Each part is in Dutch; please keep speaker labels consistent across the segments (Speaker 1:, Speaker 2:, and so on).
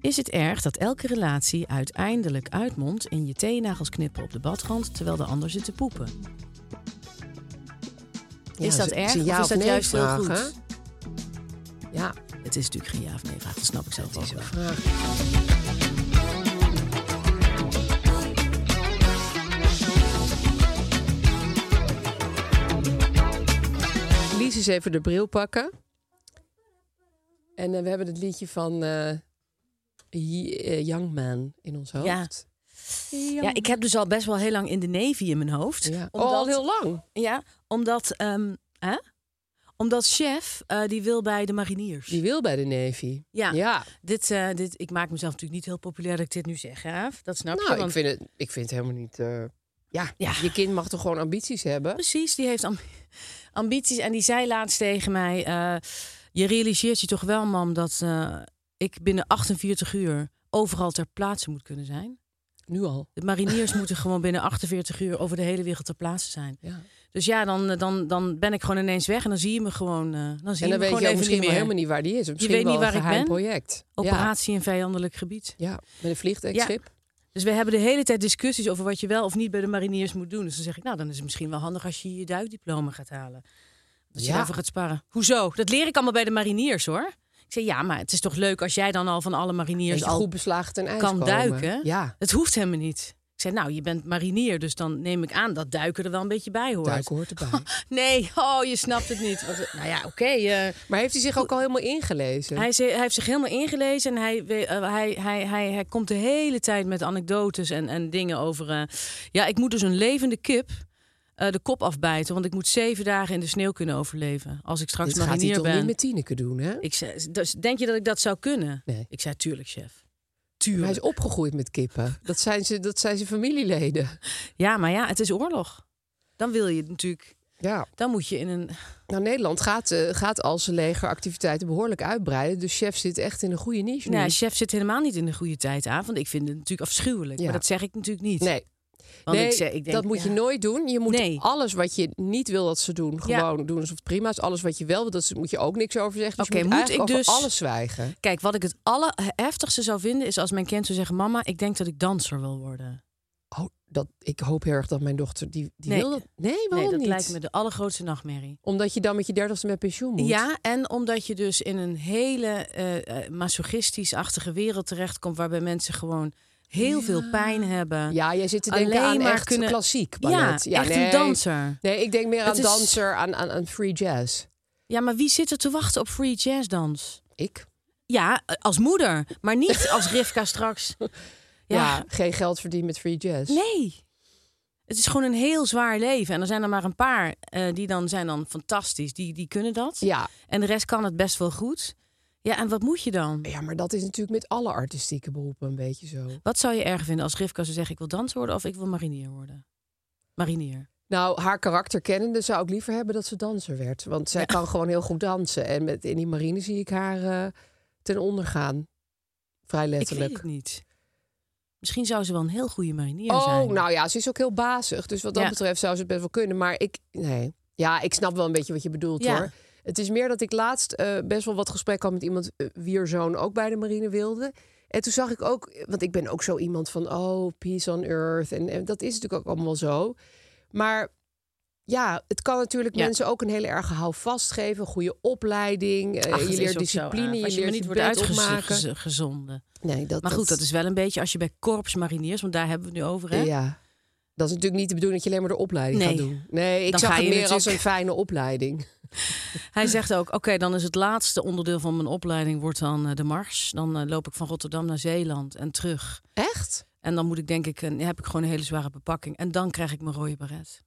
Speaker 1: Is het erg dat elke relatie uiteindelijk uitmondt in je teennagels knippen op de badrand terwijl de ander zit te poepen? Is dat
Speaker 2: ze-
Speaker 1: erg
Speaker 2: ze ja
Speaker 1: of is
Speaker 2: of
Speaker 1: dat
Speaker 2: nee
Speaker 1: juist heel
Speaker 2: vragen,
Speaker 1: goed?
Speaker 2: hè? Ja,
Speaker 1: Het is natuurlijk geen ja of nee vraag, dat snap ik zelf ook wel.
Speaker 2: Lies eens even de bril pakken. En eh, we hebben het liedje van eh, Ye- eh, Young Man in ons
Speaker 1: Ja.
Speaker 2: hoofd.
Speaker 1: Ja, ik heb dus al best wel heel lang in de Navy in mijn hoofd.
Speaker 2: Ja. Oh,
Speaker 1: Omdat-
Speaker 2: al heel lang.
Speaker 1: Ja, omdat, ehm, hè? omdat chef, eh, die wil bij de mariniers.
Speaker 2: Die wil bij de Navy.
Speaker 1: Ja.
Speaker 2: ja.
Speaker 1: Dit, eh, dit, ik maak mezelf natuurlijk niet heel populair dat ik dit nu zeg, hè? Aaf? Dat snap je.
Speaker 2: Nou, ik
Speaker 1: want-
Speaker 2: vind, het, ik vind het helemaal niet... eh, ja,
Speaker 1: Ja.
Speaker 2: je kind mag toch gewoon ambities hebben?
Speaker 1: Precies, die heeft amb- ambities. En die zei laatst tegen mij: eh, Je realiseert je toch wel, mam, dat eh, ik binnen 48 uur overal ter plaatse moet kunnen zijn.
Speaker 2: Nu al.
Speaker 1: De mariniers moeten gewoon binnen 48 uur over de hele wereld ter plaatse zijn.
Speaker 2: Ja.
Speaker 1: Dus ja, dan, eh, dan, dan ben ik gewoon ineens weg en dan zie je me gewoon. eh,
Speaker 2: En
Speaker 1: dan zie je
Speaker 2: dan
Speaker 1: me
Speaker 2: weet
Speaker 1: gewoon
Speaker 2: je ook
Speaker 1: even
Speaker 2: misschien wel
Speaker 1: niet meer.
Speaker 2: helemaal niet waar die is. Misschien
Speaker 1: weet
Speaker 2: wel
Speaker 1: niet
Speaker 2: een
Speaker 1: waar ik
Speaker 2: geheim
Speaker 1: ben.
Speaker 2: project. Ja.
Speaker 1: Operatie in vijandelijk gebied.
Speaker 2: ja, met een vliegtuigschip.
Speaker 1: Dus we hebben de hele tijd discussies over wat je wel of niet bij de mariniers moet doen. Dus dan zeg ik, nou, dan is het misschien wel handig als je je duikdiploma gaat halen. Als je
Speaker 2: Ja.
Speaker 1: daarvoor gaat sparren. Hoezo? Dat leer ik allemaal bij de mariniers, hoor. Ik zeg, ja, maar het is toch leuk als jij dan al van alle mariniers
Speaker 2: Beetje
Speaker 1: al
Speaker 2: goed beslagen ten ijs
Speaker 1: kan
Speaker 2: komen.
Speaker 1: duiken.
Speaker 2: Ja,
Speaker 1: Het hoeft helemaal niet. Ik zei, nou, je bent marinier, dus dan neem ik aan dat duiken er wel een beetje bij hoort.
Speaker 2: duiken hoort erbij.
Speaker 1: Nee, oh, je snapt het niet. Want, nou ja, oké. eh,
Speaker 2: maar heeft hij zich ook al helemaal ingelezen?
Speaker 1: hij, is- hij heeft zich helemaal ingelezen en hij, we- eh, hij, hij, hij, hij komt de hele tijd met anekdotes en, en dingen over. eh, ja, ik moet dus een levende kip eh, de kop afbijten, want ik moet zeven dagen in de sneeuw kunnen overleven. Als ik straks
Speaker 2: Dit gaat hij
Speaker 1: marinier
Speaker 2: toch niet
Speaker 1: ben.
Speaker 2: met Tineke doen, hè?
Speaker 1: Ik zei, dus denk je dat ik dat zou kunnen?
Speaker 2: Nee.
Speaker 1: Ik zei, tuurlijk, chef.
Speaker 2: Hij
Speaker 1: Tuurlijk.
Speaker 2: is opgegroeid met kippen. Dat zijn, ze, dat zijn zijn familieleden.
Speaker 1: Ja, maar ja, het is oorlog. Dan wil je natuurlijk.
Speaker 2: Ja.
Speaker 1: Dan moet je in een.
Speaker 2: Nou, Nederland gaat, eh, gaat als leger activiteiten behoorlijk uitbreiden. Dus chef zit echt in een goede niche nu.
Speaker 1: Nou, chef zit helemaal niet in de goede tijd aan. Want ik vind het natuurlijk afschuwelijk.
Speaker 2: Ja.
Speaker 1: Maar dat zeg ik natuurlijk niet.
Speaker 2: Nee,
Speaker 1: want
Speaker 2: nee
Speaker 1: ik zeg, ik denk,
Speaker 2: dat moet je
Speaker 1: ja.
Speaker 2: nooit doen. Je moet
Speaker 1: Nee.
Speaker 2: alles wat je niet wil dat ze doen,
Speaker 1: Ja.
Speaker 2: gewoon doen alsof het prima is. Alles wat je wel wil, dat ze- moet je ook niks over zeggen. Dus
Speaker 1: Oké,
Speaker 2: je moet,
Speaker 1: moet
Speaker 2: eigenlijk
Speaker 1: ik
Speaker 2: over
Speaker 1: dus-
Speaker 2: alles zwijgen.
Speaker 1: Kijk, wat ik het allerheftigste zou vinden is als mijn kind zou zeggen: Mama, ik denk dat ik danser wil worden.
Speaker 2: Oh, dat, ik hoop heel erg dat mijn dochter... Die, die
Speaker 1: Nee.
Speaker 2: wil dat... Nee, waarom
Speaker 1: Nee, dat
Speaker 2: niet?
Speaker 1: lijkt me de allergrootste nachtmerrie.
Speaker 2: Omdat je dan met je dertigste met pensioen moet.
Speaker 1: Ja, en omdat je dus in een hele eh, eh, masochistisch-achtige wereld terechtkomt, waarbij mensen gewoon heel veel pijn hebben.
Speaker 2: Ja, jij zit te denken
Speaker 1: Alleen
Speaker 2: aan
Speaker 1: maar
Speaker 2: echt
Speaker 1: kunnen-
Speaker 2: klassiek
Speaker 1: ja,
Speaker 2: ballet.
Speaker 1: echt een danser.
Speaker 2: Nee, ik denk meer aan
Speaker 1: Het is-
Speaker 2: danser, aan, aan, aan free jazz.
Speaker 1: Ja, maar wie zit er te wachten op free jazz dans?
Speaker 2: Ik?
Speaker 1: Ja, eh, als moeder, maar niet als Rivka straks.
Speaker 2: Ja. Dus-
Speaker 1: Ja,
Speaker 2: geen geld verdienen met free jazz.
Speaker 1: Nee. Het is gewoon een heel zwaar leven. En er zijn er maar een paar eh, die dan zijn dan fantastisch. Die, die kunnen dat.
Speaker 2: Ja.
Speaker 1: En de rest kan het best wel goed. Ja, en wat moet je dan?
Speaker 2: ja, maar dat is natuurlijk met alle artistieke beroepen een beetje zo.
Speaker 1: Wat zou je erg vinden als Rivka zou zeggen... ik wil danser worden of ik wil marinier worden? Marinier.
Speaker 2: Nou, haar karakter kennende zou ik liever hebben dat ze danser werd. Want zij kan gewoon heel goed dansen. En met, in die marine zie ik haar eh, ten onder gaan. Vrij letterlijk.
Speaker 1: Ik weet het niet. Misschien zou ze wel een heel goede marinier
Speaker 2: oh,
Speaker 1: zijn.
Speaker 2: nou ja, ze is ook heel bazig. Dus wat dat
Speaker 1: Ja.
Speaker 2: betreft zou ze het best wel kunnen. Maar ik, nee. Ja, ik snap wel een beetje wat je bedoelt
Speaker 1: Ja.
Speaker 2: hoor. Het is meer dat ik laatst eh, best wel wat gesprek had met iemand eh, wier zoon ook bij de marine wilde. En toen zag ik ook, want ik ben ook zo iemand van, oh, peace on earth. En, en dat is natuurlijk ook allemaal zo. Maar ja, het kan natuurlijk
Speaker 1: Ja.
Speaker 2: mensen ook een hele erge houvast geven. een Goede opleiding. eh,
Speaker 1: Ach, dat
Speaker 2: je
Speaker 1: is
Speaker 2: leert
Speaker 1: ook zo, Aaf.
Speaker 2: discipline.
Speaker 1: Als je,
Speaker 2: leert
Speaker 1: maar niet wordt
Speaker 2: bed opmaken.
Speaker 1: uitgezonden.
Speaker 2: Nee, dat,
Speaker 1: Maar goed, dat is wel een beetje als je bij korpsmariniers, want daar hebben we het nu over, hè?
Speaker 2: Ja. Dat is natuurlijk niet de bedoeling dat je alleen maar de opleiding
Speaker 1: Nee.
Speaker 2: gaat doen. Nee, ik
Speaker 1: Dan
Speaker 2: zag
Speaker 1: ga
Speaker 2: het
Speaker 1: je
Speaker 2: meer als een
Speaker 1: natuurlijk-
Speaker 2: fijne opleiding.
Speaker 1: Hij zegt ook, oké, dan is het laatste onderdeel van mijn opleiding wordt dan eh, de mars. Dan eh, loop ik van Rotterdam naar Zeeland en terug.
Speaker 2: Echt?
Speaker 1: En dan moet ik denk ik, een, heb ik gewoon een hele zware bepakking. En dan krijg ik mijn rode baret.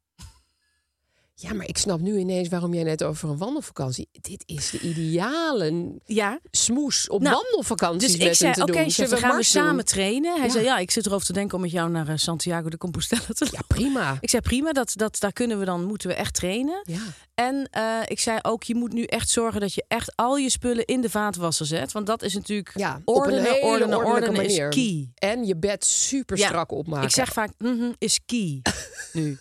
Speaker 2: Ja, maar ik snap nu ineens waarom jij net over een wandelvakantie... Dit is de ideale
Speaker 1: Ja,
Speaker 2: smoes op
Speaker 1: Nou,
Speaker 2: wandelvakanties
Speaker 1: dus
Speaker 2: met
Speaker 1: ik
Speaker 2: hem
Speaker 1: zei,
Speaker 2: te
Speaker 1: oké,
Speaker 2: doen. Ik zei,
Speaker 1: chef, dan gaan we
Speaker 2: mars doen?
Speaker 1: samen trainen. Hij
Speaker 2: Ja.
Speaker 1: zei, ja, ik zit erover te denken om met jou naar eh, Santiago de Compostela te
Speaker 2: Ja,
Speaker 1: gaan.
Speaker 2: prima.
Speaker 1: Ik zei, prima, dat, dat, daar kunnen we dan, moeten we echt trainen.
Speaker 2: Ja.
Speaker 1: En eh, ik zei ook, je moet nu echt zorgen dat je echt al je spullen in de vaatwasser zet. Want dat is natuurlijk
Speaker 2: Ja, op een
Speaker 1: ordenen,
Speaker 2: hele
Speaker 1: ordenen,
Speaker 2: ordelijke
Speaker 1: ordenen is
Speaker 2: manier.
Speaker 1: key.
Speaker 2: En je bed super
Speaker 1: Ja,
Speaker 2: strak opmaken. Oh,
Speaker 1: Ik zeg vaak, mhm, is key nu.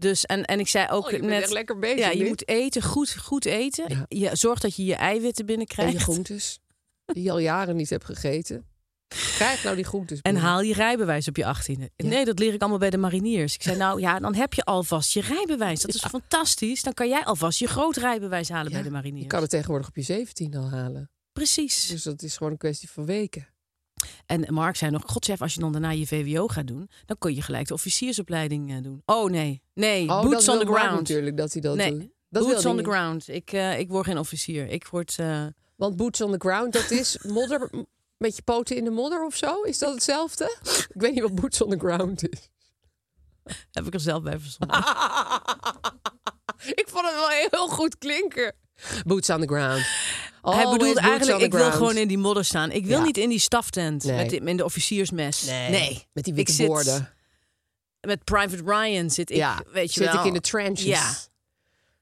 Speaker 1: Dus, en, en ik zei ook
Speaker 2: Oh, je bent
Speaker 1: net...
Speaker 2: echt lekker bezig,
Speaker 1: Ja, je
Speaker 2: Mick.
Speaker 1: moet eten, goed, goed eten.
Speaker 2: Ja.
Speaker 1: Je, zorg dat je je eiwitten binnenkrijgt.
Speaker 2: En je groentes. Die je al jaren niet hebt gegeten. Krijg nou die groentes.
Speaker 1: En
Speaker 2: binnen.
Speaker 1: haal je rijbewijs op je 18e. Nee, dat leer ik allemaal bij de mariniers. Ik zei, nou ja, dan heb je alvast je rijbewijs. Dat is fantastisch. Dan kan jij alvast je groot rijbewijs halen
Speaker 2: Ja,
Speaker 1: bij de mariniers.
Speaker 2: Je kan het tegenwoordig op je 17 al halen.
Speaker 1: Precies.
Speaker 2: Dus dat is gewoon een kwestie van weken.
Speaker 1: En Mark zei nog, godchef, als je dan daarna je VWO gaat doen... dan kun je gelijk de officiersopleiding eh, doen. Oh nee, nee,
Speaker 2: Oh,
Speaker 1: boots
Speaker 2: dat
Speaker 1: on the
Speaker 2: wil Mark
Speaker 1: ground.
Speaker 2: natuurlijk dat hij dat
Speaker 1: Nee,
Speaker 2: doet. Dat wil
Speaker 1: boots
Speaker 2: hij
Speaker 1: on the
Speaker 2: niet.
Speaker 1: ground. Ik, eh, ik word geen officier. Ik word... eh,
Speaker 2: Want boots on the ground, dat is modder m- met je poten in de modder of zo. Is dat hetzelfde? Ik weet niet wat boots on the ground is.
Speaker 1: heb ik er zelf bij verzonnen.
Speaker 2: ik vond het wel heel goed klinken. Boots on the ground.
Speaker 1: Hij
Speaker 2: Always Ah,
Speaker 1: bedoelt
Speaker 2: oh, boots on
Speaker 1: eigenlijk,
Speaker 2: the
Speaker 1: ik wil
Speaker 2: ground.
Speaker 1: gewoon in die modder staan. Ik wil
Speaker 2: Ja.
Speaker 1: niet in die staftent
Speaker 2: Nee.
Speaker 1: met, die- met de officiersmes. Nee.
Speaker 2: Met die
Speaker 1: Ik
Speaker 2: witte
Speaker 1: zit-
Speaker 2: woorden.
Speaker 1: Met Private Ryan zit ik,
Speaker 2: ja,
Speaker 1: weet je
Speaker 2: zit
Speaker 1: wel.
Speaker 2: ik in de trenches.
Speaker 1: Ja,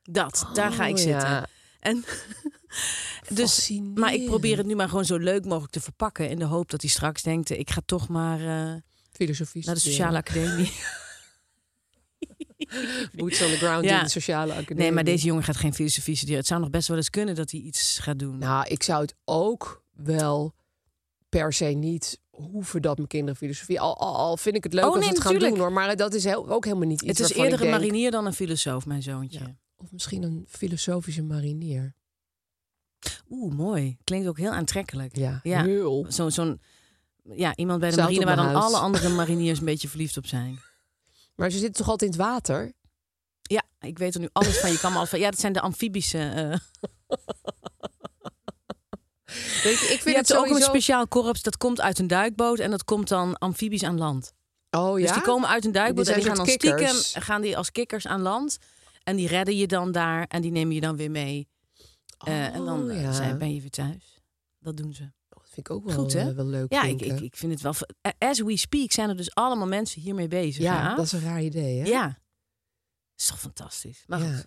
Speaker 1: dat. daar ga ik
Speaker 2: Oh,
Speaker 1: zitten.
Speaker 2: ja.
Speaker 1: En dus,
Speaker 2: Fascinerend.
Speaker 1: maar ik probeer het nu maar gewoon zo leuk mogelijk te verpakken. In de hoop dat hij straks denkt, eh, ik ga toch maar eh,
Speaker 2: Filosofie
Speaker 1: naar Nou, de
Speaker 2: studeren.
Speaker 1: sociale academie.
Speaker 2: Boots on the ground
Speaker 1: Ja.
Speaker 2: in de sociale academie.
Speaker 1: Nee, maar deze jongen gaat geen filosofie studeren. Het zou nog best wel eens kunnen dat hij iets gaat doen.
Speaker 2: Nou, ik zou het ook wel per se niet hoeven dat mijn kinderen filosofie... Al, al, al vind ik het leuk
Speaker 1: Oh,
Speaker 2: als
Speaker 1: nee,
Speaker 2: ze het gaan
Speaker 1: natuurlijk.
Speaker 2: doen, hoor. Maar dat is heel, ook helemaal niet iets
Speaker 1: het is
Speaker 2: waarvan
Speaker 1: eerder
Speaker 2: ik
Speaker 1: een
Speaker 2: denk-
Speaker 1: marinier dan een filosoof, mijn zoontje.
Speaker 2: Ja. Of misschien een filosofische marinier.
Speaker 1: Oeh, mooi. Klinkt ook heel aantrekkelijk.
Speaker 2: Ja,
Speaker 1: Ja.
Speaker 2: heel.
Speaker 1: Zo'n, zo'n, ja, iemand bij de
Speaker 2: Zout
Speaker 1: marine
Speaker 2: op
Speaker 1: waar dan
Speaker 2: mijn huis.
Speaker 1: alle andere mariniers een beetje verliefd op zijn.
Speaker 2: Maar ze zitten toch altijd in het water?
Speaker 1: Ja, ik weet er nu alles van. Je kan me al van. Ja, dat zijn de amfibische. eh
Speaker 2: Weet je, ik
Speaker 1: je
Speaker 2: vind
Speaker 1: hebt
Speaker 2: het
Speaker 1: ook
Speaker 2: sowieso...
Speaker 1: een speciaal korps dat komt uit een duikboot en dat komt dan amfibisch aan land.
Speaker 2: Oh ja?
Speaker 1: Dus die komen uit een duikboot
Speaker 2: Die
Speaker 1: en die
Speaker 2: zijn
Speaker 1: gaan dan
Speaker 2: soort kikkers.
Speaker 1: stiekem gaan die als kikkers aan land en die redden je dan daar en die nemen je dan weer mee Eh, en dan
Speaker 2: Oh,
Speaker 1: eh,
Speaker 2: ja.
Speaker 1: zijn, ben je weer thuis. Dat doen ze.
Speaker 2: Oh, Dat vind ik ook wel,
Speaker 1: Goed, hè?
Speaker 2: eh, wel leuk
Speaker 1: ja, ik,
Speaker 2: klinken.
Speaker 1: ik, ik vind het wel. As we speak zijn er dus allemaal mensen hiermee bezig.
Speaker 2: ja,
Speaker 1: ja?
Speaker 2: dat is een raar idee, hè?
Speaker 1: Ja. Is toch fantastisch. Maar
Speaker 2: Ja.
Speaker 1: goed.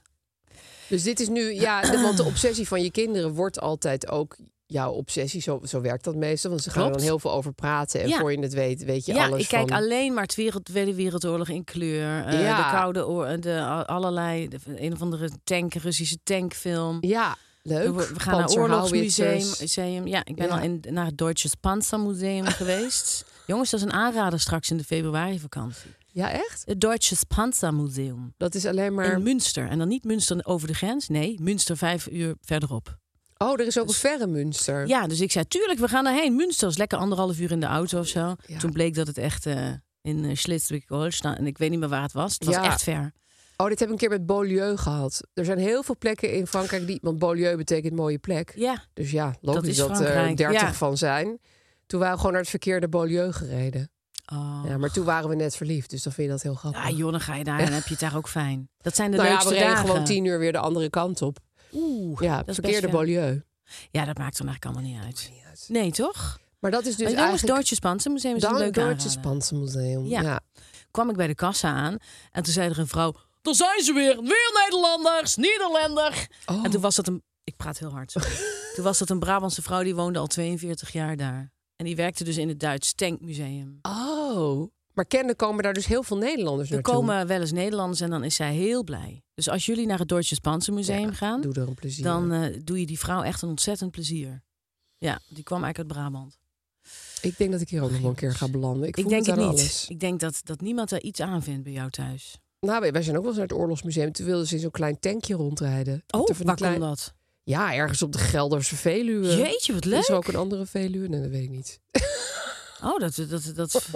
Speaker 2: Dus dit is nu, ja, de- want de obsessie van je kinderen wordt altijd ook jouw obsessie. Zo, zo werkt dat meestal, want ze gaan er
Speaker 1: Klopt.
Speaker 2: dan heel veel over praten. En
Speaker 1: Ja.
Speaker 2: voor je het weet, weet je
Speaker 1: Ja,
Speaker 2: alles
Speaker 1: ik kijk
Speaker 2: van...
Speaker 1: alleen maar het wereld, Tweede Wereldoorlog in kleur. eh,
Speaker 2: Ja.
Speaker 1: De Koude Oorlog, de a- allerlei, de, een of andere tank, Russische tankfilm.
Speaker 2: Ja, leuk.
Speaker 1: We, we gaan naar
Speaker 2: Panzerhauwitzers.
Speaker 1: Oorlogsmuseum. museum. Ja, ik ben
Speaker 2: Ja.
Speaker 1: al in, naar het Deutsches Panzermuseum geweest. Jongens, dat is een aanrader straks in de februarivakantie.
Speaker 2: Ja, echt?
Speaker 1: Het Deutsches Panzermuseum
Speaker 2: Dat is alleen maar...
Speaker 1: in Münster. En dan niet Münster over de grens. Nee, Münster vijf uur verderop.
Speaker 2: Oh, er is ook een verre Münster.
Speaker 1: Ja, dus ik zei, tuurlijk, we gaan daarheen. Münster is lekker anderhalf uur in de auto of zo.
Speaker 2: Ja.
Speaker 1: Toen bleek dat het echt eh, in eh, Schleswig-Holstein... en ik weet niet meer waar het was. Het was
Speaker 2: Ja.
Speaker 1: echt ver.
Speaker 2: Oh, dit heb ik een keer met Beaulieu gehad. Er zijn heel veel plekken in Frankrijk die... Want Beaulieu betekent mooie plek.
Speaker 1: Ja,
Speaker 2: Dus ja, logisch
Speaker 1: is
Speaker 2: dat, er
Speaker 1: Frankrijk,
Speaker 2: 30
Speaker 1: ja.
Speaker 2: van zijn. Toen waren we gewoon naar het verkeerde Beaulieu gereden.
Speaker 1: oh.
Speaker 2: Ja, maar toen waren we net verliefd, dus dan vind je dat heel grappig.
Speaker 1: ja joh, dan ga je daar en heb je het daar ook fijn. Dat zijn de
Speaker 2: nou ja,
Speaker 1: leukste
Speaker 2: we reden
Speaker 1: dagen.
Speaker 2: gewoon tien uur weer de andere kant op.
Speaker 1: Oeh,
Speaker 2: Ja,
Speaker 1: dat is
Speaker 2: verkeerde
Speaker 1: best ver.
Speaker 2: Beaulieu.
Speaker 1: Ja, dat maakt er eigenlijk allemaal niet uit. Nee, toch?
Speaker 2: Maar dat is dus
Speaker 1: Dus jongens,
Speaker 2: eigenlijk...
Speaker 1: Deutsches Panzermuseum is een
Speaker 2: Dan
Speaker 1: leuk
Speaker 2: Deutsches
Speaker 1: aanrader.
Speaker 2: Panzermuseum. Ja.
Speaker 1: Ja. Kwam ik bij de kassa aan en toen zei er een vrouw... Daar zijn ze weer, weer Nederlanders, Nederlander.
Speaker 2: Oh,
Speaker 1: En toen was dat een. Ik praat heel hard. sorry. toen was dat een Brabantse vrouw die woonde al 42 jaar daar. En die werkte dus in het Duits Tankmuseum.
Speaker 2: oh. Maar kennen komen daar dus heel veel Nederlanders
Speaker 1: Er
Speaker 2: naartoe.
Speaker 1: komen wel eens Nederlanders en dan is zij heel blij. Dus als jullie naar het Deutsche Spanse Museum gaan,
Speaker 2: Doe er een plezier.
Speaker 1: dan eh, doe je die vrouw echt een ontzettend plezier. Ja, die kwam eigenlijk uit Brabant.
Speaker 2: Ik denk dat ik hier ook nog wel een keer ga belanden. Ik,
Speaker 1: eh,
Speaker 2: voel
Speaker 1: Ik denk
Speaker 2: het
Speaker 1: het
Speaker 2: aan
Speaker 1: niet.
Speaker 2: alles.
Speaker 1: Ik denk dat, dat niemand daar iets aan vindt bij jou thuis.
Speaker 2: Nou, wij- wij zijn ook wel eens naar het Oorlogsmuseum. Toen wilden ze in zo'n klein tankje rondrijden. Toen
Speaker 1: Oh,
Speaker 2: van die
Speaker 1: waar
Speaker 2: klein-
Speaker 1: komt dat?
Speaker 2: Ja, ergens op de Gelderse Veluwe.
Speaker 1: Jeetje, wat leuk.
Speaker 2: Is er ook een andere Veluwe? Nee, dat weet ik niet.
Speaker 1: Oh, dat, dat, dat,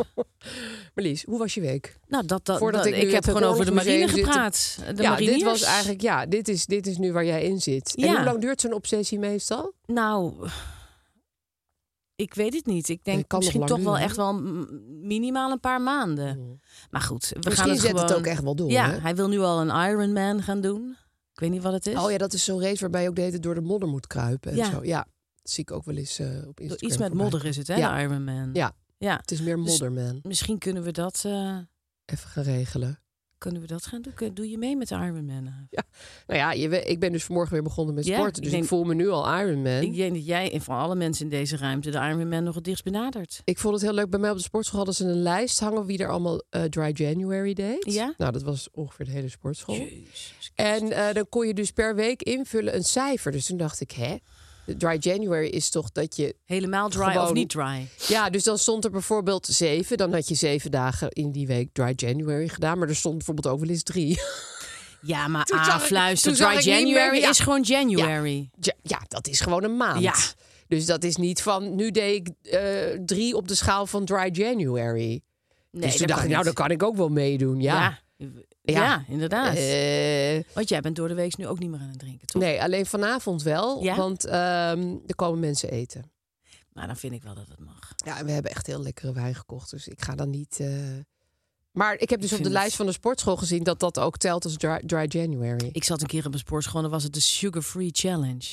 Speaker 2: Marlies, hoe was je week?
Speaker 1: nou, dat, dat,
Speaker 2: Voordat
Speaker 1: dat-
Speaker 2: ik
Speaker 1: ik,
Speaker 2: nu
Speaker 1: heb
Speaker 2: het
Speaker 1: gewoon over de marine
Speaker 2: Oorlogsmuseum zit
Speaker 1: gepraat. De
Speaker 2: ja,
Speaker 1: mariniers.
Speaker 2: dit was eigenlijk, ja, dit is, dit is nu waar jij in zit. En
Speaker 1: Ja.
Speaker 2: hoe lang duurt zo'n obsessie meestal?
Speaker 1: Nou, ik weet het niet. Ik
Speaker 2: Het kan
Speaker 1: denk
Speaker 2: nog
Speaker 1: misschien
Speaker 2: lang
Speaker 1: toch wel
Speaker 2: duren, Mm.
Speaker 1: echt wel m- minimaal een paar maanden. Maar goed, we gaan
Speaker 2: Misschien
Speaker 1: het
Speaker 2: zet
Speaker 1: gewoon...
Speaker 2: het ook echt wel door.
Speaker 1: ja,
Speaker 2: hè?
Speaker 1: hij wil nu al een Ironman gaan doen. Ik weet niet wat het is.
Speaker 2: Oh ja, dat is zo'n race waarbij je ook de hele tijd door de modder moet kruipen. En
Speaker 1: Ja.
Speaker 2: Zo. ja dat zie ik ook wel eens eh, op
Speaker 1: Door
Speaker 2: Instagram.
Speaker 1: Iets met
Speaker 2: voorbij.
Speaker 1: modder is het, hè?
Speaker 2: Ja.
Speaker 1: de Ironman.
Speaker 2: Ja.
Speaker 1: ja.
Speaker 2: Het is meer
Speaker 1: Dus-
Speaker 2: modderman.
Speaker 1: Misschien kunnen we dat, eh,
Speaker 2: Even gaan regelen.
Speaker 1: kunnen we dat gaan doen. Kun- Doe je mee met de Ironman?
Speaker 2: Nou ja, je, weet- ik ben dus vanmorgen weer begonnen met
Speaker 1: Ja,
Speaker 2: sporten.
Speaker 1: ik
Speaker 2: Dus ik,
Speaker 1: denk-
Speaker 2: voel me nu al Ironman.
Speaker 1: Ik denk dat jij en van alle mensen in deze ruimte de Ironman nog het dichtst benadert.
Speaker 2: Ik vond het heel leuk. Bij mij op de sportschool hadden ze een lijst hangen wie er allemaal eh, Dry January deed.
Speaker 1: Ja.
Speaker 2: Nou, dat was ongeveer de hele sportschool.
Speaker 1: Jezus.
Speaker 2: En eh, dan kon je dus per week invullen een cijfer. Dus toen dacht ik, hè? De Dry January is toch dat je...
Speaker 1: Helemaal dry of
Speaker 2: Gewoon-
Speaker 1: niet dry?
Speaker 2: Ja, dus dan stond er bijvoorbeeld zeven. Dan had je zeven dagen in die week Dry January gedaan. Maar er stond bijvoorbeeld ook wel eens drie.
Speaker 1: Ja, maar
Speaker 2: Toen zag ik-
Speaker 1: af, luister,
Speaker 2: toen zag
Speaker 1: dry
Speaker 2: ik niet meer-
Speaker 1: January
Speaker 2: ja.
Speaker 1: is gewoon January.
Speaker 2: Ja, ja, dat is gewoon een maand.
Speaker 1: Ja.
Speaker 2: Dus dat is niet van, nu deed ik eh, drie op de schaal van Dry January.
Speaker 1: Nee,
Speaker 2: dus toen
Speaker 1: dat
Speaker 2: dacht
Speaker 1: kan
Speaker 2: ik, nou, dan
Speaker 1: niet.
Speaker 2: kan ik ook wel meedoen. Ja.
Speaker 1: Ja.
Speaker 2: Ja.
Speaker 1: Ja, Ah. inderdaad.
Speaker 2: Eh,
Speaker 1: Want jij bent door de week nu ook niet meer aan het drinken, toch?
Speaker 2: nee, alleen vanavond wel.
Speaker 1: Ja?
Speaker 2: Want ehm, er komen mensen eten.
Speaker 1: Maar dan vind ik wel dat het mag.
Speaker 2: Ja, en we hebben echt heel lekkere wijn gekocht. Dus ik ga dan niet. eh, Maar ik heb dus
Speaker 1: Ik
Speaker 2: op de
Speaker 1: vind
Speaker 2: lijst
Speaker 1: het-
Speaker 2: van de sportschool gezien dat dat ook telt als Dry, dry January.
Speaker 1: Ik zat een keer op een sportschool en dan was het de Sugar Free Challenge.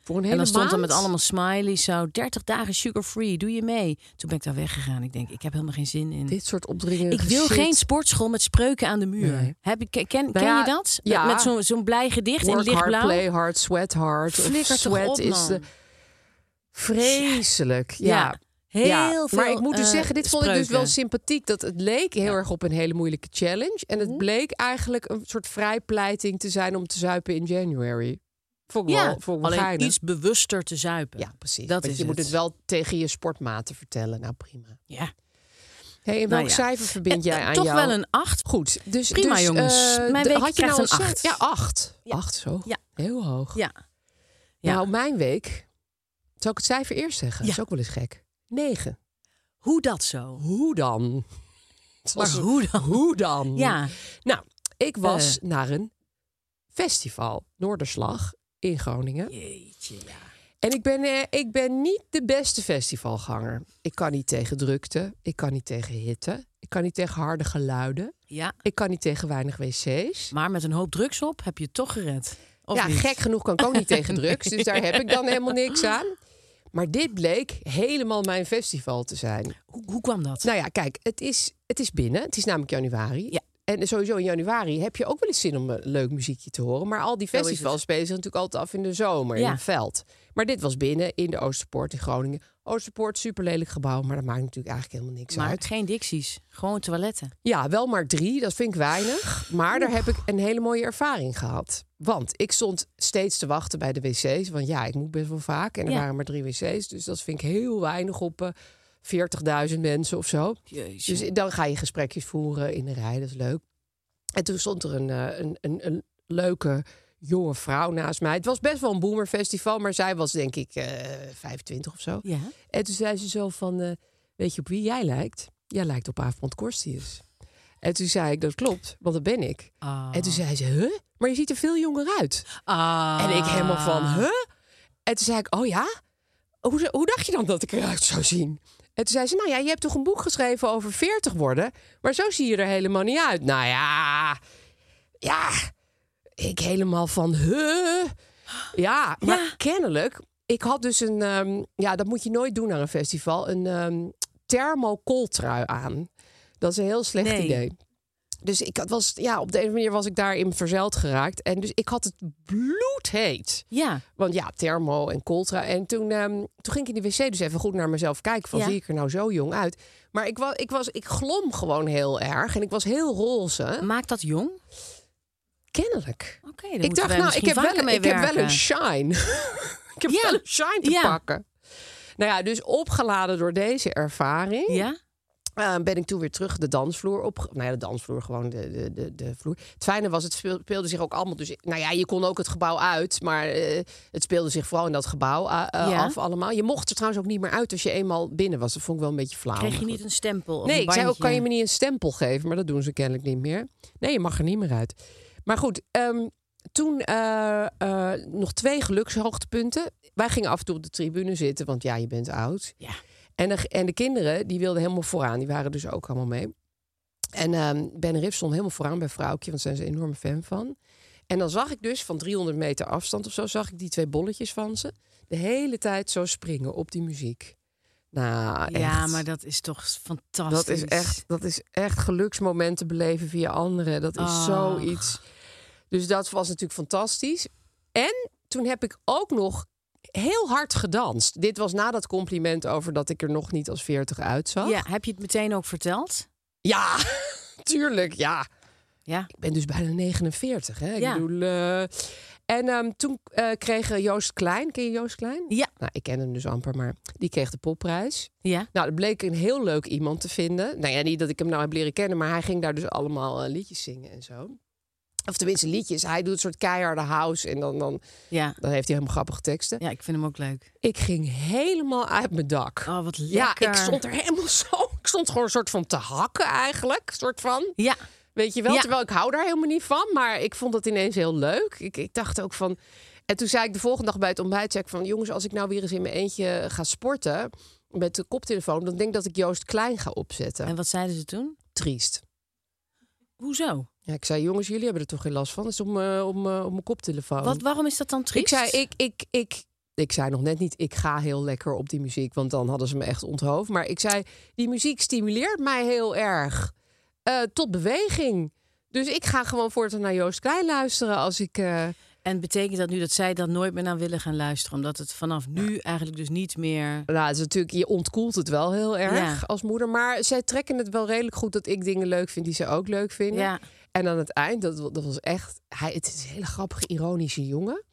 Speaker 2: Voor een hele
Speaker 1: en dan stond er
Speaker 2: maand?
Speaker 1: met allemaal smileys zo, 30 dagen sugar free, doe je mee? Toen ben ik daar weggegaan. Ik denk, ik heb helemaal geen zin in.
Speaker 2: Dit soort opdringen.
Speaker 1: Hm. ik wil geen sportschool met spreuken aan de muur.
Speaker 2: Nee.
Speaker 1: Heb ik, ken, ken
Speaker 2: Nou ja,
Speaker 1: je dat?
Speaker 2: ja.
Speaker 1: Met zo'n zo'n blij gedicht in
Speaker 2: Work hard,
Speaker 1: lichtblauw.
Speaker 2: play hard, sweat hard. Of
Speaker 1: Flikker toch
Speaker 2: sweat
Speaker 1: op,
Speaker 2: is eh, de...
Speaker 1: man.
Speaker 2: vreselijk.
Speaker 1: Ja.
Speaker 2: Ja.
Speaker 1: Heel
Speaker 2: Ja,
Speaker 1: veel
Speaker 2: maar ik moet dus
Speaker 1: eh,
Speaker 2: zeggen, dit vond ik dus wel
Speaker 1: spreuken.
Speaker 2: sympathiek. Dat het leek heel erg op een hele moeilijke challenge. En
Speaker 1: Mhm.
Speaker 2: het bleek eigenlijk een soort vrijpleiting te zijn om te zuipen in January. Vond ik wel,
Speaker 1: Ja,
Speaker 2: vond ik wel
Speaker 1: alleen
Speaker 2: geinig.
Speaker 1: iets bewuster te zuipen.
Speaker 2: Ja, precies.
Speaker 1: Dat
Speaker 2: Want
Speaker 1: is
Speaker 2: je moet
Speaker 1: het.
Speaker 2: het wel tegen je sportmaten vertellen. Nou, prima.
Speaker 1: Ja.
Speaker 2: Hey, en welk
Speaker 1: Nou ja.
Speaker 2: cijfer verbind jij
Speaker 1: Eh,
Speaker 2: aan
Speaker 1: toch
Speaker 2: jou?
Speaker 1: wel een 8.
Speaker 2: Goed. Dus,
Speaker 1: Prima,
Speaker 2: dus,
Speaker 1: jongens.
Speaker 2: eh,
Speaker 1: Mijn
Speaker 2: de-
Speaker 1: week
Speaker 2: had je
Speaker 1: krijgt
Speaker 2: nou
Speaker 1: een
Speaker 2: cijfer?
Speaker 1: acht.
Speaker 2: Ja, acht.
Speaker 1: Ja.
Speaker 2: Acht zo.
Speaker 1: Ja.
Speaker 2: Heel hoog.
Speaker 1: Ja. Ja.
Speaker 2: Nou, mijn week. Zal ik het cijfer eerst zeggen?
Speaker 1: Ja.
Speaker 2: Dat is ook wel eens gek. Negen.
Speaker 1: Hoe dat zo?
Speaker 2: Hoe dan?
Speaker 1: Maar
Speaker 2: Zoals-
Speaker 1: hoe dan?
Speaker 2: Hoe dan?
Speaker 1: Ja, Eh.
Speaker 2: Nou, ik was naar een festival, Noorderslag, in Groningen.
Speaker 1: Jeetje, ja.
Speaker 2: En ik ben, eh, ik ben niet de beste festivalganger. Ik kan niet tegen drukte. Ik kan niet tegen hitte. Ik kan niet tegen harde geluiden.
Speaker 1: Ja,
Speaker 2: Ik kan niet tegen weinig wc's.
Speaker 1: maar met een hoop drugs op heb je het toch gered. Of
Speaker 2: ja,
Speaker 1: niet?
Speaker 2: gek genoeg kan ik ook niet tegen drugs. Dus daar heb ik dan helemaal niks aan. Maar dit bleek helemaal mijn festival te zijn.
Speaker 1: Hoe, hoe kwam dat?
Speaker 2: Nou ja, kijk, het is, het is binnen. Het is namelijk januari.
Speaker 1: Ja.
Speaker 2: En sowieso in januari heb je ook wel eens zin om een leuk muziekje te horen. Maar al die
Speaker 1: Zo is
Speaker 2: festivals
Speaker 1: het.
Speaker 2: spelen zich natuurlijk altijd af in de zomer, in
Speaker 1: Ja.
Speaker 2: het veld. Maar dit was binnen, in de Oosterpoort in Groningen. Oosterpoort, superlelijk gebouw, maar dat maakt natuurlijk eigenlijk helemaal niks
Speaker 1: maar
Speaker 2: uit.
Speaker 1: geen dicties, gewoon toiletten.
Speaker 2: Ja, wel maar drie, dat vind ik weinig. Maar daar heb ik een hele mooie ervaring gehad. Want ik stond steeds te wachten bij de wc's. Want ja, ik moet best wel vaak. En er
Speaker 1: Ja.
Speaker 2: waren maar drie wc's, dus dat vind ik heel weinig op eh 40.000 mensen of zo.
Speaker 1: Jezus.
Speaker 2: Dus dan ga je gesprekjes voeren in de rij, dat is leuk. En toen stond er een, eh, een, een, een leuke jonge vrouw naast mij. Het was best wel een boomerfestival, maar zij was denk ik eh 25 of zo.
Speaker 1: ja.
Speaker 2: En toen zei ze zo van, eh, weet je op wie jij lijkt? Jij lijkt op Avond Korstius. En toen zei ik, dat klopt, want dat ben ik.
Speaker 1: Ah.
Speaker 2: En toen zei ze, huh? Maar je ziet er veel jonger uit.
Speaker 1: Ah.
Speaker 2: En ik helemaal van, huh? En toen zei ik, oh ja? Hoe, hoe dacht je dan dat ik eruit zou zien? En toen zei ze, nou ja, je hebt toch een boek geschreven over 40 worden? Maar zo zie je er helemaal niet uit. Nou ja, ja, ik helemaal van, huh? Ja, maar kennelijk, ik had dus een, ehm, ja, dat moet je nooit doen naar een festival, een ehm thermokooltrui aan. Dat is een heel slecht
Speaker 1: Nee.
Speaker 2: idee. Dus ik had- was, ja, op de een of andere manier was ik daarin verzeild geraakt. En dus ik had het bloedheet.
Speaker 1: Ja,
Speaker 2: Want ja, thermo en coltra. En toen, ehm, toen ging ik in de wc dus even goed naar mezelf kijken. Van,
Speaker 1: Ja.
Speaker 2: zie ik er nou zo jong uit? Maar ik, was, ik, was, ik glom gewoon heel erg. En ik was heel roze.
Speaker 1: maakt dat jong? Oké,
Speaker 2: Kennelijk.
Speaker 1: daar
Speaker 2: ik
Speaker 1: moeten
Speaker 2: dacht,
Speaker 1: wij
Speaker 2: nou, ik
Speaker 1: misschien
Speaker 2: heb, wel,
Speaker 1: vaker
Speaker 2: een-
Speaker 1: mee
Speaker 2: ik heb wel
Speaker 1: werken.
Speaker 2: een shine. ik heb
Speaker 1: Ja.
Speaker 2: wel een shine te
Speaker 1: Ja.
Speaker 2: pakken. Nou ja, dus opgeladen door deze ervaring...
Speaker 1: Ja?
Speaker 2: eh, ben ik toen weer terug de dansvloer op. Nou ja, de dansvloer, gewoon de, de, de, de vloer. Het fijne was, het speel- speelde zich ook allemaal. Dus, nou ja, je kon ook het gebouw uit. Maar eh, het speelde zich vooral in dat gebouw eh, eh,
Speaker 1: Ja.
Speaker 2: af allemaal. Je mocht er trouwens ook niet meer uit als je eenmaal binnen was. Dat vond ik wel een beetje flauw.
Speaker 1: Kreeg je
Speaker 2: maar
Speaker 1: niet
Speaker 2: Nou, goed.
Speaker 1: een stempel? of
Speaker 2: Nee,
Speaker 1: een
Speaker 2: ik zei ook,
Speaker 1: bandje?
Speaker 2: kan je me niet een stempel geven? Maar dat doen ze kennelijk niet meer. Nee, je mag er niet meer uit. Maar goed, ehm, toen eh, eh, nog twee gelukshoogtepunten. Wij gingen af en toe op de tribune zitten, want ja, je bent oud.
Speaker 1: Ja.
Speaker 2: En, de, en de kinderen, die wilden helemaal vooraan. Die waren dus ook allemaal mee. En ehm Ben Riff stond helemaal vooraan bij Vrouwtje, want daar zijn ze een enorme fan van. En dan zag ik dus van 300 meter afstand of zo, zag ik die twee bolletjes van ze de hele tijd zo springen op die muziek. Nou,
Speaker 1: Ja,
Speaker 2: echt.
Speaker 1: maar dat is toch fantastisch.
Speaker 2: Dat is echt, dat is echt geluksmomenten beleven via anderen. Dat is
Speaker 1: Ah.
Speaker 2: zoiets. Dus dat was natuurlijk fantastisch. En toen heb ik ook nog heel hard gedanst. Dit was na dat compliment over dat ik er nog niet als 40 uitzag.
Speaker 1: Ja, heb je het meteen ook verteld?
Speaker 2: ja tuurlijk. Ja,
Speaker 1: Ja.
Speaker 2: ik ben dus bijna 49. Hè? Ik
Speaker 1: Ja.
Speaker 2: bedoel, eh, en ehm, toen eh, kreeg eh, Joost Klein, ken je Joost Klein?
Speaker 1: Ja.
Speaker 2: Nou, ik ken hem dus amper, maar die kreeg de popprijs.
Speaker 1: Ja.
Speaker 2: Nou, er bleek een heel leuk iemand te vinden. Nou ja, niet dat ik hem nou heb leren kennen, maar hij ging daar dus allemaal eh, liedjes zingen en zo. Of tenminste liedjes. Hij doet een soort keiharde house en dan, dan,
Speaker 1: Ja.
Speaker 2: dan heeft hij helemaal grappige teksten.
Speaker 1: Ja, ik vind hem ook leuk.
Speaker 2: Ik ging helemaal uit mijn dak.
Speaker 1: Oh, wat lekker.
Speaker 2: ja, ik stond er helemaal zo. Ik stond gewoon een soort van te hakken eigenlijk. soort van.
Speaker 1: Ja.
Speaker 2: Weet je wel,
Speaker 1: Ja.
Speaker 2: terwijl ik hou daar helemaal niet van. Maar ik vond dat ineens heel leuk. Ik, ik dacht ook van... En toen zei ik de volgende dag bij het ontbijt... zei ik van, jongens, als ik nou weer eens in mijn eentje ga sporten... met de koptelefoon, dan denk ik dat ik Joost Klein ga opzetten.
Speaker 1: En wat zeiden ze toen?
Speaker 2: triest.
Speaker 1: Hoezo?
Speaker 2: Ja, ik zei, jongens, jullie hebben er toch geen last van? Dat is om, eh, om, eh, om mijn koptelefoon.
Speaker 1: Wat, waarom is dat dan
Speaker 2: ik
Speaker 1: triest?
Speaker 2: zei, ik, ik, ik... Ik zei nog net niet, ik ga heel lekker op die muziek... want dan hadden ze me echt onthoofd. Maar ik zei, die muziek stimuleert mij heel erg. eh, tot beweging. Dus ik ga gewoon voortaan naar Joost Klein luisteren als ik... eh,
Speaker 1: En betekent dat nu dat zij dat nooit meer naar willen gaan luisteren? Omdat het vanaf nu eigenlijk dus niet meer...
Speaker 2: Nou, het is natuurlijk, je ontkoelt het wel heel erg
Speaker 1: Ja.
Speaker 2: als moeder. Maar zij trekken het wel redelijk goed dat ik dingen leuk vind die ze ook leuk vinden.
Speaker 1: Ja.
Speaker 2: En aan het eind, dat, wa- dat was echt... Hij, het is een hele grappige, ironische jongen.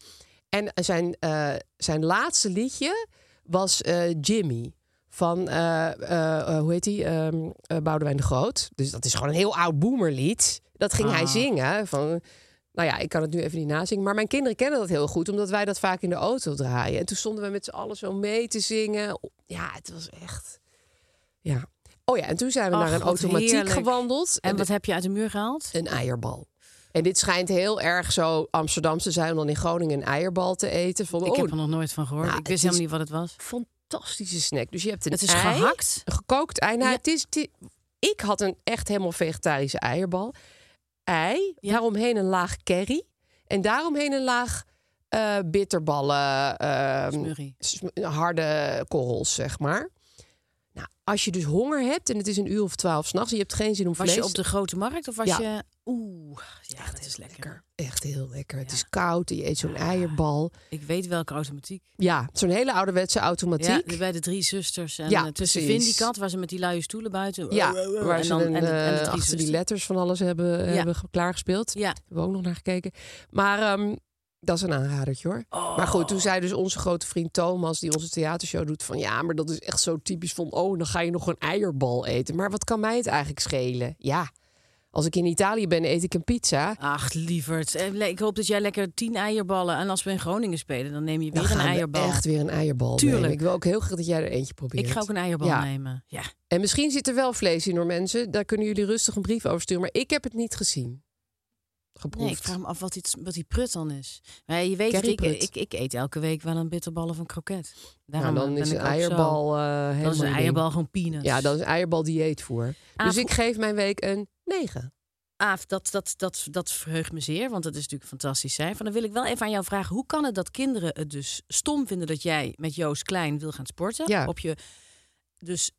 Speaker 2: En zijn, eh, zijn laatste liedje was eh, Jimmy. Van, eh, eh, eh, hoe heet hij? Ehm eh, Boudewijn de Groot. Dus dat is gewoon een heel oud boomerlied. Dat ging
Speaker 1: Ah.
Speaker 2: hij zingen. Van, nou ja, ik kan het nu even niet nazingen. Maar mijn kinderen kennen dat heel goed, omdat wij dat vaak in de auto draaien. En toen stonden we met z'n allen zo mee te zingen. Ja, het was echt... Ja. Oh ja, en toen zijn we
Speaker 1: Ach,
Speaker 2: naar een
Speaker 1: wat
Speaker 2: automatiek
Speaker 1: heerlijk.
Speaker 2: gewandeld. de-
Speaker 1: En
Speaker 2: Eh,
Speaker 1: wat heb je uit de muur gehaald?
Speaker 2: een eierbal. En dit schijnt heel erg zo Amsterdamse te zijn om dan in Groningen een eierbal te eten. Van,
Speaker 1: Ik
Speaker 2: oh,
Speaker 1: heb er nog nooit van gehoord.
Speaker 2: Nou,
Speaker 1: ik
Speaker 2: het
Speaker 1: wist
Speaker 2: is-
Speaker 1: helemaal niet wat het was.
Speaker 2: fantastische snack. Dus je hebt een
Speaker 1: Het is
Speaker 2: ei,
Speaker 1: gehakt.
Speaker 2: een gekookt ei. Nou,
Speaker 1: Ja.
Speaker 2: het is, het is- ik had een echt helemaal vegetarische eierbal. Ei, daaromheen een laag curry. En daaromheen een laag eh, bitterballen, ehm,
Speaker 1: Smurrie.
Speaker 2: sm- harde korrels, zeg maar. Nou, als je dus honger hebt en het is een uur of twaalf s'nachts en je hebt geen zin om
Speaker 1: Was
Speaker 2: vlees...
Speaker 1: je op de grote markt of was
Speaker 2: Ja.
Speaker 1: je... Oeh, ja, dat is lekker. Ah.
Speaker 2: Echt heel lekker. Het is koud en je eet zo'n eierbal.
Speaker 1: Ik weet welke automatiek.
Speaker 2: Ja, zo'n hele ouderwetse
Speaker 1: Ja,
Speaker 2: automatiek. Ja,
Speaker 1: bij de drie zusters. En
Speaker 2: Ja,
Speaker 1: eh, tussen
Speaker 2: precies.
Speaker 1: Vindicat, waar ze met die luie stoelen buiten...
Speaker 2: waar ze eh, dan,
Speaker 1: Oh, en de- en de drie
Speaker 2: achter die
Speaker 1: zusters.
Speaker 2: letters van alles hebben, eh,
Speaker 1: Ja.
Speaker 2: hebben ge- klaargespeeld.
Speaker 1: Ja.
Speaker 2: Hebben we ook nog naar gekeken. Maar ehm, dat is een aanradertje hoor.
Speaker 1: Oh.
Speaker 2: Maar goed, toen zei dus onze grote vriend Thomas, die onze theatershow doet, van ja, maar dat is echt zo typisch van, oh, dan ga je nog een eierbal eten. Maar wat kan mij het eigenlijk schelen? Ja, als ik in Italië ben, eet ik een pizza.
Speaker 1: Ach, lieverd. Eh, le- Ik hoop dat jij lekker tien eierballen... En als we in Groningen spelen, dan neem je
Speaker 2: Dan
Speaker 1: weer een
Speaker 2: gaan we
Speaker 1: eierbal.
Speaker 2: Echt weer een eierbal.
Speaker 1: Tuurlijk.
Speaker 2: nemen. Ik wil ook heel graag dat jij er eentje probeert.
Speaker 1: Ik ga ook een eierbal
Speaker 2: Ja.
Speaker 1: nemen. Ja.
Speaker 2: En misschien zit er wel vlees in hoor mensen. Daar kunnen jullie rustig een brief over sturen. Maar ik heb het niet gezien. Geproefd.
Speaker 1: Nee, ik vraag me af wat die, wat die prut dan is. Maar je weet, dat ik,
Speaker 2: Curryprut.
Speaker 1: ik, ik eet elke week wel een bitterbal of een kroket.
Speaker 2: nou,
Speaker 1: Daarom
Speaker 2: dan
Speaker 1: ben
Speaker 2: is
Speaker 1: ik
Speaker 2: een
Speaker 1: ook zo-
Speaker 2: eierbal eh helemaal
Speaker 1: Dan is
Speaker 2: je
Speaker 1: een
Speaker 2: ding.
Speaker 1: eierbal Ah, gewoon peanuts.
Speaker 2: Ja, dan is een eierbal dieetvoer.
Speaker 1: Aaf-
Speaker 2: Dus ik geef mijn week een 9.
Speaker 1: Aaf, dat, dat, dat, dat verheugt me zeer, want dat is natuurlijk fantastisch zijn. Van dan wil ik wel even aan jou vragen: hoe kan het dat kinderen het dus stom vinden dat jij met Joost Klein wil gaan sporten?
Speaker 2: Ja.
Speaker 1: Op je, dus,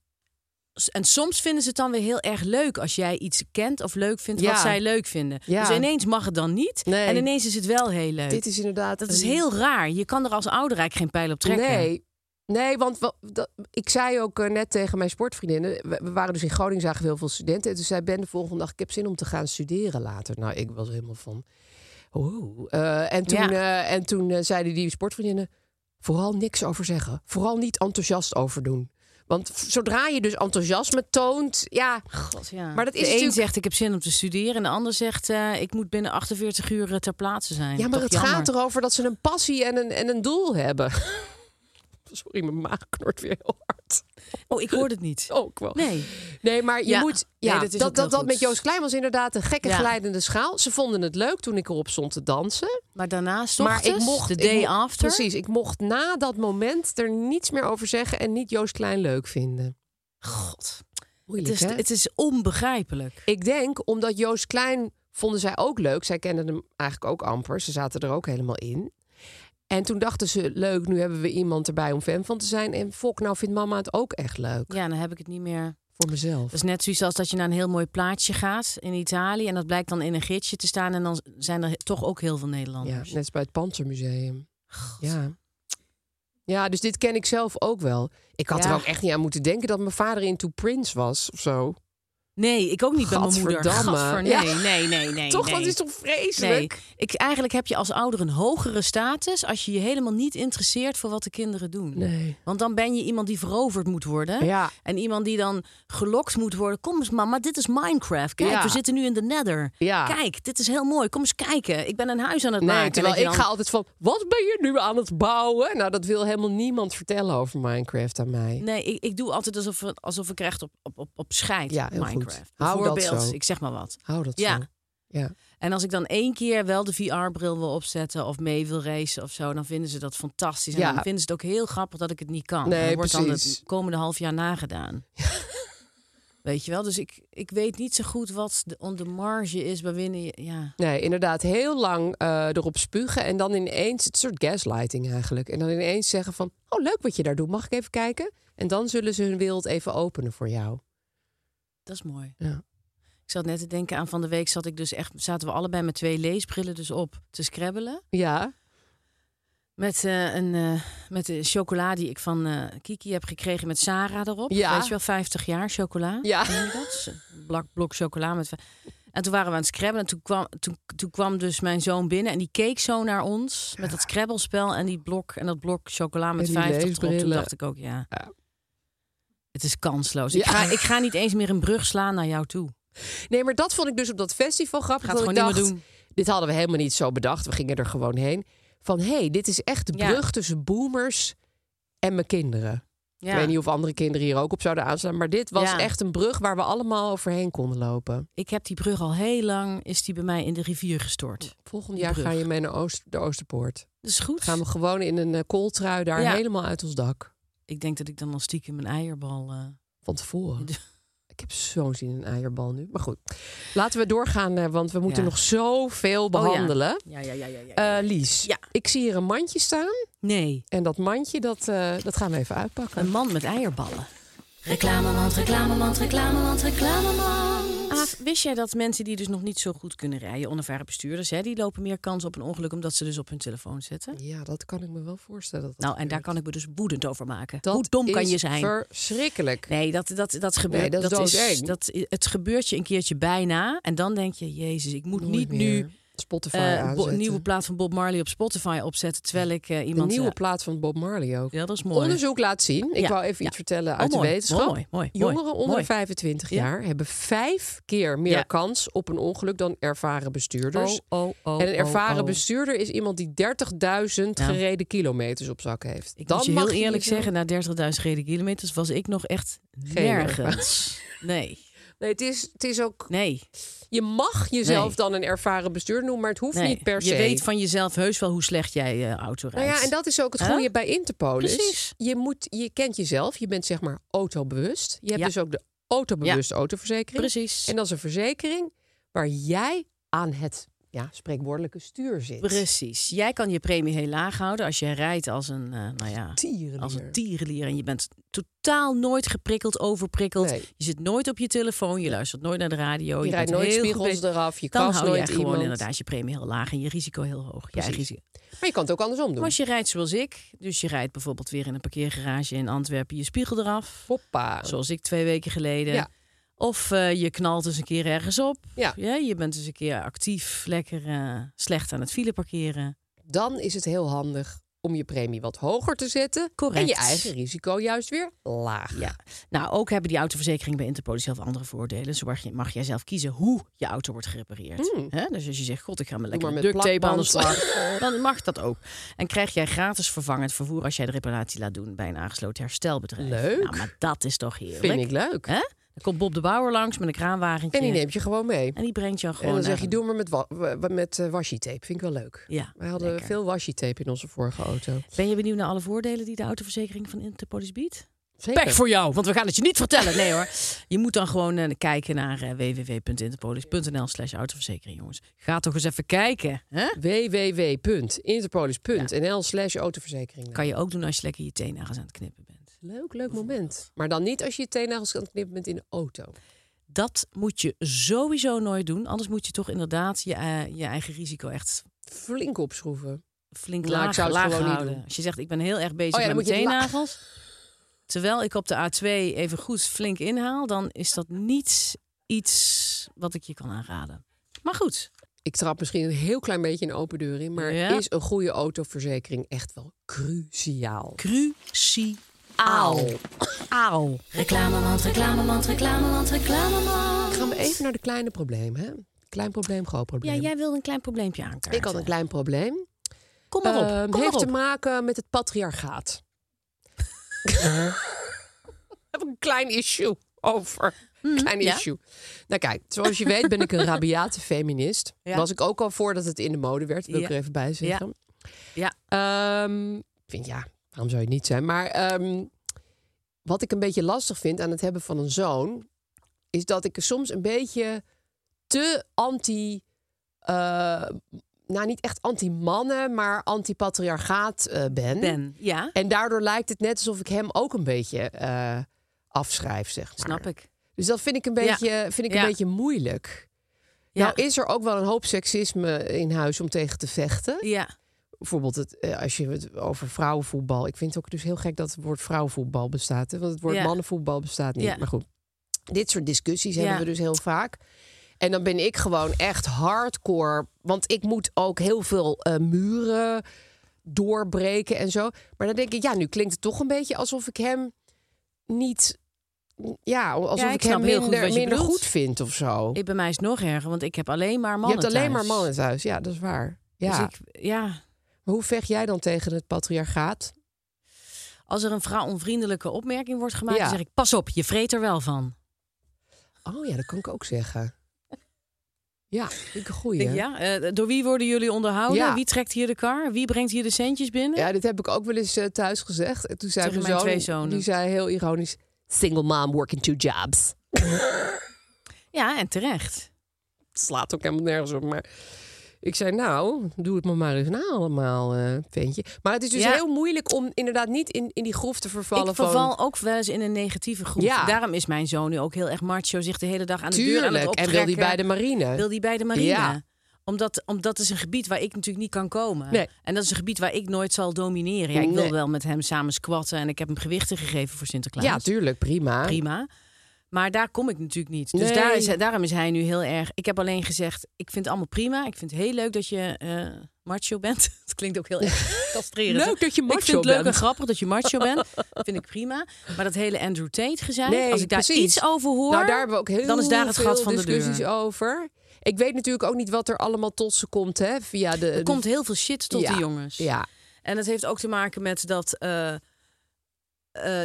Speaker 1: en soms vinden ze het dan weer heel erg leuk als jij iets kent of leuk vindt
Speaker 2: Ja.
Speaker 1: wat zij leuk vinden.
Speaker 2: Ja.
Speaker 1: Dus ineens mag het dan niet
Speaker 2: Nee.
Speaker 1: en ineens is het wel heel leuk.
Speaker 2: Dit is inderdaad...
Speaker 1: dat is
Speaker 2: een-
Speaker 1: heel raar. Je kan er als ouder eigenlijk geen pijl op trekken.
Speaker 2: Nee. Nee, want wa- dat, ik zei ook eh, net tegen mijn sportvriendinnen... We, we waren dus in Groningen, zagen we heel veel studenten. En toen zei Ben de volgende dag, ik heb zin om te gaan studeren later. Nou, ik was helemaal van... Oh. Eh, en toen,
Speaker 1: Ja.
Speaker 2: eh, en toen eh, zeiden die sportvriendinnen... vooral niks over zeggen. Vooral niet enthousiast over doen. Want v- zodra je dus enthousiasme toont, ja.
Speaker 1: Oh, God, ja.
Speaker 2: Maar dat is
Speaker 1: de een
Speaker 2: natuurlijk-
Speaker 1: zegt ik heb zin om te studeren en de ander zegt eh, ik moet binnen 48 uur eh, ter plaatse zijn.
Speaker 2: Ja, maar
Speaker 1: Toch
Speaker 2: het
Speaker 1: jammer.
Speaker 2: gaat erover dat ze een passie en een, en een doel hebben. Sorry, mijn maag knort weer heel hard.
Speaker 1: Oh, ik hoorde het niet.
Speaker 2: Ook wel.
Speaker 1: Nee.
Speaker 2: Nee, maar je
Speaker 1: Ja.
Speaker 2: moet.
Speaker 1: Nee,
Speaker 2: Ja,
Speaker 1: dat
Speaker 2: dat
Speaker 1: is ook
Speaker 2: dat,
Speaker 1: heel
Speaker 2: dat,
Speaker 1: goed.
Speaker 2: met Joost Klein was inderdaad een gekke
Speaker 1: Ja.
Speaker 2: glijdende schaal. Ze vonden het leuk toen ik erop stond te dansen.
Speaker 1: Maar daarnaast
Speaker 2: maar ik mocht.
Speaker 1: de
Speaker 2: ik
Speaker 1: day
Speaker 2: mo-
Speaker 1: after.
Speaker 2: Precies, ik mocht na dat moment er niets meer over zeggen en niet Joost Klein leuk vinden.
Speaker 1: God. Het
Speaker 2: Moeilijk,
Speaker 1: is,
Speaker 2: hè?
Speaker 1: het is onbegrijpelijk.
Speaker 2: Ik denk omdat Joost Klein vonden zij ook leuk. Zij kenden hem eigenlijk ook amper. Ze zaten er ook helemaal in. En toen dachten ze, leuk, nu hebben we iemand erbij om fan van te zijn. En fok, nou vindt mama het ook echt leuk.
Speaker 1: Ja, dan heb ik het niet meer.
Speaker 2: Voor mezelf.
Speaker 1: Dat is net zoiets als dat je naar een heel mooi plaatje gaat in Italië. En dat blijkt dan in een gidsje te staan. En dan zijn er toch ook heel veel
Speaker 2: Ja,
Speaker 1: Nederlanders.
Speaker 2: net als bij het Panzermuseum. Ja. Ja, dus dit ken ik zelf ook wel. Ik had er
Speaker 1: Ja.
Speaker 2: ook echt niet aan moeten denken dat mijn vader into Prince was of zo.
Speaker 1: Nee, ik ook niet bij mijn moeder.
Speaker 2: Gadverdamme.
Speaker 1: Gadver, nee,
Speaker 2: Ja.
Speaker 1: nee, nee, nee.
Speaker 2: toch,
Speaker 1: nee.
Speaker 2: dat is toch
Speaker 1: Nee,
Speaker 2: vreselijk?
Speaker 1: ik, eigenlijk heb je als ouder een hogere status als je je helemaal niet interesseert voor wat de kinderen doen.
Speaker 2: Nee.
Speaker 1: Want dan ben je iemand die veroverd moet worden.
Speaker 2: Ja.
Speaker 1: En iemand die dan gelokt moet worden. Kom eens mama, dit is Minecraft. Kijk,
Speaker 2: Ja.
Speaker 1: we zitten nu in de nether.
Speaker 2: Ja.
Speaker 1: Kijk, dit is heel mooi. Kom eens kijken. Ik ben een huis aan het maken.
Speaker 2: Nee,
Speaker 1: En
Speaker 2: terwijl
Speaker 1: dat je
Speaker 2: ik
Speaker 1: dan-
Speaker 2: ga altijd van, wat ben je nu aan het bouwen? Nou, dat wil helemaal niemand vertellen over Minecraft aan mij.
Speaker 1: Nee, ik, ik doe altijd alsof, alsof ik recht op, op, op, op scheid
Speaker 2: Ja, heel goed.
Speaker 1: Minecraft.
Speaker 2: Hou dat
Speaker 1: Bijvoorbeeld,
Speaker 2: zo.
Speaker 1: ik zeg maar wat.
Speaker 2: Hou dat
Speaker 1: Ja.
Speaker 2: zo. Ja.
Speaker 1: En als ik dan één keer wel de VR-bril wil opzetten of mee wil racen of zo, dan vinden ze dat fantastisch. En
Speaker 2: Ja.
Speaker 1: dan vinden ze het ook heel grappig dat ik het niet kan.
Speaker 2: Nee,
Speaker 1: en dan wordt dan het
Speaker 2: precies.
Speaker 1: komende half jaar nagedaan. Weet je wel? Dus ik, ik weet niet zo goed wat de, on de marge is bij winnen. je- Ja.
Speaker 2: Nee, inderdaad. Heel lang eh, erop spugen en dan ineens, het is een soort gaslighting eigenlijk. En dan ineens zeggen van, oh leuk wat je daar doet, mag ik even kijken? En dan zullen ze hun wereld even openen voor jou.
Speaker 1: Dat is mooi.
Speaker 2: Ja.
Speaker 1: Ik zat net te denken aan van de week zat ik dus echt, zaten we allebei met twee leesbrillen dus op te scrabbelen.
Speaker 2: Ja,
Speaker 1: Met, eh, een, eh, met de chocola die ik van eh, Kiki heb gekregen met Sarah erop.
Speaker 2: Ja.
Speaker 1: Weet je wel, 50 jaar chocola.
Speaker 2: Ja.
Speaker 1: Ken je dat? Een Blok, blok chocola. Met... En toen waren we aan het scrabbelen. En toen kwam, toen, toen kwam dus mijn zoon binnen. En die keek zo naar ons met dat scrabbelspel. En, die blok, en dat blok chocola met
Speaker 2: die
Speaker 1: 50 erop. Toen
Speaker 2: leesbrillen.
Speaker 1: dacht ik ook, ja.
Speaker 2: Ja.
Speaker 1: Het is kansloos. Ik,
Speaker 2: Ja.
Speaker 1: ga, ik ga niet eens meer een brug slaan naar jou toe.
Speaker 2: nee, maar dat vond ik dus op dat festival grappig.
Speaker 1: Gaat
Speaker 2: dat
Speaker 1: gewoon
Speaker 2: ik
Speaker 1: niet meer
Speaker 2: dacht, Dit hadden we helemaal niet zo bedacht. We gingen er gewoon heen. Van, hé, hey, dit is echt de
Speaker 1: Ja.
Speaker 2: brug tussen boomers en mijn kinderen.
Speaker 1: Ja.
Speaker 2: Ik weet niet of andere kinderen hier ook op zouden aanslaan. Maar dit was
Speaker 1: Ja.
Speaker 2: echt een brug waar we allemaal overheen konden lopen.
Speaker 1: Ik heb die brug al heel lang, is die bij mij in de rivier gestort.
Speaker 2: Volgend
Speaker 1: Die
Speaker 2: jaar
Speaker 1: brug.
Speaker 2: ga je mee naar Oost- de Oosterpoort.
Speaker 1: Dat is goed.
Speaker 2: Gaan we gewoon in een eh, kooltrui daar
Speaker 1: Ja.
Speaker 2: helemaal uit ons dak.
Speaker 1: Ik denk dat ik dan al stiekem een eierbal... eh,
Speaker 2: Van
Speaker 1: Ja,
Speaker 2: tevoren.
Speaker 1: de-
Speaker 2: Ik heb zo'n zin in een eierbal nu. Maar goed, laten we doorgaan, eh, want we moeten
Speaker 1: Ja. Oh
Speaker 2: nog zoveel
Speaker 1: ja.
Speaker 2: behandelen.
Speaker 1: Ja, ja, ja, ja. ja,
Speaker 2: Eh, Lies,
Speaker 1: Ja.
Speaker 2: ik zie hier een mandje staan.
Speaker 1: nee,
Speaker 2: En dat mandje, dat, eh, dat gaan we even uitpakken.
Speaker 1: een man met eierballen.
Speaker 3: Reclamemand, reclamemand, reclamemand, reclamemand.
Speaker 1: Ah, wist jij dat mensen die dus nog niet zo goed kunnen rijden, onervaren bestuurders, hè, die lopen meer kans op een ongeluk omdat ze dus op hun telefoon zitten?
Speaker 2: Ja, dat kan ik me wel voorstellen. Dat dat
Speaker 1: Nou, en daar
Speaker 2: gebeurt.
Speaker 1: kan ik me dus woedend over maken.
Speaker 2: dat
Speaker 1: Hoe dom kan
Speaker 2: is
Speaker 1: je zijn?
Speaker 2: verschrikkelijk.
Speaker 1: Nee, dat, dat, dat gebeurt.
Speaker 2: Nee, dat is doodeng.
Speaker 1: dat, het gebeurt je een keertje bijna. En dan denk je, Jezus, ik moet
Speaker 2: Nooit
Speaker 1: niet
Speaker 2: meer
Speaker 1: nu
Speaker 2: Spotify
Speaker 1: eh, bo-
Speaker 2: aanzetten.
Speaker 1: een nieuwe plaat van Bob Marley op Spotify opzetten. Terwijl ik eh,
Speaker 2: De
Speaker 1: iemand.
Speaker 2: nieuwe
Speaker 1: eh,
Speaker 2: plaat van Bob Marley ook.
Speaker 1: ja, dat is mooi.
Speaker 2: Onderzoek laat zien. Ik
Speaker 1: Ja.
Speaker 2: wou even
Speaker 1: Ja.
Speaker 2: iets vertellen
Speaker 1: Oh,
Speaker 2: uit
Speaker 1: mooi.
Speaker 2: de wetenschap.
Speaker 1: Mooi, mooi, mooi.
Speaker 2: Jongeren onder
Speaker 1: Mooi.
Speaker 2: de 25
Speaker 1: Ja.
Speaker 2: jaar hebben vijf keer meer
Speaker 1: Ja.
Speaker 2: kans op een ongeluk dan ervaren bestuurders.
Speaker 1: Oh, oh, oh,
Speaker 2: en een
Speaker 1: oh,
Speaker 2: ervaren
Speaker 1: oh.
Speaker 2: bestuurder is iemand die 30.000 gereden kilometers op zak heeft.
Speaker 1: Ik
Speaker 2: Dan
Speaker 1: moet je
Speaker 2: mag
Speaker 1: heel eerlijk
Speaker 2: jezelf-
Speaker 1: zeggen, na 30.000 gereden kilometers was ik nog echt nergens. Nee,
Speaker 2: Nee, het is, het is ook.
Speaker 1: nee.
Speaker 2: Je mag jezelf
Speaker 1: Nee.
Speaker 2: dan een ervaren bestuurder noemen, maar het hoeft
Speaker 1: nee.
Speaker 2: niet per se.
Speaker 1: Je weet van jezelf heus wel hoe slecht jij eh, auto
Speaker 2: Nou
Speaker 1: rijdt.
Speaker 2: ja, en dat is ook het
Speaker 1: Huh?
Speaker 2: goede bij Interpolis.
Speaker 1: Precies.
Speaker 2: Je, moet, je kent jezelf, je bent zeg maar autobewust. Je hebt
Speaker 1: Ja.
Speaker 2: dus ook de autobewuste autoverzekering.
Speaker 1: Precies.
Speaker 2: En dat is een verzekering waar jij aan het ja, spreekwoordelijke stuur zit.
Speaker 1: Precies. Jij kan je premie heel laag houden als jij rijdt als een, eh, nou ja,
Speaker 2: Tierenlier.
Speaker 1: als een tierenlier. En je bent totaal nooit geprikkeld, overprikkeld.
Speaker 2: Nee.
Speaker 1: Je zit nooit op je telefoon, je luistert nooit naar de radio.
Speaker 2: Je rijdt
Speaker 1: bent
Speaker 2: nooit
Speaker 1: heel
Speaker 2: spiegels
Speaker 1: geprikkeld.
Speaker 2: eraf, je
Speaker 1: Dan
Speaker 2: kast
Speaker 1: hou jij
Speaker 2: nooit
Speaker 1: gewoon
Speaker 2: iemand.
Speaker 1: inderdaad je premie heel laag en je risico heel hoog. Je eigen risico.
Speaker 2: Maar je kan het ook andersom doen.
Speaker 1: Maar als je rijdt zoals ik, dus je rijdt bijvoorbeeld weer in een parkeergarage in Antwerpen, je spiegel eraf,
Speaker 2: Hoppa.
Speaker 1: zoals ik twee weken geleden.
Speaker 2: Ja.
Speaker 1: Of eh, je knalt eens een keer ergens op.
Speaker 2: Ja.
Speaker 1: je bent eens een keer actief, lekker eh, slecht aan het file parkeren.
Speaker 2: Dan is het heel handig om je premie wat hoger te zetten.
Speaker 1: Correct.
Speaker 2: En je eigen risico juist weer laag.
Speaker 1: Ja. Nou, ook hebben die autoverzekeringen bij Interpolis zelf andere voordelen. Zo mag, je, mag jij zelf kiezen hoe je auto wordt gerepareerd. Hè? Dus als je zegt, god, ik ga me lekker
Speaker 2: Hmm. maar
Speaker 1: met
Speaker 2: met
Speaker 1: duct tape aan de
Speaker 2: plakband.
Speaker 1: slag. Oh, dan mag dat ook. En krijg jij gratis vervangend vervoer als jij de reparatie laat doen bij een aangesloten herstelbedrijf.
Speaker 2: Leuk.
Speaker 1: Nou, maar dat is toch heerlijk.
Speaker 2: Vind ik leuk.
Speaker 1: Hè? Dan komt Bob de Bouwer langs met een kraanwagentje.
Speaker 2: En die neemt je gewoon mee.
Speaker 1: En die brengt je dan gewoon
Speaker 2: en dan zeg
Speaker 1: naar
Speaker 2: je,
Speaker 1: een-
Speaker 2: doe maar met, wa- wa- met eh, washi-tape. Vind ik wel leuk.
Speaker 1: Ja,
Speaker 2: Wij hadden
Speaker 1: lekker.
Speaker 2: veel washi-tape in onze vorige auto.
Speaker 1: Ben je benieuwd naar alle voordelen die de autoverzekering van Interpolis biedt?
Speaker 2: Zeker.
Speaker 1: Pech voor jou, want we gaan het je niet vertellen. Nee hoor. Je moet dan gewoon eh, kijken naar eh, www.interpolis.nl slash autoverzekering, jongens. Ga toch eens even kijken. Hè?
Speaker 2: www.interpolis.nl slash autoverzekering.
Speaker 1: Kan je ook doen als je lekker je teennagels aan het knippen bent.
Speaker 2: Leuk, leuk moment. Maar dan niet als je je teennagels aan het knippen bent in de auto.
Speaker 1: Dat moet je sowieso nooit doen. Anders moet je toch inderdaad je, eh, je eigen risico echt
Speaker 2: Flink opschroeven.
Speaker 1: flink
Speaker 2: Nou, ik
Speaker 1: laag,
Speaker 2: zou het
Speaker 1: laag
Speaker 2: gewoon niet
Speaker 1: houden.
Speaker 2: doen.
Speaker 1: Als je zegt, ik ben heel erg bezig
Speaker 2: Oh ja,
Speaker 1: met
Speaker 2: dan moet je
Speaker 1: mijn
Speaker 2: het la-
Speaker 1: teennagels. Terwijl ik op de A2 even goed flink inhaal, dan is dat niet iets wat ik je kan aanraden. Maar goed,
Speaker 2: Ik trap misschien een heel klein beetje een open deur in. Maar
Speaker 1: Ja.
Speaker 2: is een goede autoverzekering echt wel cruciaal?
Speaker 1: cruciaal. Aal.
Speaker 3: Reclamemand, reclamemand, reclamemand, reclamemand.
Speaker 2: Gaan we even naar de kleine probleem, hè? Klein probleem, groot probleem.
Speaker 1: Ja, jij wilde een klein probleempje aankaarten.
Speaker 2: Ik had een klein probleem.
Speaker 1: Kom maar op.
Speaker 2: Ehm,
Speaker 1: kom
Speaker 2: heeft
Speaker 1: maar op.
Speaker 2: te maken met het patriarchaat. heb ik een klein issue over. klein
Speaker 1: ja.
Speaker 2: issue. Nou kijk, zoals je weet ben ik een rabiate feminist.
Speaker 1: Ja.
Speaker 2: Was ik ook al voordat het in de mode werd. Wil ik
Speaker 1: Ja.
Speaker 2: er even bij zeggen.
Speaker 1: Ja.
Speaker 2: Ehm, ik vind, ja, waarom zou je het niet zijn? Maar ehm, wat ik een beetje lastig vind aan het hebben van een zoon... is dat ik soms een beetje te anti... eh, nou, niet echt anti-mannen, maar anti-patriarchaat eh, ben.
Speaker 1: Ben, ja,
Speaker 2: En daardoor lijkt het net alsof ik hem ook een beetje eh, afschrijf, zeg maar.
Speaker 1: snap ik.
Speaker 2: Dus dat vind ik een
Speaker 1: Ja.
Speaker 2: beetje, vind ik
Speaker 1: Ja.
Speaker 2: een beetje moeilijk.
Speaker 1: Ja.
Speaker 2: Nou is er ook wel een hoop seksisme in huis om tegen te vechten.
Speaker 1: Ja,
Speaker 2: Bijvoorbeeld het, eh, als je het over vrouwenvoetbal... Ik vind het ook dus heel gek dat het woord vrouwenvoetbal bestaat. Hè? Want het woord
Speaker 1: Ja.
Speaker 2: mannenvoetbal bestaat niet.
Speaker 1: Ja.
Speaker 2: Maar goed, dit soort discussies
Speaker 1: Ja.
Speaker 2: hebben we dus heel vaak. En dan ben ik gewoon echt hardcore. Want ik moet ook heel veel eh, muren doorbreken en zo. Maar dan denk ik, ja, nu klinkt het toch een beetje alsof ik hem niet... Ja, alsof
Speaker 1: Ja, ik
Speaker 2: ik,
Speaker 1: snap
Speaker 2: hem
Speaker 1: heel goed
Speaker 2: minder,
Speaker 1: wat je
Speaker 2: minder
Speaker 1: bedoelt.
Speaker 2: goed vind of zo.
Speaker 1: ik, bij mij is het nog erger, want ik heb alleen maar
Speaker 2: Je
Speaker 1: mannen
Speaker 2: hebt alleen
Speaker 1: thuis.
Speaker 2: maar mannen thuis. Ja, dat is waar. Ja.
Speaker 1: Dus ik, ja,
Speaker 2: Maar hoe vecht jij dan tegen het patriarchaat?
Speaker 1: als er een vrouw onvriendelijke opmerking wordt gemaakt,
Speaker 2: Ja.
Speaker 1: dan zeg ik, pas op, je vreet er wel van.
Speaker 2: Oh ja, dat kan ik ook zeggen. Ja, vind ik een goeie.
Speaker 1: Ja, eh, door wie worden jullie onderhouden?
Speaker 2: Ja.
Speaker 1: Wie trekt hier de kar? Wie brengt hier de centjes binnen?
Speaker 2: Ja, dit heb ik ook wel eens eh, thuis gezegd. En toen zei
Speaker 1: Tegen
Speaker 2: mijn
Speaker 1: mijn
Speaker 2: zoon,
Speaker 1: twee zonen.
Speaker 2: die zei heel ironisch... Single mom working two jobs.
Speaker 1: Ja, en terecht.
Speaker 2: Het slaat ook helemaal nergens op, maar... Ik zei, nou, doe het me maar eens na allemaal, eh ventje. Maar het is dus
Speaker 1: Ja.
Speaker 2: heel moeilijk om inderdaad niet in, in die groef te vervallen
Speaker 1: ik verval
Speaker 2: van...
Speaker 1: ook wel eens in een negatieve groep.
Speaker 2: Ja.
Speaker 1: Daarom is mijn zoon nu ook heel erg macho, zich de hele dag aan de deur aan het
Speaker 2: Tuurlijk, en
Speaker 1: optrekken.
Speaker 2: wil die bij de marine.
Speaker 1: wil die bij de marine.
Speaker 2: Ja.
Speaker 1: Omdat, omdat is een gebied waar ik natuurlijk niet kan komen.
Speaker 2: Nee.
Speaker 1: En dat is een gebied waar ik nooit zal domineren. Ja, ik wil
Speaker 2: Nee.
Speaker 1: wel met hem samen squatten en ik heb hem gewichten gegeven voor Sinterklaas.
Speaker 2: Ja, tuurlijk, prima.
Speaker 1: Prima. Maar daar kom ik natuurlijk niet. Dus
Speaker 2: Nee.
Speaker 1: daar is, daarom is hij nu heel erg. Ik heb alleen gezegd: ik vind het allemaal prima. Ik vind het heel leuk dat je eh, macho bent. Het klinkt ook heel erg castrerend.
Speaker 2: Leuk dat je
Speaker 1: Ik vind
Speaker 2: macho
Speaker 1: het leuk en
Speaker 2: bent.
Speaker 1: grappig dat je macho bent. Dat vind ik prima. Maar dat hele Andrew Tate gezeik,
Speaker 2: Nee,
Speaker 1: als ik daar
Speaker 2: precies.
Speaker 1: iets over hoor,
Speaker 2: nou, daar hebben we ook heel
Speaker 1: dan is daar het
Speaker 2: veel
Speaker 1: gat van de
Speaker 2: discussies
Speaker 1: deur.
Speaker 2: over. Ik weet natuurlijk ook niet wat er allemaal tot ze komt, hè, via de...
Speaker 1: Er komt heel veel shit tot
Speaker 2: Ja,
Speaker 1: die jongens.
Speaker 2: Ja,
Speaker 1: En dat heeft ook te maken met dat. eh, eh,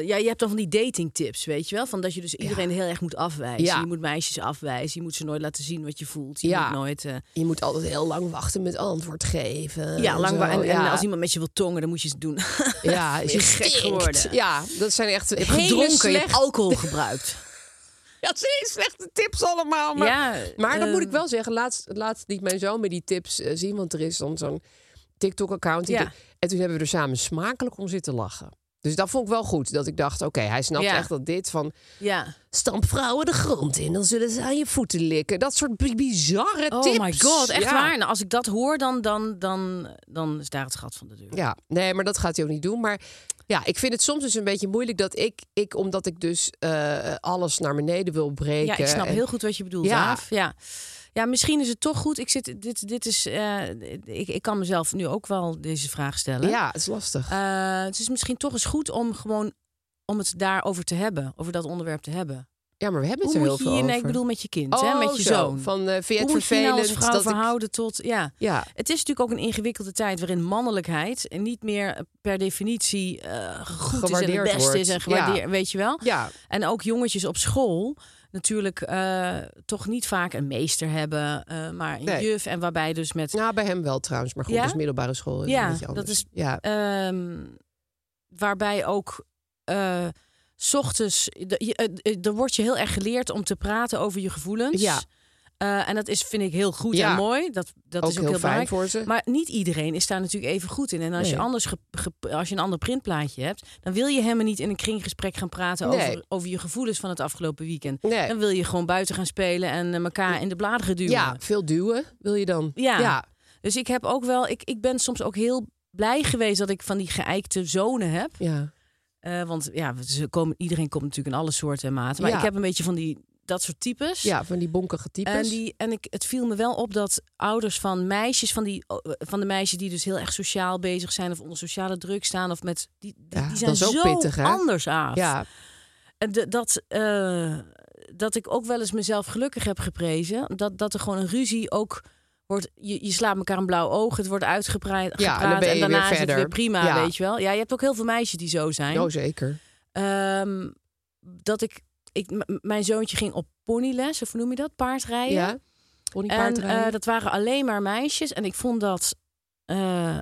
Speaker 1: ja, je hebt dan van die datingtips, weet je wel? Van dat je dus iedereen heel erg moet afwijzen.
Speaker 2: Ja.
Speaker 1: Je moet meisjes afwijzen. Je moet ze nooit laten zien wat je voelt. Je
Speaker 2: Ja.
Speaker 1: moet nooit. eh,
Speaker 2: je moet altijd heel lang wachten met antwoord geven.
Speaker 1: ja,
Speaker 2: en
Speaker 1: lang.
Speaker 2: zo.
Speaker 1: en, en
Speaker 2: ja.
Speaker 1: als iemand met je wil tongen, dan moet je ze doen.
Speaker 2: ja, is je
Speaker 1: gek
Speaker 2: stinkt.
Speaker 1: geworden.
Speaker 2: Ja, dat zijn echt
Speaker 1: Je hebt
Speaker 2: hele
Speaker 1: gedronken, je
Speaker 2: slechte,
Speaker 1: hebt alcohol gebruikt.
Speaker 2: ja, dat zijn hele slechte tips allemaal. Maar,
Speaker 1: ja,
Speaker 2: maar dat
Speaker 1: eh,
Speaker 2: moet ik wel zeggen, laatst, laatst liet mijn zoon met die tips eh, zien, want er is dan zo'n TikTok-account. die
Speaker 1: Ja.
Speaker 2: de- En toen hebben we er samen smakelijk om zitten lachen. Dus dat vond ik wel goed, dat ik dacht, oké, hij snapt
Speaker 1: Ja.
Speaker 2: echt dat dit van...
Speaker 1: Ja.
Speaker 2: Stamp vrouwen de grond in, dan zullen ze aan je voeten likken. Dat soort bi- bizarre
Speaker 1: Oh
Speaker 2: tips.
Speaker 1: my god, echt
Speaker 2: Ja.
Speaker 1: waar. Nou, als ik dat hoor, dan, dan, dan, dan is daar het gat van de deur.
Speaker 2: Ja, nee, maar dat gaat hij ook niet doen. Maar ja, ik vind het soms dus een beetje moeilijk dat ik, ik omdat ik dus eh, alles naar beneden wil breken.
Speaker 1: Ja, ik snap
Speaker 2: en-
Speaker 1: heel goed wat je bedoelt,
Speaker 2: Ja.
Speaker 1: Aaf. Ja. Ja, misschien is het toch goed. Ik, zit, dit, dit is, eh, ik, ik kan mezelf nu ook wel deze vraag stellen.
Speaker 2: Ja, het is lastig.
Speaker 1: Eh, het is misschien toch eens goed om gewoon om het daarover te hebben, over dat onderwerp te hebben.
Speaker 2: ja, maar we hebben het
Speaker 1: Hoe
Speaker 2: er heel
Speaker 1: moet je
Speaker 2: veel
Speaker 1: je,
Speaker 2: over.
Speaker 1: nee, ik bedoel met je kind,
Speaker 2: oh,
Speaker 1: hè, met je
Speaker 2: zo.
Speaker 1: zoon.
Speaker 2: Van, eh, vind je het
Speaker 1: Hoe moet je je nou als
Speaker 2: vervelend
Speaker 1: vrouw
Speaker 2: dat ik...
Speaker 1: verhouden tot... Ja.
Speaker 2: Ja,
Speaker 1: Het is natuurlijk ook een ingewikkelde tijd waarin mannelijkheid en niet meer per definitie eh, goed is en het
Speaker 2: Gewaardeerd
Speaker 1: beste
Speaker 2: wordt.
Speaker 1: is en gewaardeerd,
Speaker 2: Ja.
Speaker 1: weet je wel.
Speaker 2: ja.
Speaker 1: En ook jongetjes op school natuurlijk eh, toch niet vaak een meester hebben, eh, maar een
Speaker 2: Nee.
Speaker 1: juf. En waarbij dus met...
Speaker 2: Nou, bij hem wel trouwens. Maar goed,
Speaker 1: Ja?
Speaker 2: dus middelbare school is
Speaker 1: Ja,
Speaker 2: een beetje
Speaker 1: dat
Speaker 2: anders.
Speaker 1: is- eh,
Speaker 2: Ja,
Speaker 1: ehm, waarbij ook... eh, 's ochtends, de- je- eh, eh, er wordt je heel erg geleerd om te praten over je gevoelens.
Speaker 2: Ja.
Speaker 1: Eh, en dat is, vind ik, heel goed
Speaker 2: Ja.
Speaker 1: en mooi. Dat, dat
Speaker 2: ook,
Speaker 1: is ook
Speaker 2: heel, fijn
Speaker 1: belangrijk.
Speaker 2: voor ze.
Speaker 1: Maar niet iedereen is daar natuurlijk even goed in. En als, je,
Speaker 2: Nee.
Speaker 1: anders ge- ge- als je een ander printplaatje hebt, dan wil je helemaal niet in een kringgesprek gaan praten
Speaker 2: Nee.
Speaker 1: over, over je gevoelens van het afgelopen weekend.
Speaker 2: Nee.
Speaker 1: Dan wil je gewoon buiten gaan spelen en eh, elkaar in de bladeren duwen.
Speaker 2: Ja, veel duwen wil je dan.
Speaker 1: Ja.
Speaker 2: ja.
Speaker 1: Dus ik heb ook wel, ik, ik ben soms ook heel blij geweest dat ik van die geëikte zonen heb.
Speaker 2: ja.
Speaker 1: Eh, want ja, ze komen, iedereen komt natuurlijk in alle soorten en maten. Maar
Speaker 2: Ja.
Speaker 1: ik heb een beetje van die, dat soort types.
Speaker 2: Ja, van die bonkige types.
Speaker 1: En, die, en ik, het viel me wel op dat ouders van meisjes, van, die, eh, van de meisjes die dus heel erg sociaal bezig zijn of onder sociale druk staan, of met die, die,
Speaker 2: Ja,
Speaker 1: die zijn
Speaker 2: dat is ook
Speaker 1: zo
Speaker 2: pittig, hè?
Speaker 1: anders af.
Speaker 2: ja,
Speaker 1: En de- dat, eh, dat ik ook wel eens mezelf gelukkig heb geprezen. Dat, dat er gewoon een ruzie ook wordt. Je, je slaat elkaar een blauw oog, het wordt uitgepraat.
Speaker 2: Ja, en dan
Speaker 1: gepraat
Speaker 2: ben je
Speaker 1: en daarna
Speaker 2: weer
Speaker 1: is het
Speaker 2: verder.
Speaker 1: weer prima,
Speaker 2: Ja.
Speaker 1: weet je wel. Ja, je hebt ook heel veel meisjes die zo zijn.
Speaker 2: oh zeker.
Speaker 1: Ehm, dat ik, ik m- mijn zoontje ging op ponyles, of hoe noem je dat? Paardrijden.
Speaker 2: Ja.
Speaker 1: En
Speaker 2: Ponypaardrijden.
Speaker 1: eh, dat waren alleen maar meisjes. En ik vond dat. eh,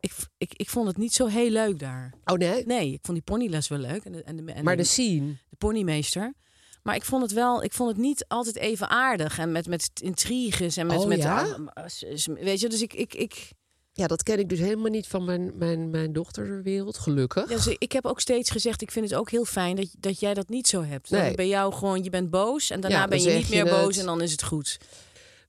Speaker 1: ik, ik, ik vond het niet zo heel leuk daar.
Speaker 2: oh nee,
Speaker 1: Nee, ik vond die ponyles wel leuk. En de, en de, en
Speaker 2: maar de
Speaker 1: de,
Speaker 2: scene.
Speaker 1: de ponymeester. Maar ik vond het wel, ik vond het niet altijd even aardig. En met, met intriges en met.
Speaker 2: Oh,
Speaker 1: met
Speaker 2: ja?
Speaker 1: ah, ah, s- s- weet je, dus ik. ik, ik
Speaker 2: Ja, dat ken ik dus helemaal niet van mijn, mijn, mijn dochterwereld, gelukkig.
Speaker 1: dus ik heb ook steeds gezegd, ik vind het ook heel fijn dat, dat jij dat niet zo hebt. Dat
Speaker 2: Nee.
Speaker 1: het bij jou gewoon, je bent boos en daarna
Speaker 2: Ja,
Speaker 1: ben
Speaker 2: dan
Speaker 1: je
Speaker 2: zeg
Speaker 1: niet
Speaker 2: je
Speaker 1: meer
Speaker 2: het.
Speaker 1: boos en dan is het goed.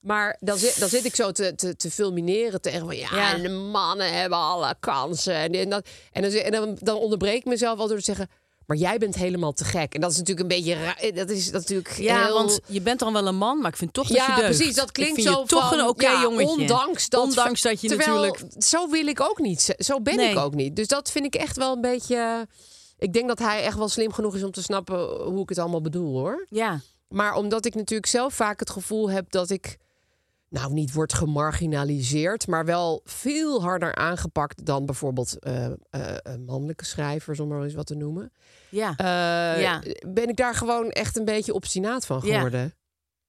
Speaker 2: Maar dan zit, dan zit ik zo te, te, te fulmineren tegen van ja,
Speaker 1: Ja.
Speaker 2: en de mannen hebben alle kansen. En, dit en, dat. en, dan, en dan, dan onderbreek ik mezelf al door te zeggen, maar jij bent helemaal te gek. En dat is natuurlijk een beetje raar. Dat is natuurlijk
Speaker 1: Ja,
Speaker 2: heel...
Speaker 1: want je bent dan wel een man, maar ik vind toch dat je
Speaker 2: ja,
Speaker 1: deugt.
Speaker 2: precies. Dat
Speaker 1: Ik
Speaker 2: klinkt
Speaker 1: vind je
Speaker 2: zo
Speaker 1: toch
Speaker 2: van,
Speaker 1: een oké
Speaker 2: ja,
Speaker 1: jongetje.
Speaker 2: Ondanks dat,
Speaker 1: Ondanks dat je
Speaker 2: terwijl,
Speaker 1: natuurlijk-
Speaker 2: Zo wil ik ook niet. Zo ben
Speaker 1: Nee.
Speaker 2: ik ook niet. Dus dat vind ik echt wel een beetje. eh, Ik denk dat hij echt wel slim genoeg is om te snappen hoe ik het allemaal bedoel, hoor.
Speaker 1: Ja,
Speaker 2: Maar omdat ik natuurlijk zelf vaak het gevoel heb dat ik, nou, niet word gemarginaliseerd, maar wel veel harder aangepakt dan bijvoorbeeld eh, eh, eh, mannelijke schrijvers, om maar eens wat te noemen.
Speaker 1: ja.
Speaker 2: Eh,
Speaker 1: Ja.
Speaker 2: Ben ik daar gewoon echt een beetje obstinaat van
Speaker 1: Ja.
Speaker 2: geworden.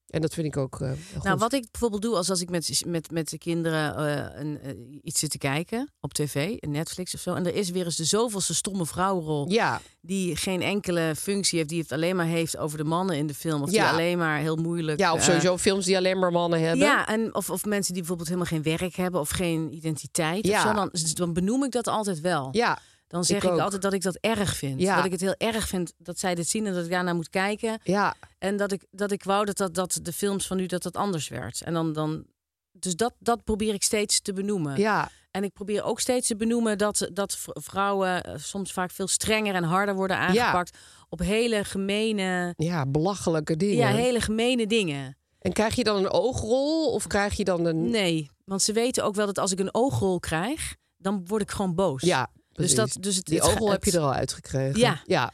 Speaker 2: En dat vind ik ook. eh, goed.
Speaker 1: Nou, wat ik bijvoorbeeld doe als, als ik met, met, met de kinderen eh, een, eh, iets zit te kijken op tv, Netflix of zo. En er is weer eens de zoveelste stomme vrouwenrol
Speaker 2: Ja,
Speaker 1: die geen enkele functie heeft, die het alleen maar heeft over de mannen in de film. Of die
Speaker 2: Ja.
Speaker 1: alleen maar heel moeilijk.
Speaker 2: ja of
Speaker 1: eh,
Speaker 2: sowieso films die alleen maar mannen hebben.
Speaker 1: Ja, en of, of mensen die bijvoorbeeld helemaal geen werk hebben of geen identiteit.
Speaker 2: Ja.
Speaker 1: Of zo, dan, dan benoem ik dat altijd wel.
Speaker 2: ja,
Speaker 1: dan zeg
Speaker 2: ik
Speaker 1: ik,
Speaker 2: ook.
Speaker 1: altijd dat ik dat erg vind.
Speaker 2: Ja.
Speaker 1: Dat ik het heel erg vind dat zij dit zien en dat ik daarnaar moet kijken.
Speaker 2: ja.
Speaker 1: En dat ik, dat ik wou dat, dat, dat de films van nu dat dat anders werd. En dan, dan, dus dat, dat probeer ik steeds te benoemen.
Speaker 2: ja.
Speaker 1: En ik probeer ook steeds te benoemen dat, dat v- vrouwen eh, soms vaak veel strenger en harder worden aangepakt. Op hele gemene,
Speaker 2: ja, belachelijke dingen.
Speaker 1: ja, hele gemene dingen.
Speaker 2: En krijg je dan een oogrol of krijg je dan een.
Speaker 1: Nee, want ze weten ook wel dat als ik een oogrol krijg, dan word ik gewoon boos.
Speaker 2: Ja, precies.
Speaker 1: dat- dus het-
Speaker 2: die
Speaker 1: het-
Speaker 2: oogrol heb
Speaker 1: het-
Speaker 2: je er al uitgekregen.
Speaker 1: Ja.
Speaker 2: ja.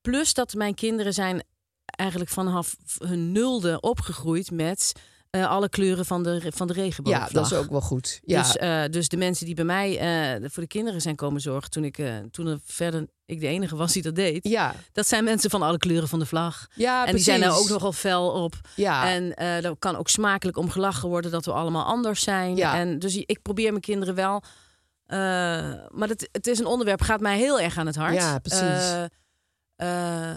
Speaker 1: Plus dat mijn kinderen zijn eigenlijk vanaf hun nulde opgegroeid met eh, alle kleuren van de, van de
Speaker 2: ja
Speaker 1: regenboogvlag.
Speaker 2: dat is ook wel goed. Ja.
Speaker 1: Dus, eh, dus de mensen die bij mij eh, voor de kinderen zijn komen zorgen toen ik eh, toen er verder ik de enige was die dat deed.
Speaker 2: ja.
Speaker 1: Dat zijn mensen van alle kleuren van de vlag.
Speaker 2: Ja,
Speaker 1: en die
Speaker 2: precies.
Speaker 1: zijn er ook nogal fel op.
Speaker 2: Ja.
Speaker 1: En eh er kan ook smakelijk om gelachen worden dat we allemaal anders zijn.
Speaker 2: Ja.
Speaker 1: En dus ik probeer mijn kinderen wel. eh, maar het, het is een onderwerp, gaat mij heel erg aan het hart.
Speaker 2: Ja, precies.
Speaker 1: Eh, eh, eh,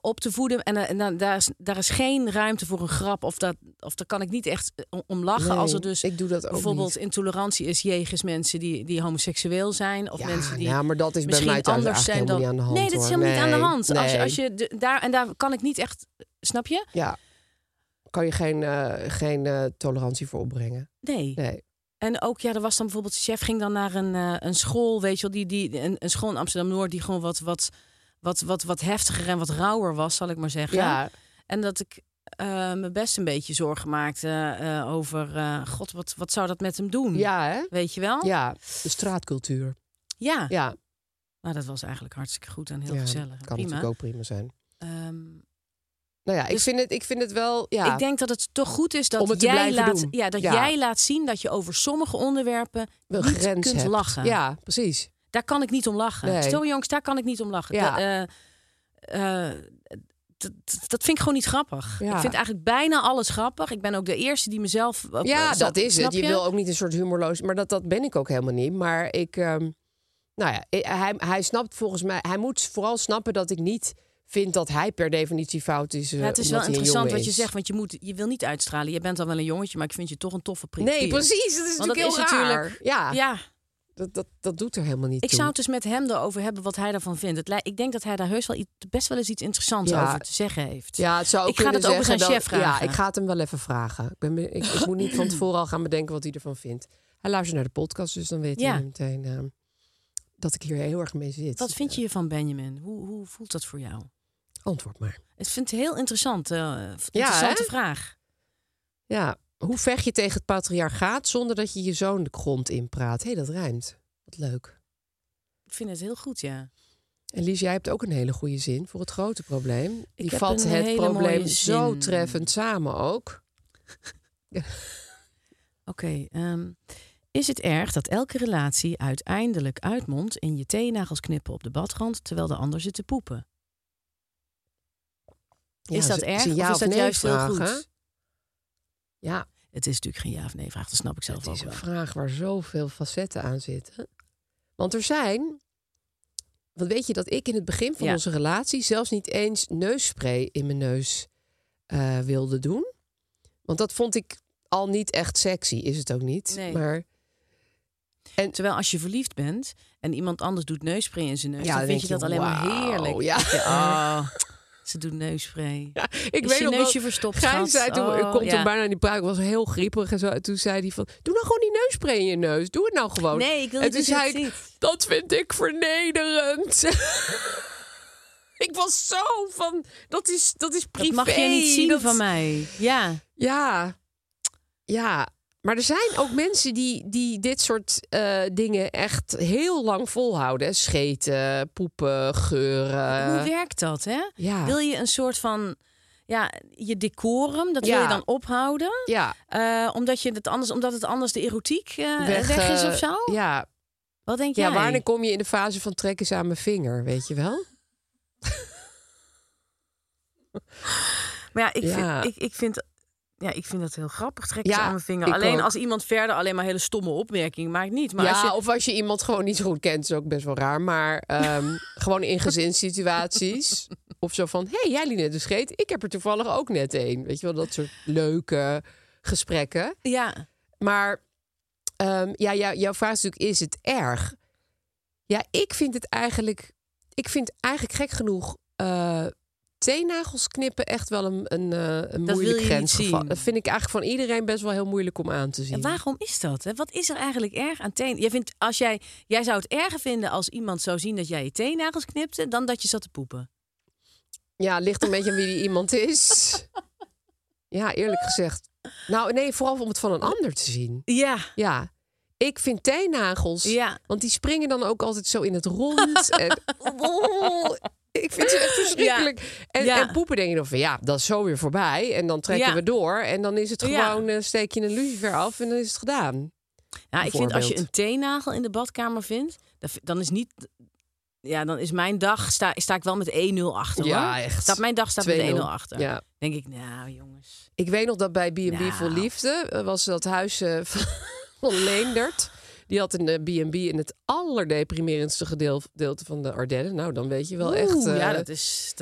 Speaker 1: op te voeden. En, eh, en dan, daar, is, daar is geen ruimte voor een grap. Of, dat, of daar kan ik niet echt eh, om- om lachen.
Speaker 2: Nee,
Speaker 1: als er dus
Speaker 2: ik doe dat ook
Speaker 1: bijvoorbeeld
Speaker 2: niet.
Speaker 1: intolerantie is jegens mensen die, die homoseksueel zijn. Of
Speaker 2: Ja,
Speaker 1: mensen die
Speaker 2: nou, maar dat is bij
Speaker 1: misschien
Speaker 2: mij thuis
Speaker 1: anders
Speaker 2: eigenlijk
Speaker 1: zijn dan.
Speaker 2: helemaal niet aan de hand,
Speaker 1: nee, dat is
Speaker 2: hoor.
Speaker 1: helemaal niet aan de
Speaker 2: Nee,
Speaker 1: hand. Als, je-
Speaker 2: nee.
Speaker 1: als je de- daar, en daar kan ik niet echt. Snap je?
Speaker 2: Ja. Kan je geen, eh, geen eh, tolerantie voor opbrengen?
Speaker 1: Nee.
Speaker 2: Nee.
Speaker 1: En ook, ja, er was dan bijvoorbeeld, de chef ging dan naar een, eh, een school, weet je wel, die, die, een, een school in Amsterdam-Noord die gewoon wat, wat, wat, wat, wat heftiger en wat rauwer was, zal ik maar zeggen.
Speaker 2: Ja.
Speaker 1: En dat ik, eh, eh, me best een beetje zorgen maakte eh, eh, over... eh, God, wat, wat zou dat met hem doen?
Speaker 2: Ja, hè?
Speaker 1: Weet je wel?
Speaker 2: Ja, de straatcultuur.
Speaker 1: Ja.
Speaker 2: Ja,
Speaker 1: Nou, dat was eigenlijk hartstikke goed en Ah, heel
Speaker 2: ja,
Speaker 1: gezellig.
Speaker 2: Kan
Speaker 1: Prima.
Speaker 2: natuurlijk ook prima zijn.
Speaker 1: Ehm,
Speaker 2: Nou ja, ik,
Speaker 1: Dus-
Speaker 2: vind, het, ik vind het wel. Ja,
Speaker 1: Ik denk dat het toch goed is dat,
Speaker 2: Om het te
Speaker 1: jij,
Speaker 2: blijven
Speaker 1: laat,
Speaker 2: doen.
Speaker 1: Ja, dat
Speaker 2: Ja.
Speaker 1: jij laat zien dat je over sommige onderwerpen
Speaker 2: wel
Speaker 1: niet kunt
Speaker 2: hebt.
Speaker 1: lachen.
Speaker 2: Ja, precies.
Speaker 1: Daar kan ik niet om lachen.
Speaker 2: Nee.
Speaker 1: Stil jongens, daar kan ik niet om lachen.
Speaker 2: Ja.
Speaker 1: Dat, eh, eh, dat- dat- dat vind ik gewoon niet grappig.
Speaker 2: Ja.
Speaker 1: Ik vind eigenlijk bijna alles grappig. Ik ben ook de eerste die mezelf. eh,
Speaker 2: Ja,
Speaker 1: snap-
Speaker 2: dat is
Speaker 1: snap
Speaker 2: het. Je wil ook niet een soort humorloos. Maar dat, dat ben ik ook helemaal niet. Maar ik. ehm, nou ja, i- hij, hij snapt volgens mij. Hij moet vooral snappen dat ik niet vind dat hij per definitie fout is. eh,
Speaker 1: Ja, het is
Speaker 2: omdat
Speaker 1: wel
Speaker 2: hij een
Speaker 1: interessant
Speaker 2: jongen
Speaker 1: wat je
Speaker 2: is.
Speaker 1: zegt, want je, moet, je wil niet uitstralen. Je bent dan wel een jongetje, maar ik vind je toch een toffe prikkier.
Speaker 2: Nee, precies. Dat is
Speaker 1: Want
Speaker 2: natuurlijk
Speaker 1: dat is
Speaker 2: heel raar.
Speaker 1: natuurlijk-
Speaker 2: Ja,
Speaker 1: Ja,
Speaker 2: Dat, dat, dat doet er helemaal niet
Speaker 1: ik
Speaker 2: toe.
Speaker 1: zou het dus met hem erover hebben wat hij daarvan vindt. Het lij- ik denk dat hij daar heus wel iets- best wel eens iets interessants
Speaker 2: Ja.
Speaker 1: over te zeggen heeft.
Speaker 2: Ja, het zou ook
Speaker 1: Ik ga
Speaker 2: kunnen
Speaker 1: dat ook eens
Speaker 2: zeggen
Speaker 1: aan chef vragen.
Speaker 2: Ja, ik ga het hem wel even vragen. Ik, ben, be- ik, ik moet niet van tevoren al gaan bedenken wat hij ervan vindt. Hij luistert naar de podcast, dus dan weet
Speaker 1: Ja.
Speaker 2: hij meteen eh, dat ik hier heel erg mee zit.
Speaker 1: Wat vind je hiervan, Benjamin? Hoe, hoe voelt dat voor jou?
Speaker 2: Antwoord maar.
Speaker 1: Ik vind het heel interessant. eh, interessante
Speaker 2: hè?
Speaker 1: vraag.
Speaker 2: Ja, hoe vecht je tegen het patriarchaat zonder dat je je zoon de grond inpraat? Hé, hey, dat rijmt. Wat leuk.
Speaker 1: Ik vind het heel goed, ja.
Speaker 2: En Lies, jij hebt ook een hele goede zin voor het grote probleem. Die
Speaker 1: heb
Speaker 2: vat
Speaker 1: een
Speaker 2: het
Speaker 1: hele
Speaker 2: probleem
Speaker 1: mooie
Speaker 2: zo
Speaker 1: zin.
Speaker 2: treffend samen ook.
Speaker 1: Oké. ehm, is het erg dat elke relatie uiteindelijk uitmondt in je teennagels knippen op de badrand terwijl de ander zit te poepen? is
Speaker 2: Ja,
Speaker 1: dat
Speaker 2: ze-
Speaker 1: erg?
Speaker 2: ze
Speaker 1: Of
Speaker 2: ja
Speaker 1: is dat
Speaker 2: nee
Speaker 1: juist heel
Speaker 2: vragen.
Speaker 1: goed?
Speaker 2: Ja,
Speaker 1: Het is natuurlijk geen ja of nee vraag, dat snap ik zelf
Speaker 2: Het is een
Speaker 1: ook wel.
Speaker 2: vraag waar zoveel facetten aan zitten. Want er zijn. Want weet je dat ik in het begin van
Speaker 1: Ja.
Speaker 2: onze relatie zelfs niet eens neusspray in mijn neus eh, wilde doen? Want dat vond ik al niet echt sexy, is het ook niet.
Speaker 1: Nee.
Speaker 2: Maar
Speaker 1: Terwijl als je verliefd bent en iemand anders doet neuspray in zijn neus,
Speaker 2: Ja, dan
Speaker 1: dan vind
Speaker 2: denk
Speaker 1: je
Speaker 2: je,
Speaker 1: dat alleen maar
Speaker 2: wauw,
Speaker 1: heerlijk.
Speaker 2: ja.
Speaker 1: Dan denk je, oh, ze doet neuspray.
Speaker 2: ik
Speaker 1: Is
Speaker 2: weet
Speaker 1: je
Speaker 2: nog wel-
Speaker 1: neusje verstopt,
Speaker 2: Gijs
Speaker 1: schat?
Speaker 2: zei toen,
Speaker 1: Oh,
Speaker 2: komt
Speaker 1: ja.
Speaker 2: toen bijna in die praat, ik was heel griepig en zo. En toen zei hij van, doe nou gewoon die neusspray in je neus. Doe het nou gewoon.
Speaker 1: Nee, ik wil
Speaker 2: en
Speaker 1: het
Speaker 2: toen
Speaker 1: dus
Speaker 2: zei
Speaker 1: niet.
Speaker 2: ik, dat vind ik vernederend. ik was zo van, dat is, dat is privé.
Speaker 1: Dat mag je niet zien
Speaker 2: dat-
Speaker 1: van mij. Ja.
Speaker 2: Ja, ja. Maar er zijn ook mensen die, die dit soort eh, dingen echt heel lang volhouden. hè. Scheten, poepen,
Speaker 1: Hoe
Speaker 2: geuren.
Speaker 1: werkt dat, hè?
Speaker 2: Eh. Ja,
Speaker 1: Wil je een soort van ja, je decorum, dat wil
Speaker 2: Ja.
Speaker 1: je dan ophouden,
Speaker 2: ja.
Speaker 1: eh, omdat je het anders, omdat het anders de erotiek eh, weg, is
Speaker 2: eh,
Speaker 1: of zo?
Speaker 2: Ja,
Speaker 1: Wat denk jij?
Speaker 2: Ja, wanneer kom je in de fase van trekken ze aan mijn vinger, weet je wel?
Speaker 1: Maar ja, ik,
Speaker 2: Ja.
Speaker 1: Vind, ik, ik vind. Ja, ik vind dat heel grappig. Trek ze
Speaker 2: Ja,
Speaker 1: aan mijn vinger.
Speaker 2: ik
Speaker 1: Alleen
Speaker 2: ook.
Speaker 1: als iemand verder alleen maar hele stomme opmerkingen maakt, niet. Maar
Speaker 2: ja,
Speaker 1: als je,
Speaker 2: of als je iemand gewoon niet zo goed kent, is ook best wel raar. Maar ehm, gewoon in gezinssituaties. Of zo van, hé, hey, jij liet net een scheet. Ik heb er toevallig ook net een. Weet je wel, dat soort leuke gesprekken.
Speaker 1: ja,
Speaker 2: Maar ehm, ja, jou- jouw vraag is natuurlijk, is het erg? Ja, ik vind het eigenlijk... Ik vind eigenlijk gek genoeg... eh teennagels knippen echt wel een, een, eh, een
Speaker 1: wil je
Speaker 2: moeilijk
Speaker 1: niet
Speaker 2: grensgeval.
Speaker 1: zien.
Speaker 2: Dat vind ik eigenlijk van iedereen best wel heel moeilijk om aan te zien.
Speaker 1: en waarom is dat? Hè? Wat is er eigenlijk erg aan teen? Jij, vindt, als jij, jij zou het erger vinden als iemand zou zien dat jij je teennagels knipte, dan dat je zat te poepen.
Speaker 2: Ja, het ligt een beetje aan wie die iemand is. Ja, eerlijk gezegd. Nou, nee, vooral om het van een ander te zien.
Speaker 1: Ja,
Speaker 2: Ja. Ik vind teennagels,
Speaker 1: Ja.
Speaker 2: want die springen dan ook altijd zo in het rond. en, Oh, ik vind ze echt verschrikkelijk. En,
Speaker 1: Ja.
Speaker 2: en poepen denk je dan van, ja, dat is zo weer voorbij. En dan trekken
Speaker 1: Ja.
Speaker 2: we door. En dan is het
Speaker 1: Ja.
Speaker 2: gewoon, eh, steek je een lucifer af en dan is het gedaan.
Speaker 1: Ja, Nou, ik vind als je
Speaker 2: bijvoorbeeld.
Speaker 1: een teennagel in de badkamer vindt, dan vi- dan is niet. Ja, dan is mijn dag. Sta, sta ik wel met 1-0 achter.
Speaker 2: Ja,
Speaker 1: hoor.
Speaker 2: echt.
Speaker 1: Staat, mijn dag staat met 1-0
Speaker 2: 2-0.
Speaker 1: achter.
Speaker 2: Ja.
Speaker 1: Denk ik, nou jongens.
Speaker 2: Ik weet nog dat bij B&B
Speaker 1: Nou.
Speaker 2: voor Liefde eh, was dat huis eh, van, van Leendert. Die had een eh, B&B in het allerdeprimerendste gedeel- gedeelte van de Ardennen. Nou, dan weet je wel echt...
Speaker 1: Oeh,
Speaker 2: eh,
Speaker 1: ja,
Speaker 2: dat,
Speaker 1: dat is.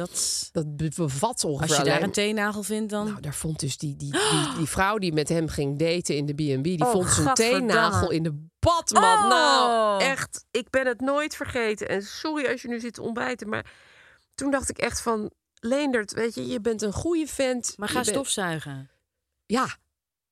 Speaker 1: Dat,
Speaker 2: be- bevat ongeveer
Speaker 1: als je daar
Speaker 2: alleen-
Speaker 1: een teennagel vindt, dan.
Speaker 2: Nou, daar vond dus die, die, die, die vrouw die met hem ging daten in de B&B... die
Speaker 1: Oh,
Speaker 2: vond zijn
Speaker 1: gadverdamme.
Speaker 2: teennagel in de badmat.
Speaker 1: Oh.
Speaker 2: Nou, echt, ik ben het nooit vergeten. En sorry als je nu zit te ontbijten, maar toen dacht ik echt van... Leendert, weet je, je bent een goede vent.
Speaker 1: maar
Speaker 2: je
Speaker 1: ga
Speaker 2: bent-
Speaker 1: stofzuigen.
Speaker 2: ja.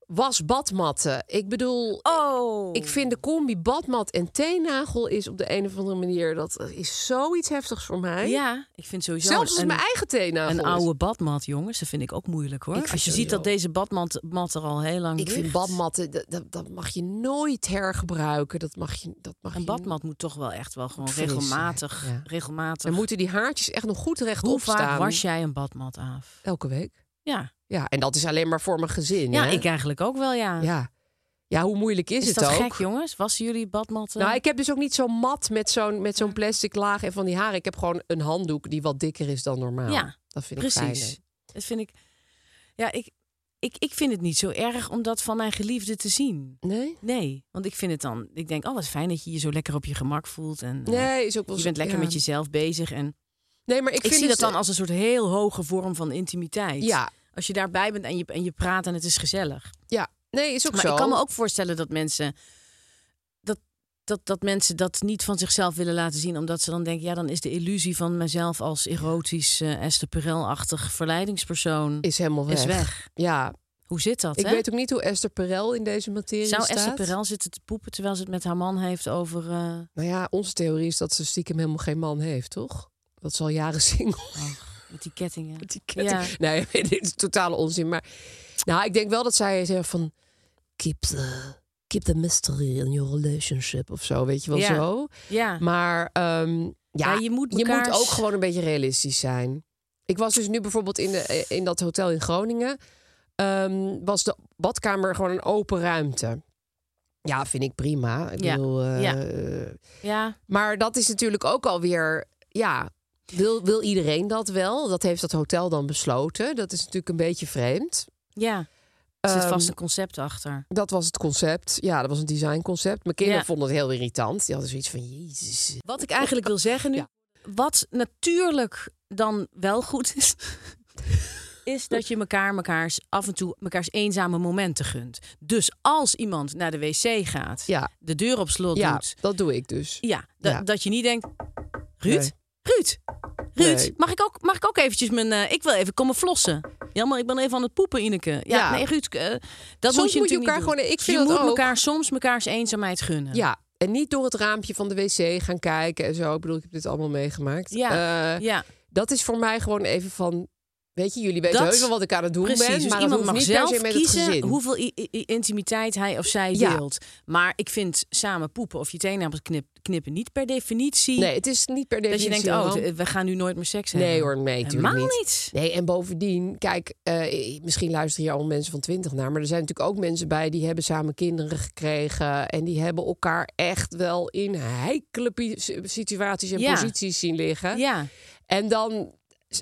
Speaker 2: was badmatten. Ik bedoel,
Speaker 1: Oh.
Speaker 2: ik vind de combi badmat en teennagel is op de een of andere manier... dat is zoiets heftigs voor mij.
Speaker 1: Ja, ik vind sowieso...
Speaker 2: Zelfs als
Speaker 1: een-
Speaker 2: mijn eigen teennagel
Speaker 1: Een
Speaker 2: is.
Speaker 1: oude badmat, jongens, dat vind ik ook moeilijk hoor.
Speaker 2: Ik vind
Speaker 1: Als je
Speaker 2: het
Speaker 1: ziet dat
Speaker 2: wel.
Speaker 1: deze badmat mat er al heel lang
Speaker 2: Ik vind
Speaker 1: ligt.
Speaker 2: badmatten, dat, dat, dat mag je nooit hergebruiken. Dat mag je, dat mag
Speaker 1: Een
Speaker 2: je
Speaker 1: badmat moet toch wel echt wel gewoon
Speaker 2: Fris zijn,
Speaker 1: regelmatig.
Speaker 2: ja.
Speaker 1: regelmatig.
Speaker 2: Dan moeten die haartjes echt nog goed rechtop
Speaker 1: Hoe vaak
Speaker 2: staan.
Speaker 1: was jij een badmat af?
Speaker 2: Elke week.
Speaker 1: Ja,
Speaker 2: Ja, en dat is alleen maar voor mijn gezin.
Speaker 1: ja
Speaker 2: hè?
Speaker 1: ik eigenlijk ook wel, ja.
Speaker 2: ja. ja, hoe moeilijk is,
Speaker 1: Is,
Speaker 2: het
Speaker 1: dat
Speaker 2: ook?
Speaker 1: gek, jongens? Wassen jullie badmatten?
Speaker 2: Nou, ik heb dus ook niet zo'n mat met zo'n met zo'n plastic laag en van die haren. Ik heb gewoon een handdoek die wat dikker is dan normaal.
Speaker 1: Ja,
Speaker 2: dat vind ik
Speaker 1: Precies.
Speaker 2: fijn.
Speaker 1: Dat vind ik... Ja, ik, ik, ik vind het niet zo erg om dat van mijn geliefde te zien.
Speaker 2: Nee?
Speaker 1: Nee, want ik vind het dan... Ik denk, oh, wat fijn dat je je zo lekker op je gemak voelt. En, eh,
Speaker 2: Nee, is ook wel
Speaker 1: je
Speaker 2: zo-
Speaker 1: bent lekker
Speaker 2: ja.
Speaker 1: met jezelf bezig. En
Speaker 2: Nee, maar ik,
Speaker 1: ik,
Speaker 2: vind
Speaker 1: zie
Speaker 2: dus-
Speaker 1: dat dan als een soort heel hoge vorm van intimiteit.
Speaker 2: Ja,
Speaker 1: Als je daarbij bent en je, en je praat en het is gezellig.
Speaker 2: ja. Nee, is ook
Speaker 1: Maar
Speaker 2: zo.
Speaker 1: ik kan me ook voorstellen dat mensen dat, dat, dat mensen dat niet van zichzelf willen laten zien. Omdat ze dan denken, ja, dan is de illusie van mezelf als erotisch eh Esther Perel-achtig verleidingspersoon
Speaker 2: Is helemaal weg.
Speaker 1: is weg.
Speaker 2: Ja,
Speaker 1: Hoe zit dat,
Speaker 2: ik
Speaker 1: hè?
Speaker 2: weet ook niet hoe Esther Perel in deze materie
Speaker 1: Zou
Speaker 2: staat.
Speaker 1: Esther Perel zitten te poepen terwijl ze het met haar man heeft over... eh,
Speaker 2: Nou ja, onze theorie is dat ze stiekem helemaal geen man heeft, toch? Dat ze al jaren single
Speaker 1: met die kettingen.
Speaker 2: met die ketting.
Speaker 1: Ja.
Speaker 2: Nee, dit is totale onzin. Maar nou, ik denk wel dat zij zegt van... Keep the, keep the mystery in your relationship of zo, weet je wel
Speaker 1: Ja.
Speaker 2: zo.
Speaker 1: Ja,
Speaker 2: Maar ehm, ja,
Speaker 1: Ja, je moet
Speaker 2: je moet
Speaker 1: mekaars-
Speaker 2: ook gewoon een beetje realistisch zijn. Ik was dus nu bijvoorbeeld in, de, in dat hotel in Groningen. ehm, was de badkamer gewoon een open ruimte. Ja, vind ik prima. Ik
Speaker 1: Ja.
Speaker 2: bedoel, eh,
Speaker 1: Ja. ja.
Speaker 2: maar dat is natuurlijk ook alweer, ja, wil, wil iedereen dat wel? Dat heeft dat hotel dan besloten. Dat is natuurlijk een beetje vreemd.
Speaker 1: ja. Er zit
Speaker 2: Ehm,
Speaker 1: vast een concept achter.
Speaker 2: Dat was het concept. Ja, dat was een designconcept. Mijn kinderen
Speaker 1: Ja.
Speaker 2: vonden het heel irritant. Die hadden zoiets van, jezus.
Speaker 1: Wat ik eigenlijk wil zeggen nu,
Speaker 2: Ja.
Speaker 1: wat natuurlijk dan wel goed is, is dat je elkaar mekaars af en toe mekaars eenzame momenten gunt. Dus als iemand naar de wc gaat,
Speaker 2: Ja,
Speaker 1: de deur op slot
Speaker 2: ja
Speaker 1: doet,
Speaker 2: dat doe ik dus.
Speaker 1: ja, da-
Speaker 2: Ja.
Speaker 1: dat je niet denkt, Ruud,
Speaker 2: Nee.
Speaker 1: Ruud, Ruud,
Speaker 2: Nee.
Speaker 1: mag ik ook, mag ik ook eventjes mijn, eh, ik wil even komen flossen. Jammer, ik ben even aan het poepen, Ineke. Ja,
Speaker 2: Ja.
Speaker 1: nee, Ruud, eh, dat
Speaker 2: Soms
Speaker 1: moet je
Speaker 2: moet je
Speaker 1: natuurlijk
Speaker 2: elkaar
Speaker 1: niet doen.
Speaker 2: gewoon- ik
Speaker 1: Dus
Speaker 2: vind
Speaker 1: je
Speaker 2: dat
Speaker 1: moet
Speaker 2: ook.
Speaker 1: elkaar soms mekaars eenzaamheid gunnen.
Speaker 2: Ja, en niet door het raampje van de wc gaan kijken en zo. Ik bedoel, ik heb dit allemaal meegemaakt.
Speaker 1: Ja.
Speaker 2: Eh,
Speaker 1: ja.
Speaker 2: Dat is voor mij gewoon even van, weet je, jullie weten
Speaker 1: Dat-
Speaker 2: heus wel wat ik aan het doen
Speaker 1: Precies,
Speaker 2: ben.
Speaker 1: dus
Speaker 2: maar dat
Speaker 1: iemand
Speaker 2: hoeft
Speaker 1: mag
Speaker 2: niet per se
Speaker 1: zelf
Speaker 2: met het
Speaker 1: kiezen
Speaker 2: gezin.
Speaker 1: hoeveel i- i- intimiteit hij of zij
Speaker 2: Ja.
Speaker 1: wilt. Maar ik vind samen poepen of je tenen knip, knippen niet per definitie...
Speaker 2: Nee, het is niet per
Speaker 1: dat je
Speaker 2: definitie
Speaker 1: denkt, oh,
Speaker 2: een ramp.
Speaker 1: we gaan nu nooit meer seks hebben.
Speaker 2: Nee hoor, nee, natuurlijk
Speaker 1: Helemaal
Speaker 2: niet.
Speaker 1: niet.
Speaker 2: Nee, en bovendien, kijk, eh, misschien luisteren hier al mensen van 20 naar, maar er zijn natuurlijk ook mensen bij die hebben samen kinderen gekregen en die hebben elkaar echt wel in heikele pi- situaties en
Speaker 1: Ja.
Speaker 2: posities zien liggen.
Speaker 1: Ja,
Speaker 2: En dan,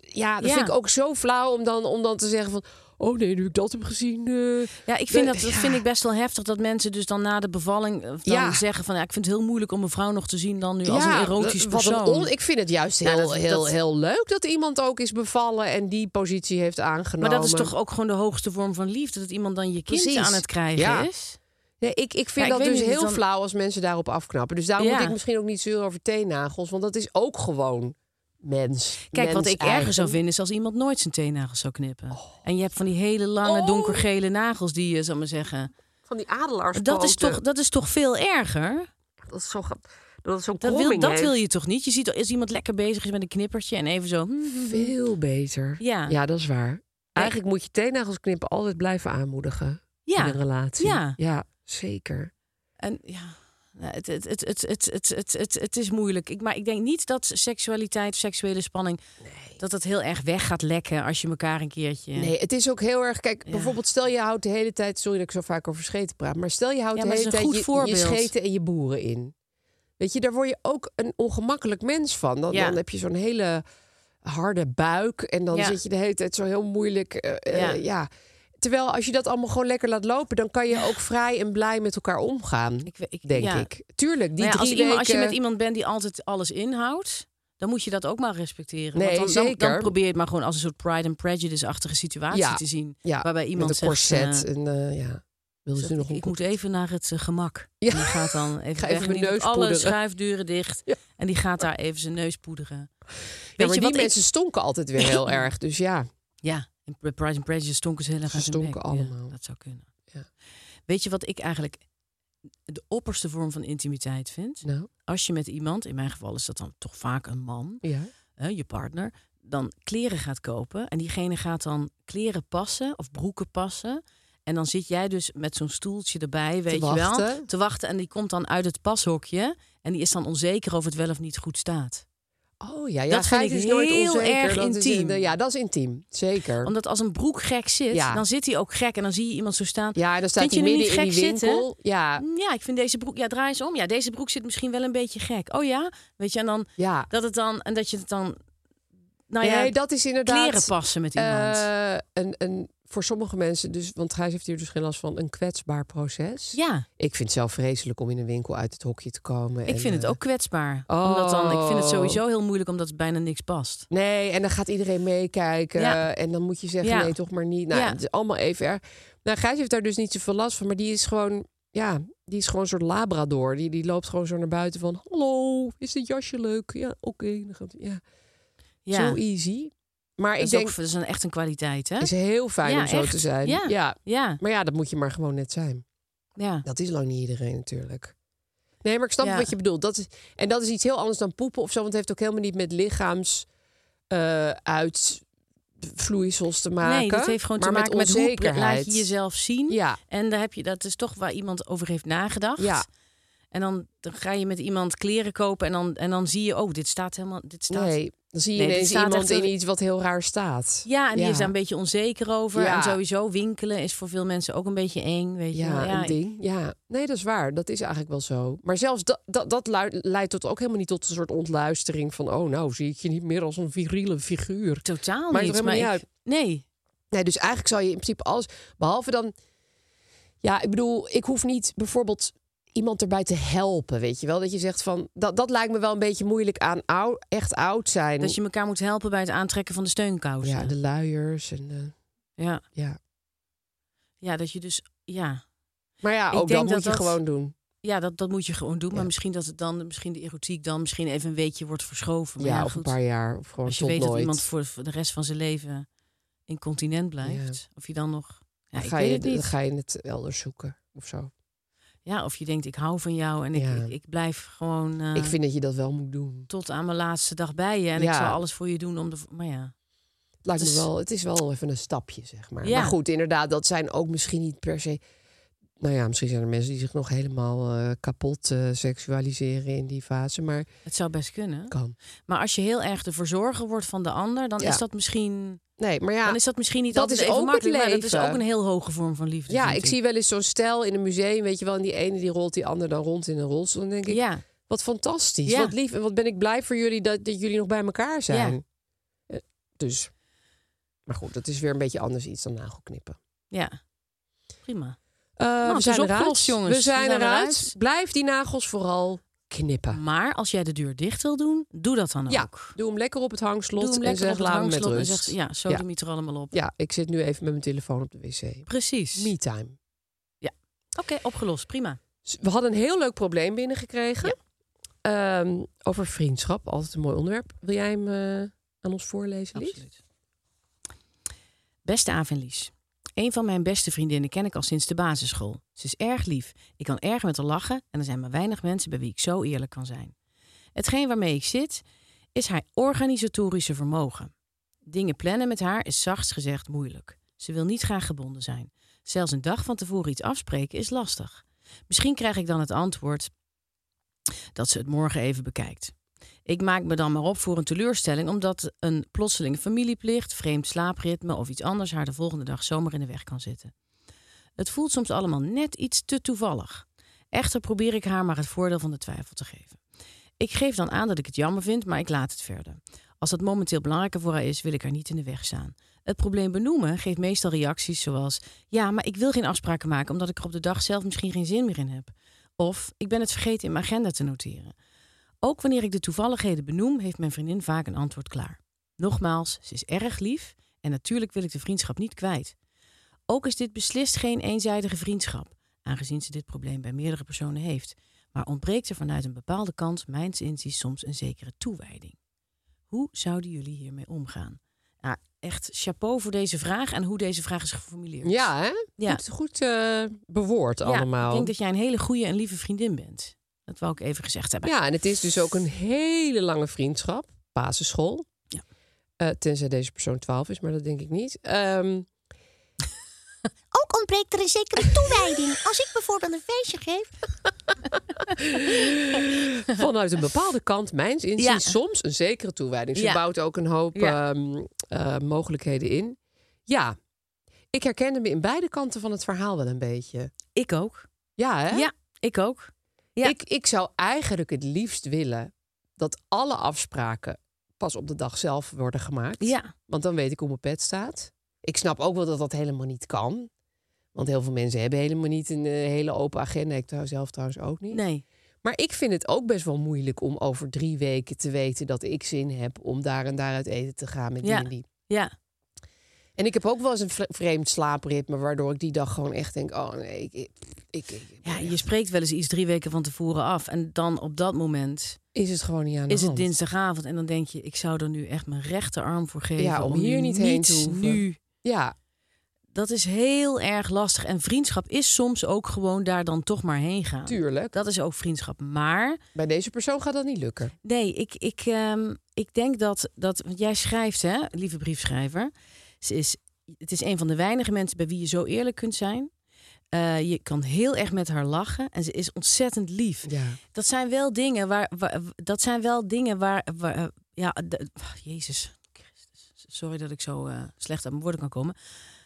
Speaker 2: ja, dat
Speaker 1: Ja.
Speaker 2: vind ik ook zo flauw om dan, om dan te zeggen van, oh nee, nu ik dat heb gezien. eh,
Speaker 1: ja ik vind
Speaker 2: De-
Speaker 1: dat, dat vind ik best wel heftig dat mensen dus dan na de bevalling eh, dan
Speaker 2: Ja.
Speaker 1: zeggen van ja, ik vind het heel moeilijk om een vrouw nog te zien dan nu als
Speaker 2: ja,
Speaker 1: een erotisch
Speaker 2: wat
Speaker 1: persoon.
Speaker 2: on- ik vind het juist heel,
Speaker 1: Ja, dat-
Speaker 2: heel,
Speaker 1: dat-
Speaker 2: heel leuk dat iemand ook is bevallen en die positie heeft aangenomen.
Speaker 1: maar dat is toch ook gewoon de hoogste vorm van liefde dat iemand dan je kind
Speaker 2: Precies.
Speaker 1: aan het krijgen
Speaker 2: Ja.
Speaker 1: is.
Speaker 2: Nee, ik, ik
Speaker 1: Ja,
Speaker 2: vind
Speaker 1: ik
Speaker 2: dat
Speaker 1: weet
Speaker 2: dus
Speaker 1: niet,
Speaker 2: heel
Speaker 1: dan-
Speaker 2: flauw als mensen daarop afknappen. Dus daarom
Speaker 1: Ja.
Speaker 2: moet ik misschien ook niet zeuren over teennagels. Want dat is ook gewoon mens.
Speaker 1: Kijk, wat ik erger zou
Speaker 2: vinden.
Speaker 1: vinden is als iemand nooit zijn teennagels zou knippen. En je hebt van die hele lange
Speaker 2: Oh.
Speaker 1: donkergele nagels die je, zal ik maar zeggen.
Speaker 2: Van die adelaars.
Speaker 1: Dat is, toch, dat is toch veel erger?
Speaker 2: Dat is zo. ge- Dat is zo'n
Speaker 1: Dat wil,
Speaker 2: kromming
Speaker 1: dat wil
Speaker 2: heeft.
Speaker 1: je toch niet? Je ziet als iemand lekker bezig is met een knippertje en even zo. hmm, hmm, hmm.
Speaker 2: Veel beter.
Speaker 1: Ja.
Speaker 2: ja, dat is waar. Eigenlijk moet je teennagels knippen altijd blijven aanmoedigen. In een
Speaker 1: Ja,
Speaker 2: relatie.
Speaker 1: Ja.
Speaker 2: zeker.
Speaker 1: en ja. nou, Het, het, het, het, het, het, het, het, het is moeilijk. Ik, maar ik denk niet dat seksualiteit, seksuele spanning, dat dat heel erg weg gaat lekken als je elkaar een keertje.
Speaker 2: Nee, het is ook heel erg. Kijk,
Speaker 1: Ja.
Speaker 2: bijvoorbeeld, stel je houdt de hele tijd. Sorry dat ik zo vaak over scheten praat. Maar stel je houdt
Speaker 1: Ja,
Speaker 2: de
Speaker 1: maar
Speaker 2: hele
Speaker 1: het is
Speaker 2: tijd
Speaker 1: een
Speaker 2: je,
Speaker 1: goed
Speaker 2: je
Speaker 1: voorbeeld.
Speaker 2: scheten en je boeren in. Weet je, daar word je ook een ongemakkelijk mens van. Dan,
Speaker 1: Ja.
Speaker 2: dan heb je zo'n hele harde buik. En dan
Speaker 1: Ja.
Speaker 2: zit je de hele tijd zo heel moeilijk. eh, eh,
Speaker 1: Ja.
Speaker 2: ja. Terwijl als je dat allemaal gewoon lekker laat lopen, dan kan je ook vrij en blij met elkaar omgaan.
Speaker 1: Ik we- ik-
Speaker 2: denk
Speaker 1: ja.
Speaker 2: ik. Tuurlijk, die
Speaker 1: Maar Nou
Speaker 2: drie
Speaker 1: ja, als, iemand- als je
Speaker 2: weken-
Speaker 1: met iemand bent die altijd alles inhoudt, dan moet je dat ook maar respecteren.
Speaker 2: Nee,
Speaker 1: Want dan, dan- Dan,
Speaker 2: zeker.
Speaker 1: probeer je het maar gewoon als een soort Pride and Prejudice-achtige situatie
Speaker 2: Ja,
Speaker 1: te zien.
Speaker 2: ja,
Speaker 1: waarbij iemand
Speaker 2: met een
Speaker 1: zegt,
Speaker 2: corset en eh, ja, wilde
Speaker 1: Zegt,
Speaker 2: ze nog
Speaker 1: ik,
Speaker 2: een
Speaker 1: ik moet even naar het eh, gemak.
Speaker 2: Ja.
Speaker 1: En die gaat dan even,
Speaker 2: Ga
Speaker 1: weg.
Speaker 2: even mijn
Speaker 1: Die doet
Speaker 2: neus
Speaker 1: alle
Speaker 2: poederen.
Speaker 1: schuifdeuren dicht.
Speaker 2: Ja.
Speaker 1: En die gaat daar even zijn neus poederen. Weet
Speaker 2: Ja, maar die
Speaker 1: je wat
Speaker 2: mensen stonken altijd weer heel erg. Dus ja.
Speaker 1: Ik, ja, in Pride and Prejudice stonken ze heel erg
Speaker 2: Ze
Speaker 1: uit hun
Speaker 2: stonken
Speaker 1: bek. Ja,
Speaker 2: allemaal.
Speaker 1: dat zou kunnen.
Speaker 2: Ja.
Speaker 1: Weet je wat ik eigenlijk de opperste vorm van intimiteit vind?
Speaker 2: Nou,
Speaker 1: Als je met iemand, in mijn geval is dat dan toch vaak een man,
Speaker 2: ja.
Speaker 1: hè, je partner, dan kleren gaat kopen. En diegene gaat dan kleren passen of broeken passen. En dan zit jij dus met zo'n stoeltje erbij, weet je wel,
Speaker 2: wachten.
Speaker 1: te wachten. En die komt dan uit het pashokje. En die is dan onzeker of het wel of niet goed staat.
Speaker 2: Oh ja, ja
Speaker 1: Dat
Speaker 2: geit
Speaker 1: vind ik
Speaker 2: is nooit
Speaker 1: heel
Speaker 2: onzeker.
Speaker 1: erg
Speaker 2: Dat is
Speaker 1: intiem.
Speaker 2: in de- ja, dat is intiem. Zeker.
Speaker 1: Omdat als een broek gek zit,
Speaker 2: Ja.
Speaker 1: dan zit hij ook gek. En dan zie je iemand zo staan.
Speaker 2: ja, dan staat
Speaker 1: Vind je
Speaker 2: hij
Speaker 1: hem
Speaker 2: midden
Speaker 1: niet
Speaker 2: in die
Speaker 1: gek zitten?
Speaker 2: winkel. Ja,
Speaker 1: Ja, ik vind deze broek. Ja, draai eens om. Ja, deze broek zit misschien wel een beetje gek. Oh ja, weet je, en dan
Speaker 2: ja.
Speaker 1: dat het dan en dat je het dan. Nou ja,
Speaker 2: Nee, dat is inderdaad...
Speaker 1: kleren passen met iemand.
Speaker 2: eh, een, een, voor sommige mensen, dus, want Gijs heeft hier dus geen last van, een kwetsbaar proces.
Speaker 1: ja,
Speaker 2: Ik vind het zelf vreselijk om in een winkel uit het hokje te komen.
Speaker 1: ik
Speaker 2: en,
Speaker 1: vind het
Speaker 2: eh,
Speaker 1: ook kwetsbaar.
Speaker 2: oh.
Speaker 1: Omdat dan, ik vind het sowieso heel moeilijk omdat het bijna niks past.
Speaker 2: Nee, en dan gaat iedereen meekijken.
Speaker 1: Ja.
Speaker 2: En dan moet je zeggen,
Speaker 1: Ja.
Speaker 2: nee, toch maar niet. Nou,
Speaker 1: Ja.
Speaker 2: het is allemaal even erg. Nou, Gijs heeft daar dus niet zoveel last van. Maar die is gewoon, ja, die is gewoon een soort labrador. Die, die loopt gewoon zo naar buiten van... Hallo, is dit jasje leuk? Ja, oké. dan gaat- ja.
Speaker 1: Ja,
Speaker 2: Zo easy. Maar
Speaker 1: dat
Speaker 2: ik
Speaker 1: is,
Speaker 2: denk,
Speaker 1: ook, dat is een, echt een kwaliteit, hè?
Speaker 2: het is heel fijn
Speaker 1: Ja,
Speaker 2: om zo
Speaker 1: echt.
Speaker 2: te zijn.
Speaker 1: Ja. Ja,
Speaker 2: Maar ja, dat moet je maar gewoon net zijn.
Speaker 1: ja.
Speaker 2: Dat is lang niet iedereen natuurlijk. Nee, maar ik snap
Speaker 1: Ja.
Speaker 2: wat je bedoelt. Dat is, en dat is iets heel anders dan poepen of zo. Want het heeft ook helemaal niet met lichaams eh, uit vloeisels te maken.
Speaker 1: Nee, dat heeft gewoon
Speaker 2: maar
Speaker 1: te maken met, hoe laat
Speaker 2: onzekerheid.
Speaker 1: je jezelf zien.
Speaker 2: Ja,
Speaker 1: En daar heb je, dat is toch waar iemand over heeft nagedacht.
Speaker 2: Ja.
Speaker 1: En dan, dan ga je met iemand kleren kopen en dan, en dan zie je, oh, dit staat helemaal, dit staat
Speaker 2: nee. Dan zie je
Speaker 1: Nee, dit
Speaker 2: ineens
Speaker 1: staat
Speaker 2: iemand
Speaker 1: echt
Speaker 2: in
Speaker 1: een-
Speaker 2: iets wat heel raar staat.
Speaker 1: Ja, en die
Speaker 2: Ja.
Speaker 1: is daar een beetje onzeker over.
Speaker 2: Ja.
Speaker 1: En sowieso winkelen is voor veel mensen ook een beetje eng. Weet je
Speaker 2: Ja,
Speaker 1: wel.
Speaker 2: een ding. Ja, nee, dat is waar. Dat is eigenlijk wel zo. Maar zelfs dat, dat, dat lui- leidt tot ook helemaal niet tot een soort ontluistering van... oh, nou zie ik je niet meer als een viriele figuur.
Speaker 1: Totaal
Speaker 2: Maakt
Speaker 1: niet.
Speaker 2: er helemaal
Speaker 1: maar
Speaker 2: niet
Speaker 1: ik-
Speaker 2: uit.
Speaker 1: Nee.
Speaker 2: Nee, dus eigenlijk zou je in principe alles. Behalve dan. Ja, ik bedoel, ik hoef niet bijvoorbeeld iemand erbij te helpen. Weet je wel? Dat je zegt van. Dat, dat lijkt me wel een beetje moeilijk aan ou- echt oud zijn.
Speaker 1: Dat je elkaar moet helpen bij het aantrekken van de steunkousen.
Speaker 2: Ja, de luiers en. eh,
Speaker 1: ja.
Speaker 2: ja.
Speaker 1: Ja, dat je dus... Ja,
Speaker 2: Maar ja,
Speaker 1: Ik
Speaker 2: ook dat
Speaker 1: denk
Speaker 2: moet
Speaker 1: dat
Speaker 2: je
Speaker 1: dat-
Speaker 2: gewoon doen.
Speaker 1: ja dat, dat moet je gewoon doen.
Speaker 2: Ja.
Speaker 1: Maar misschien dat het dan... Misschien de erotiek dan misschien even een weekje wordt verschoven. Maar
Speaker 2: ja,
Speaker 1: ja,
Speaker 2: of
Speaker 1: goed,
Speaker 2: een paar jaar. Of gewoon
Speaker 1: Als je
Speaker 2: tot
Speaker 1: weet
Speaker 2: nooit.
Speaker 1: dat iemand voor, voor de rest van zijn leven incontinent blijft. Of je dan nog... Ja,
Speaker 2: Dan
Speaker 1: ik
Speaker 2: ga,
Speaker 1: weet
Speaker 2: je,
Speaker 1: het niet.
Speaker 2: dan ga je het elders zoeken of zo.
Speaker 1: Ja, of je denkt, ik hou van jou en ik,
Speaker 2: Ja.
Speaker 1: ik, ik blijf gewoon... eh,
Speaker 2: Ik vind dat je dat wel moet doen.
Speaker 1: tot aan mijn laatste dag bij je. En
Speaker 2: Ja.
Speaker 1: ik zal alles voor je doen om de. Maar ja.
Speaker 2: Het, lijkt
Speaker 1: Het
Speaker 2: me
Speaker 1: is-
Speaker 2: wel, het is wel even een stapje, zeg maar.
Speaker 1: Ja.
Speaker 2: Maar goed, inderdaad, dat zijn ook misschien niet per se... Nou ja, misschien zijn er mensen die zich nog helemaal eh, kapot eh, seksualiseren in die fase. Maar
Speaker 1: Het zou best kunnen.
Speaker 2: kan.
Speaker 1: Maar als je heel erg de verzorger wordt van de ander, dan
Speaker 2: Ja.
Speaker 1: is dat misschien.
Speaker 2: Nee, maar ja,
Speaker 1: Dan is dat misschien niet
Speaker 2: dat
Speaker 1: altijd
Speaker 2: is
Speaker 1: even
Speaker 2: ook het
Speaker 1: makkelijk. Maar dat is
Speaker 2: leven.
Speaker 1: ook een heel hoge vorm van liefde.
Speaker 2: ja
Speaker 1: vind
Speaker 2: ik zie wel eens zo'n stijl in een museum, weet je wel. En die ene die rolt die ander dan rond in een rolstoel. Dan denk ik,
Speaker 1: Ja,
Speaker 2: wat fantastisch,
Speaker 1: Ja.
Speaker 2: wat lief. En wat ben ik blij voor jullie dat, dat jullie nog bij elkaar zijn. Eh, dus, maar goed, dat is weer een beetje anders iets dan nagelknippen.
Speaker 1: ja. Prima.
Speaker 2: Eh, we
Speaker 1: Nou, het
Speaker 2: zijn
Speaker 1: is
Speaker 2: eruit,
Speaker 1: opgelost, jongens.
Speaker 2: We zijn, eruit. Blijf die nagels vooral knippen.
Speaker 1: Maar als jij de deur dicht wil doen, doe dat dan Mm, nou ook.
Speaker 2: Ja, doe hem lekker op het hangslot
Speaker 1: doe hem
Speaker 2: en
Speaker 1: lekker
Speaker 2: zeg
Speaker 1: op het
Speaker 2: laat me met
Speaker 1: hangslot en
Speaker 2: rust.
Speaker 1: zeg, ja, zo
Speaker 2: Ja.
Speaker 1: doe je het er allemaal op.
Speaker 2: Ja, ik zit nu even met mijn telefoon op de wc.
Speaker 1: Precies.
Speaker 2: Me time.
Speaker 1: Oké, opgelost. Prima.
Speaker 2: Dus We hadden een heel leuk probleem binnengekregen. Ehm, over vriendschap, altijd een mooi onderwerp. Wil jij hem eh, aan ons voorlezen, Lies?
Speaker 1: Absoluut. Beste Aaf en Lies. Een van mijn beste vriendinnen ken ik al sinds de basisschool. Ze is erg lief. Ik kan erg met haar lachen en er zijn maar weinig mensen bij wie ik zo eerlijk kan zijn. Hetgeen waarmee ik zit, is haar organisatorische vermogen. Dingen plannen met haar is zachts gezegd moeilijk. Ze wil niet graag gebonden zijn. Zelfs een dag van tevoren iets afspreken is lastig. Misschien krijg ik dan het antwoord dat ze het morgen even bekijkt. Ik maak me dan maar op voor een teleurstelling omdat een plotselinge familieplicht, vreemd slaapritme of iets anders haar de volgende dag zomaar in de weg kan zitten. Het voelt soms allemaal net iets te toevallig. Echter probeer ik haar maar het voordeel van de twijfel te geven. Ik geef dan aan dat ik het jammer vind, maar ik laat het verder. Als dat momenteel belangrijker voor haar is, wil ik haar niet in de weg staan. Het probleem benoemen geeft meestal reacties zoals: Ja, maar ik wil geen afspraken maken omdat ik er op de dag zelf misschien geen zin meer in heb. Of ik ben het vergeten in mijn agenda te noteren. Ook wanneer ik de toevalligheden benoem, heeft mijn vriendin vaak een antwoord klaar. Nogmaals, ze is erg lief en natuurlijk wil ik de vriendschap niet kwijt. Ook is dit beslist geen eenzijdige vriendschap, aangezien ze dit probleem bij meerdere personen heeft. Maar ontbreekt er vanuit een bepaalde kant, mijns inziens, soms een zekere toewijding. Hoe zouden jullie hiermee omgaan? Ah, echt chapeau voor deze vraag en hoe deze vraag is geformuleerd.
Speaker 2: Ja, hè?
Speaker 1: Ja.
Speaker 2: Goed, goed eh, bewoord
Speaker 1: Ja,
Speaker 2: allemaal.
Speaker 1: ik denk dat jij een hele goede en lieve vriendin bent. Dat wou ik even gezegd hebben.
Speaker 2: Ja, en het is dus ook een hele lange vriendschap. Basisschool.
Speaker 1: Ja.
Speaker 2: Eh, tenzij deze persoon 12 is, maar dat denk ik niet. Ehm,
Speaker 4: Ook ontbreekt er een zekere toewijding. Als ik bijvoorbeeld een feestje geef,
Speaker 2: vanuit een bepaalde kant, mijns inziens,
Speaker 1: Ja.
Speaker 2: soms een zekere toewijding. Ze
Speaker 1: Ja.
Speaker 2: bouwt ook een hoop
Speaker 1: Ja.
Speaker 2: ehm, eh, mogelijkheden in. Ja, ik herkende me in beide kanten van het verhaal wel een beetje.
Speaker 1: Ik ook.
Speaker 2: Ja, hè?
Speaker 1: Ja, ik ook. Ja.
Speaker 2: Ik, ik zou eigenlijk het liefst willen dat alle afspraken pas op de dag zelf worden gemaakt.
Speaker 1: Ja.
Speaker 2: Want dan weet ik hoe mijn pet staat. Ik snap ook wel dat dat helemaal niet kan. Want heel veel mensen hebben helemaal niet een eh, hele open agenda. Ik trouw- zelf trouwens ook niet.
Speaker 1: Nee.
Speaker 2: Maar ik vind het ook best wel moeilijk om over drie weken te weten dat ik zin heb om daar en daar uit eten te gaan met
Speaker 1: Ja.
Speaker 2: die en die.
Speaker 1: Ja.
Speaker 2: En ik heb ook wel eens een vre- vreemd slaapritme, waardoor ik die dag gewoon echt denk: oh nee, ik. ik, ik, ik-
Speaker 1: Ja, je spreekt wel eens iets drie weken van tevoren af. En dan op dat moment
Speaker 2: is het gewoon niet aan de
Speaker 1: is het
Speaker 2: hand.
Speaker 1: dinsdagavond. En dan denk je, ik zou er nu echt mijn rechterarm voor geven.
Speaker 2: Ja, om hier niet heen te hoeven.
Speaker 1: Nu.
Speaker 2: Ja,
Speaker 1: Dat is heel erg lastig. En vriendschap is soms ook gewoon daar dan toch maar heen gaan.
Speaker 2: tuurlijk.
Speaker 1: Dat is ook vriendschap. Maar
Speaker 2: Bij deze persoon gaat dat niet lukken.
Speaker 1: Nee, ik, ik, ehm, ik denk dat, dat. Want jij schrijft, hè, lieve briefschrijver. Ze is, het is een van de weinige mensen bij wie je zo eerlijk kunt zijn. Eh, je kan heel erg met haar lachen en ze is ontzettend lief.
Speaker 2: Ja.
Speaker 1: Dat zijn wel dingen waar. waar- dat zijn wel dingen waar. waar, eh, ja, de- Jezus. Christus. Sorry dat ik zo eh, slecht aan mijn woorden kan komen.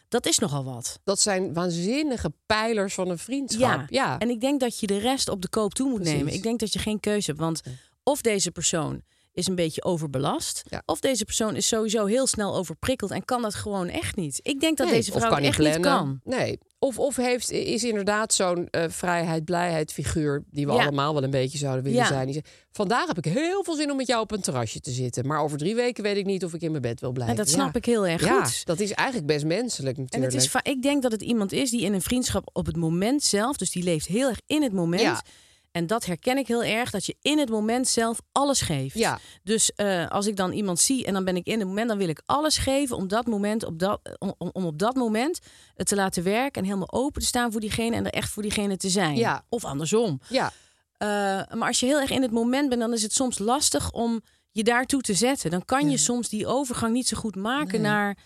Speaker 1: Dat is nogal wat.
Speaker 2: Dat zijn waanzinnige pijlers van een vriendschap. Ja,
Speaker 1: En ik denk dat je de rest op de koop toe moet
Speaker 2: Precies.
Speaker 1: nemen. Ik denk dat je geen keuze hebt. Want of deze persoon is een beetje overbelast.
Speaker 2: Ja.
Speaker 1: Of deze persoon is sowieso heel snel overprikkeld en kan dat gewoon echt niet. Ik denk dat
Speaker 2: Nee,
Speaker 1: deze
Speaker 2: of
Speaker 1: vrouw
Speaker 2: kan
Speaker 1: het
Speaker 2: niet
Speaker 1: echt niet kan.
Speaker 2: Nee. Of, of heeft, is inderdaad zo'n eh, vrijheid, blijheid figuur... die we
Speaker 1: Ja.
Speaker 2: allemaal wel een beetje zouden willen
Speaker 1: Ja.
Speaker 2: zijn. Die zegt, Vandaag heb ik heel veel zin om met jou op een terrasje te zitten. Maar over drie weken weet ik niet of ik in mijn bed wil blijven.
Speaker 1: En dat snap ik heel erg
Speaker 2: ja,
Speaker 1: goed.
Speaker 2: dat is eigenlijk best menselijk
Speaker 1: En
Speaker 2: natuurlijk.
Speaker 1: het is, va- ik denk dat het iemand is die in een vriendschap op het moment zelf, dus die leeft heel erg in het moment.
Speaker 2: Ja.
Speaker 1: En dat herken ik heel erg, dat je in het moment zelf alles geeft.
Speaker 2: Ja.
Speaker 1: Dus eh, als ik dan iemand zie en dan ben ik in het moment, dan wil ik alles geven om, dat moment op dat, om, om- om op dat moment het te laten werken en helemaal open te staan voor diegene en er echt voor diegene te zijn.
Speaker 2: Ja.
Speaker 1: Of andersom.
Speaker 2: ja,
Speaker 1: Eh, maar als je heel erg in het moment bent, dan is het soms lastig om je daartoe te zetten. Dan kan je soms die overgang niet zo goed maken naar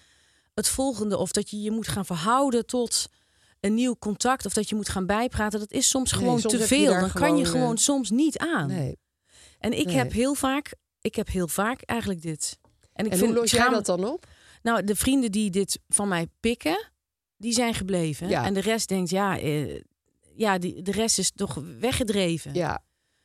Speaker 1: het volgende. Of dat je je moet gaan verhouden tot een nieuw contact. Of dat je moet gaan bijpraten. Dat is soms
Speaker 2: Nee,
Speaker 1: gewoon
Speaker 2: soms
Speaker 1: te
Speaker 2: heb je
Speaker 1: veel.
Speaker 2: daar
Speaker 1: Dan kan je
Speaker 2: gewoon, eh,
Speaker 1: gewoon soms niet aan.
Speaker 2: nee.
Speaker 1: En ik
Speaker 2: Nee.
Speaker 1: heb heel vaak, ik heb heel vaak eigenlijk dit. ik
Speaker 2: en hoe los jij
Speaker 1: schaam-
Speaker 2: dat dan op?
Speaker 1: Nou, de vrienden die dit van mij pikken, die zijn gebleven.
Speaker 2: Ja.
Speaker 1: En de rest denkt, ja, eh, ja die, de rest is toch weggedreven.
Speaker 2: Ja,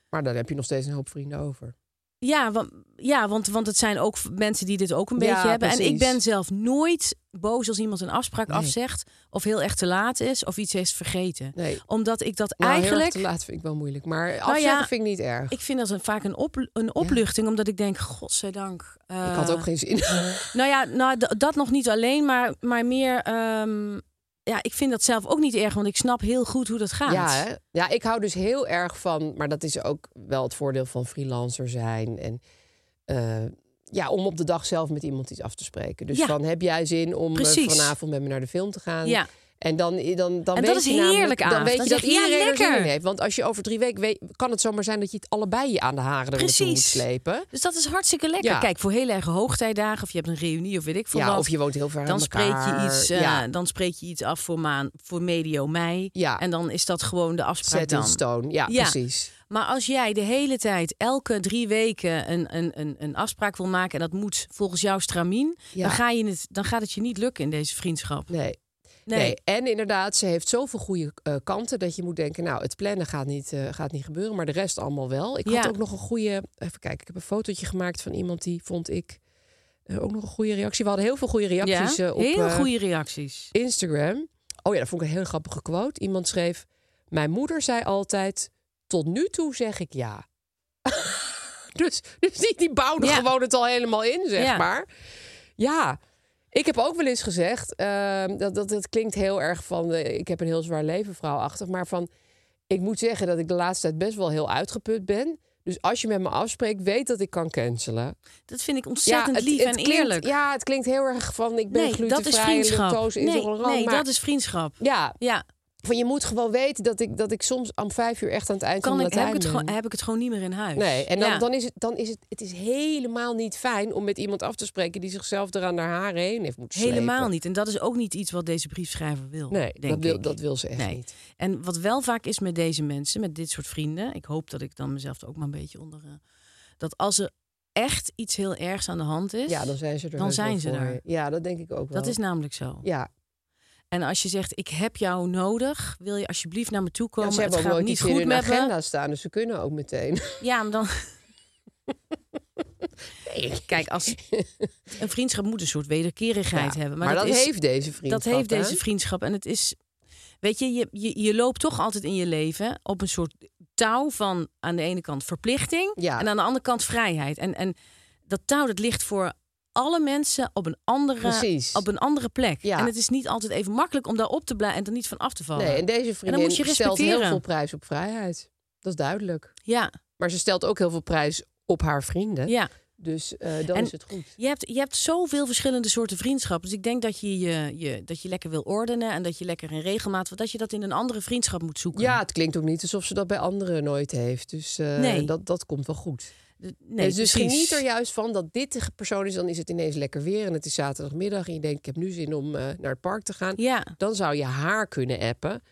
Speaker 2: maar dan heb je nog steeds een hoop vrienden over.
Speaker 1: Ja, want, ja want, want het zijn ook mensen die dit ook een
Speaker 2: Ja,
Speaker 1: beetje hebben. En ik
Speaker 2: precies.
Speaker 1: ben zelf nooit boos als iemand een afspraak
Speaker 2: Nee.
Speaker 1: afzegt. Of heel erg te laat is. Of iets heeft vergeten.
Speaker 2: Nee,
Speaker 1: Omdat ik dat
Speaker 2: Nou, heel erg
Speaker 1: eigenlijk...
Speaker 2: te laat vind ik wel moeilijk. Maar afzeggen
Speaker 1: ja,
Speaker 2: vind Nou ik niet erg.
Speaker 1: Ik vind dat een, vaak een, op, een opluchting. Omdat ik denk, godzijdank.
Speaker 2: ik
Speaker 1: eh,
Speaker 2: had ook geen zin.
Speaker 1: Nou ja, nou, d- dat nog niet alleen. Maar, maar meer... ehm, ja, ik vind dat zelf ook niet erg. Want ik snap heel goed hoe dat gaat.
Speaker 2: Ja, hè? ja, ik hou dus heel erg van, maar dat is ook wel het voordeel van freelancer zijn. En eh, ja, om op de dag zelf met iemand iets af te spreken. Dus
Speaker 1: Ja.
Speaker 2: van heb jij zin om eh,
Speaker 1: Precies.
Speaker 2: vanavond met me naar de film te gaan?
Speaker 1: Ja.
Speaker 2: En dan, dan, dan
Speaker 1: En
Speaker 2: weet
Speaker 1: dat is
Speaker 2: je namelijk-
Speaker 1: heerlijk
Speaker 2: Dan
Speaker 1: avond.
Speaker 2: weet
Speaker 1: Dan
Speaker 2: je dat
Speaker 1: zeg je, ja,
Speaker 2: iedereen er zin
Speaker 1: lekker.
Speaker 2: in heeft. Want als je over drie weken weet, kan het zomaar zijn dat je het allebei je aan de haren er naartoe moet
Speaker 1: Precies.
Speaker 2: slepen.
Speaker 1: Dus dat is hartstikke lekker.
Speaker 2: Ja.
Speaker 1: Kijk, voor heel erg hoogtijdagen. Of je hebt een reunie of weet ik veel
Speaker 2: Ja,
Speaker 1: wat.
Speaker 2: of je woont heel ver
Speaker 1: dan
Speaker 2: aan
Speaker 1: spreek je
Speaker 2: elkaar.
Speaker 1: iets, eh,
Speaker 2: ja,
Speaker 1: dan spreek je iets af voor maan, voor medio mei.
Speaker 2: Ja.
Speaker 1: En dan is dat gewoon de afspraak
Speaker 2: set in
Speaker 1: dan.
Speaker 2: stone. Ja,
Speaker 1: Ja.
Speaker 2: precies.
Speaker 1: Maar als jij de hele tijd, elke drie weken een, een, een, een afspraak wil maken en dat moet volgens jouw stramien,
Speaker 2: Ja.
Speaker 1: dan, ga je het, dan gaat het je niet lukken in deze vriendschap.
Speaker 2: Nee.
Speaker 1: Nee.
Speaker 2: Nee. en inderdaad, ze heeft zoveel goede eh, kanten dat je moet denken: nou, het plannen gaat niet, eh, gaat niet gebeuren, maar de rest allemaal wel. Ik
Speaker 1: Ja.
Speaker 2: had ook nog een goede. Even kijken, ik heb een fotootje gemaakt van iemand die vond ik eh, ook nog een goede reactie. We hadden heel veel goede reacties
Speaker 1: ja?
Speaker 2: eh, op
Speaker 1: Heel
Speaker 2: eh,
Speaker 1: goede reacties.
Speaker 2: Instagram. Oh ja, dat vond ik een heel grappige quote. Iemand schreef: Mijn moeder zei altijd: Tot nu toe zeg ik ja. dus, dus die, die bouwde
Speaker 1: Ja.
Speaker 2: gewoon het al helemaal in, zeg
Speaker 1: Ja.
Speaker 2: maar. Ja. Ik heb ook wel eens gezegd, eh, dat, dat, dat klinkt heel erg van, eh, ik heb een heel zwaar leven vrouwachtig, maar van, ik moet zeggen dat ik de laatste tijd best wel heel uitgeput ben. Dus als je met me afspreekt, weet dat ik kan cancelen.
Speaker 1: Dat vind ik ontzettend
Speaker 2: het-
Speaker 1: lief
Speaker 2: het
Speaker 1: en
Speaker 2: klinkt-
Speaker 1: eerlijk.
Speaker 2: Ja, het klinkt heel erg van ik ben
Speaker 1: nee, dat is
Speaker 2: glutenvrij en
Speaker 1: vriendschap.
Speaker 2: lactose
Speaker 1: Nee,
Speaker 2: intolerant.
Speaker 1: nee
Speaker 2: maar
Speaker 1: dat is vriendschap.
Speaker 2: ja,
Speaker 1: Ja,
Speaker 2: van je moet gewoon weten dat ik, dat ik soms om vijf uur echt aan het eind
Speaker 1: kan
Speaker 2: van
Speaker 1: ik,
Speaker 2: mijn
Speaker 1: heb, ik
Speaker 2: tijd
Speaker 1: het
Speaker 2: ben.
Speaker 1: gewoon, heb ik het gewoon niet meer in huis.
Speaker 2: Nee, en dan,
Speaker 1: Ja.
Speaker 2: dan is, het, dan is het, het is helemaal niet fijn om met iemand af te spreken die zichzelf eraan haar haar heen heeft moeten slepen.
Speaker 1: Helemaal niet. En dat is ook niet iets wat deze briefschrijver wil.
Speaker 2: Nee,
Speaker 1: denk
Speaker 2: dat wil,
Speaker 1: ik.
Speaker 2: dat wil ze echt
Speaker 1: Nee.
Speaker 2: niet.
Speaker 1: En wat wel vaak is met deze mensen, met dit soort vrienden, ik hoop dat ik dan mezelf er ook maar een beetje onder. eh, dat als er echt iets heel ergs aan de hand is,
Speaker 2: Ja, dan zijn ze er.
Speaker 1: Dus Dan
Speaker 2: heus wel
Speaker 1: zijn ze
Speaker 2: voor
Speaker 1: er.
Speaker 2: je. Ja, dat denk ik ook wel.
Speaker 1: dat is nou- namelijk zo.
Speaker 2: ja,
Speaker 1: En als je zegt, ik heb jou nodig, wil je alsjeblieft naar me toe komen.
Speaker 2: ja, ze
Speaker 1: het
Speaker 2: hebben ook nooit
Speaker 1: gaat niet
Speaker 2: iets
Speaker 1: goed
Speaker 2: in hun
Speaker 1: met
Speaker 2: agenda
Speaker 1: me.
Speaker 2: staan, dus ze kunnen ook meteen.
Speaker 1: Ja, maar dan. Kijk, als een vriendschap moet een soort wederkerigheid
Speaker 2: Ja,
Speaker 1: hebben.
Speaker 2: Maar,
Speaker 1: Maar,
Speaker 2: dat,
Speaker 1: is,
Speaker 2: heeft deze vriendschap.
Speaker 1: dat heeft
Speaker 2: hè?
Speaker 1: deze vriendschap. En het is, weet je je, je, je loopt toch altijd in je leven op een soort touw van aan de ene kant verplichting
Speaker 2: Ja.
Speaker 1: en aan de andere kant vrijheid. En, en dat touw dat ligt voor alle mensen op een andere,
Speaker 2: Precies.
Speaker 1: Op een andere plek.
Speaker 2: Ja.
Speaker 1: En het is niet altijd even makkelijk om daarop te blijven en er niet van af te vallen.
Speaker 2: Nee, en deze vriendin
Speaker 1: Oh. moet je
Speaker 2: stelt heel
Speaker 1: respecteren.
Speaker 2: veel prijs op vrijheid. Dat is duidelijk.
Speaker 1: Ja,
Speaker 2: Maar ze stelt ook heel veel prijs op haar vrienden.
Speaker 1: ja.
Speaker 2: Dus eh, dan
Speaker 1: En-
Speaker 2: is het goed.
Speaker 1: Je hebt, je hebt zoveel verschillende soorten vriendschap. Dus ik denk dat je, je, je, dat je lekker wil ordenen en dat je lekker in regelmaat. Dat je dat in een andere vriendschap moet zoeken.
Speaker 2: Ja, het klinkt ook niet alsof ze dat bij anderen nooit heeft. Dus eh,
Speaker 1: Nee.
Speaker 2: dat, dat komt wel goed.
Speaker 1: De- nee,
Speaker 2: dus dus
Speaker 1: precies.
Speaker 2: geniet er juist van dat dit de persoon is. Dan is het ineens lekker weer en het is zaterdagmiddag. En je denkt, ik heb nu zin om eh, naar het park te gaan.
Speaker 1: Ja,
Speaker 2: Dan zou je haar kunnen appen.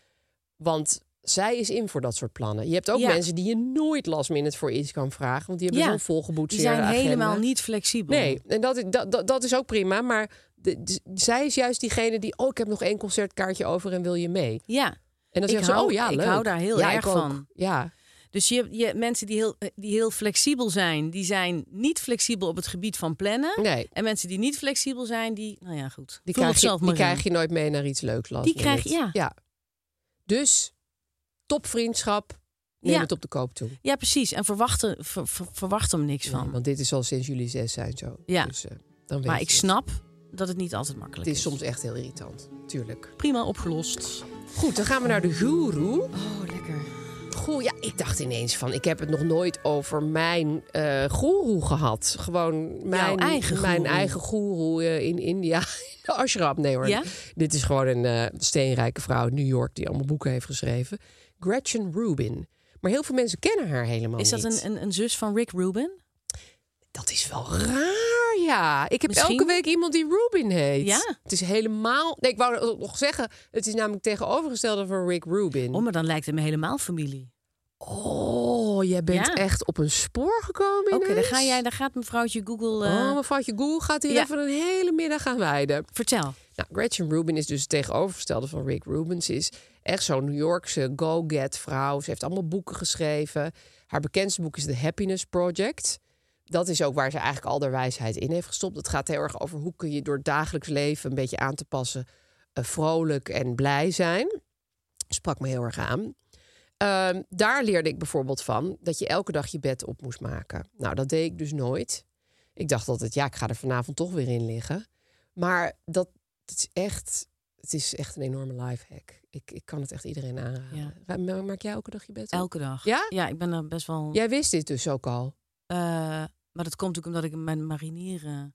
Speaker 2: Want zij is in voor dat soort plannen. Je hebt ook
Speaker 1: Ja.
Speaker 2: mensen die je nooit last minute voor iets kan vragen. Want die hebben
Speaker 1: Ja.
Speaker 2: zo'n
Speaker 1: die
Speaker 2: volgeboetseerde
Speaker 1: zijn
Speaker 2: agenda.
Speaker 1: helemaal niet flexibel.
Speaker 2: Dus Nee, en dat, dat, dat, dat is ook prima. Maar de- de- zij is juist diegene die... Oh, ik heb nog één concertkaartje over en wil je mee?
Speaker 1: Ja,
Speaker 2: En dan
Speaker 1: Ik
Speaker 2: zegt ze,
Speaker 1: hou-
Speaker 2: oh ja,
Speaker 1: ik
Speaker 2: leuk.
Speaker 1: hou daar heel
Speaker 2: Ja,
Speaker 1: erg
Speaker 2: ik ook.
Speaker 1: van.
Speaker 2: Ja,
Speaker 1: dus je, je mensen die heel, eh, die heel flexibel zijn, die zijn niet flexibel op het gebied van plannen.
Speaker 2: nee.
Speaker 1: En mensen die niet flexibel zijn, die, nou ja, goed.
Speaker 2: Die,
Speaker 1: Vul
Speaker 2: krijg
Speaker 1: het
Speaker 2: je,
Speaker 1: zelf
Speaker 2: die
Speaker 1: maar in.
Speaker 2: krijg je nooit mee naar iets leuks. last
Speaker 1: Die krijg
Speaker 2: minute.
Speaker 1: je- ja.
Speaker 2: ja. Dus topvriendschap, neem
Speaker 1: Ja.
Speaker 2: het op de koop toe.
Speaker 1: Ja, precies. En verwacht er, ver- ver- verwacht er niks van.
Speaker 2: Want dit is al sinds jullie zes zijn zo.
Speaker 1: Ja.
Speaker 2: Dus, eh, dan weet
Speaker 1: maar
Speaker 2: je
Speaker 1: ik
Speaker 2: het.
Speaker 1: snap dat het niet altijd makkelijk
Speaker 2: Het is soms Oh, echt heel irritant, tuurlijk.
Speaker 1: prima opgelost.
Speaker 2: Goed, dan gaan we naar de guru.
Speaker 1: Oh, lekker.
Speaker 2: Goh, ja, ik dacht ineens van, ik heb het nog nooit over mijn eh guru gehad. Gewoon mijn
Speaker 1: eigen
Speaker 2: mijn
Speaker 1: goeroe.
Speaker 2: eigen guru eh, in India. in de Ashram, nee hoor.
Speaker 1: Ja?
Speaker 2: Dit is gewoon een eh, steenrijke vrouw uit New York die allemaal boeken heeft geschreven. Gretchen Rubin. Maar heel veel mensen kennen haar helemaal
Speaker 1: Is dat
Speaker 2: niet.
Speaker 1: een, een, een zus van Rick Rubin?
Speaker 2: Dat is wel raar, ja. Ik heb
Speaker 1: Misschien-
Speaker 2: elke week iemand die Rubin heet.
Speaker 1: Ja.
Speaker 2: Het is helemaal... Nee, ik wou nog zeggen, het is namelijk tegenovergestelde van Rick Rubin.
Speaker 1: Oh, maar dan lijkt het me helemaal familie.
Speaker 2: Oh, jij bent
Speaker 1: Ja.
Speaker 2: echt op een spoor gekomen
Speaker 1: Oké, dan
Speaker 2: ineens.
Speaker 1: ga jij, dan gaat mevrouwtje Google. eh,
Speaker 2: Oh, mevrouwtje Google gaat hier
Speaker 1: Ja.
Speaker 2: even een hele middag aan wijden.
Speaker 1: Vertel.
Speaker 2: Nou, Gretchen Rubin is dus het tegenovergestelde van Rick Rubin. Ze is echt zo'n New Yorkse go-get vrouw. Ze heeft allemaal boeken geschreven. Haar bekendste boek is The Happiness Project. Dat is ook waar ze eigenlijk al haar wijsheid in heeft gestopt. Het gaat heel erg over hoe kun je door het dagelijks leven een beetje aan te passen... eh, vrolijk en blij zijn. Sprak me heel erg aan. Ehm, daar leerde ik bijvoorbeeld van dat je elke dag je bed op moest maken. Nou, dat deed ik dus nooit. Ik dacht altijd, ja, ik ga er vanavond toch weer in liggen. Maar dat, het is echt, het is echt een enorme lifehack. Ik, ik kan het echt iedereen aanraden. Ma- Maak jij elke dag je bed op?
Speaker 1: Elke dag.
Speaker 2: Ja?
Speaker 1: Ja, ik ben er best wel.
Speaker 2: Jij wist dit dus ook al.
Speaker 1: eh, maar dat komt ook omdat ik mijn marinieren.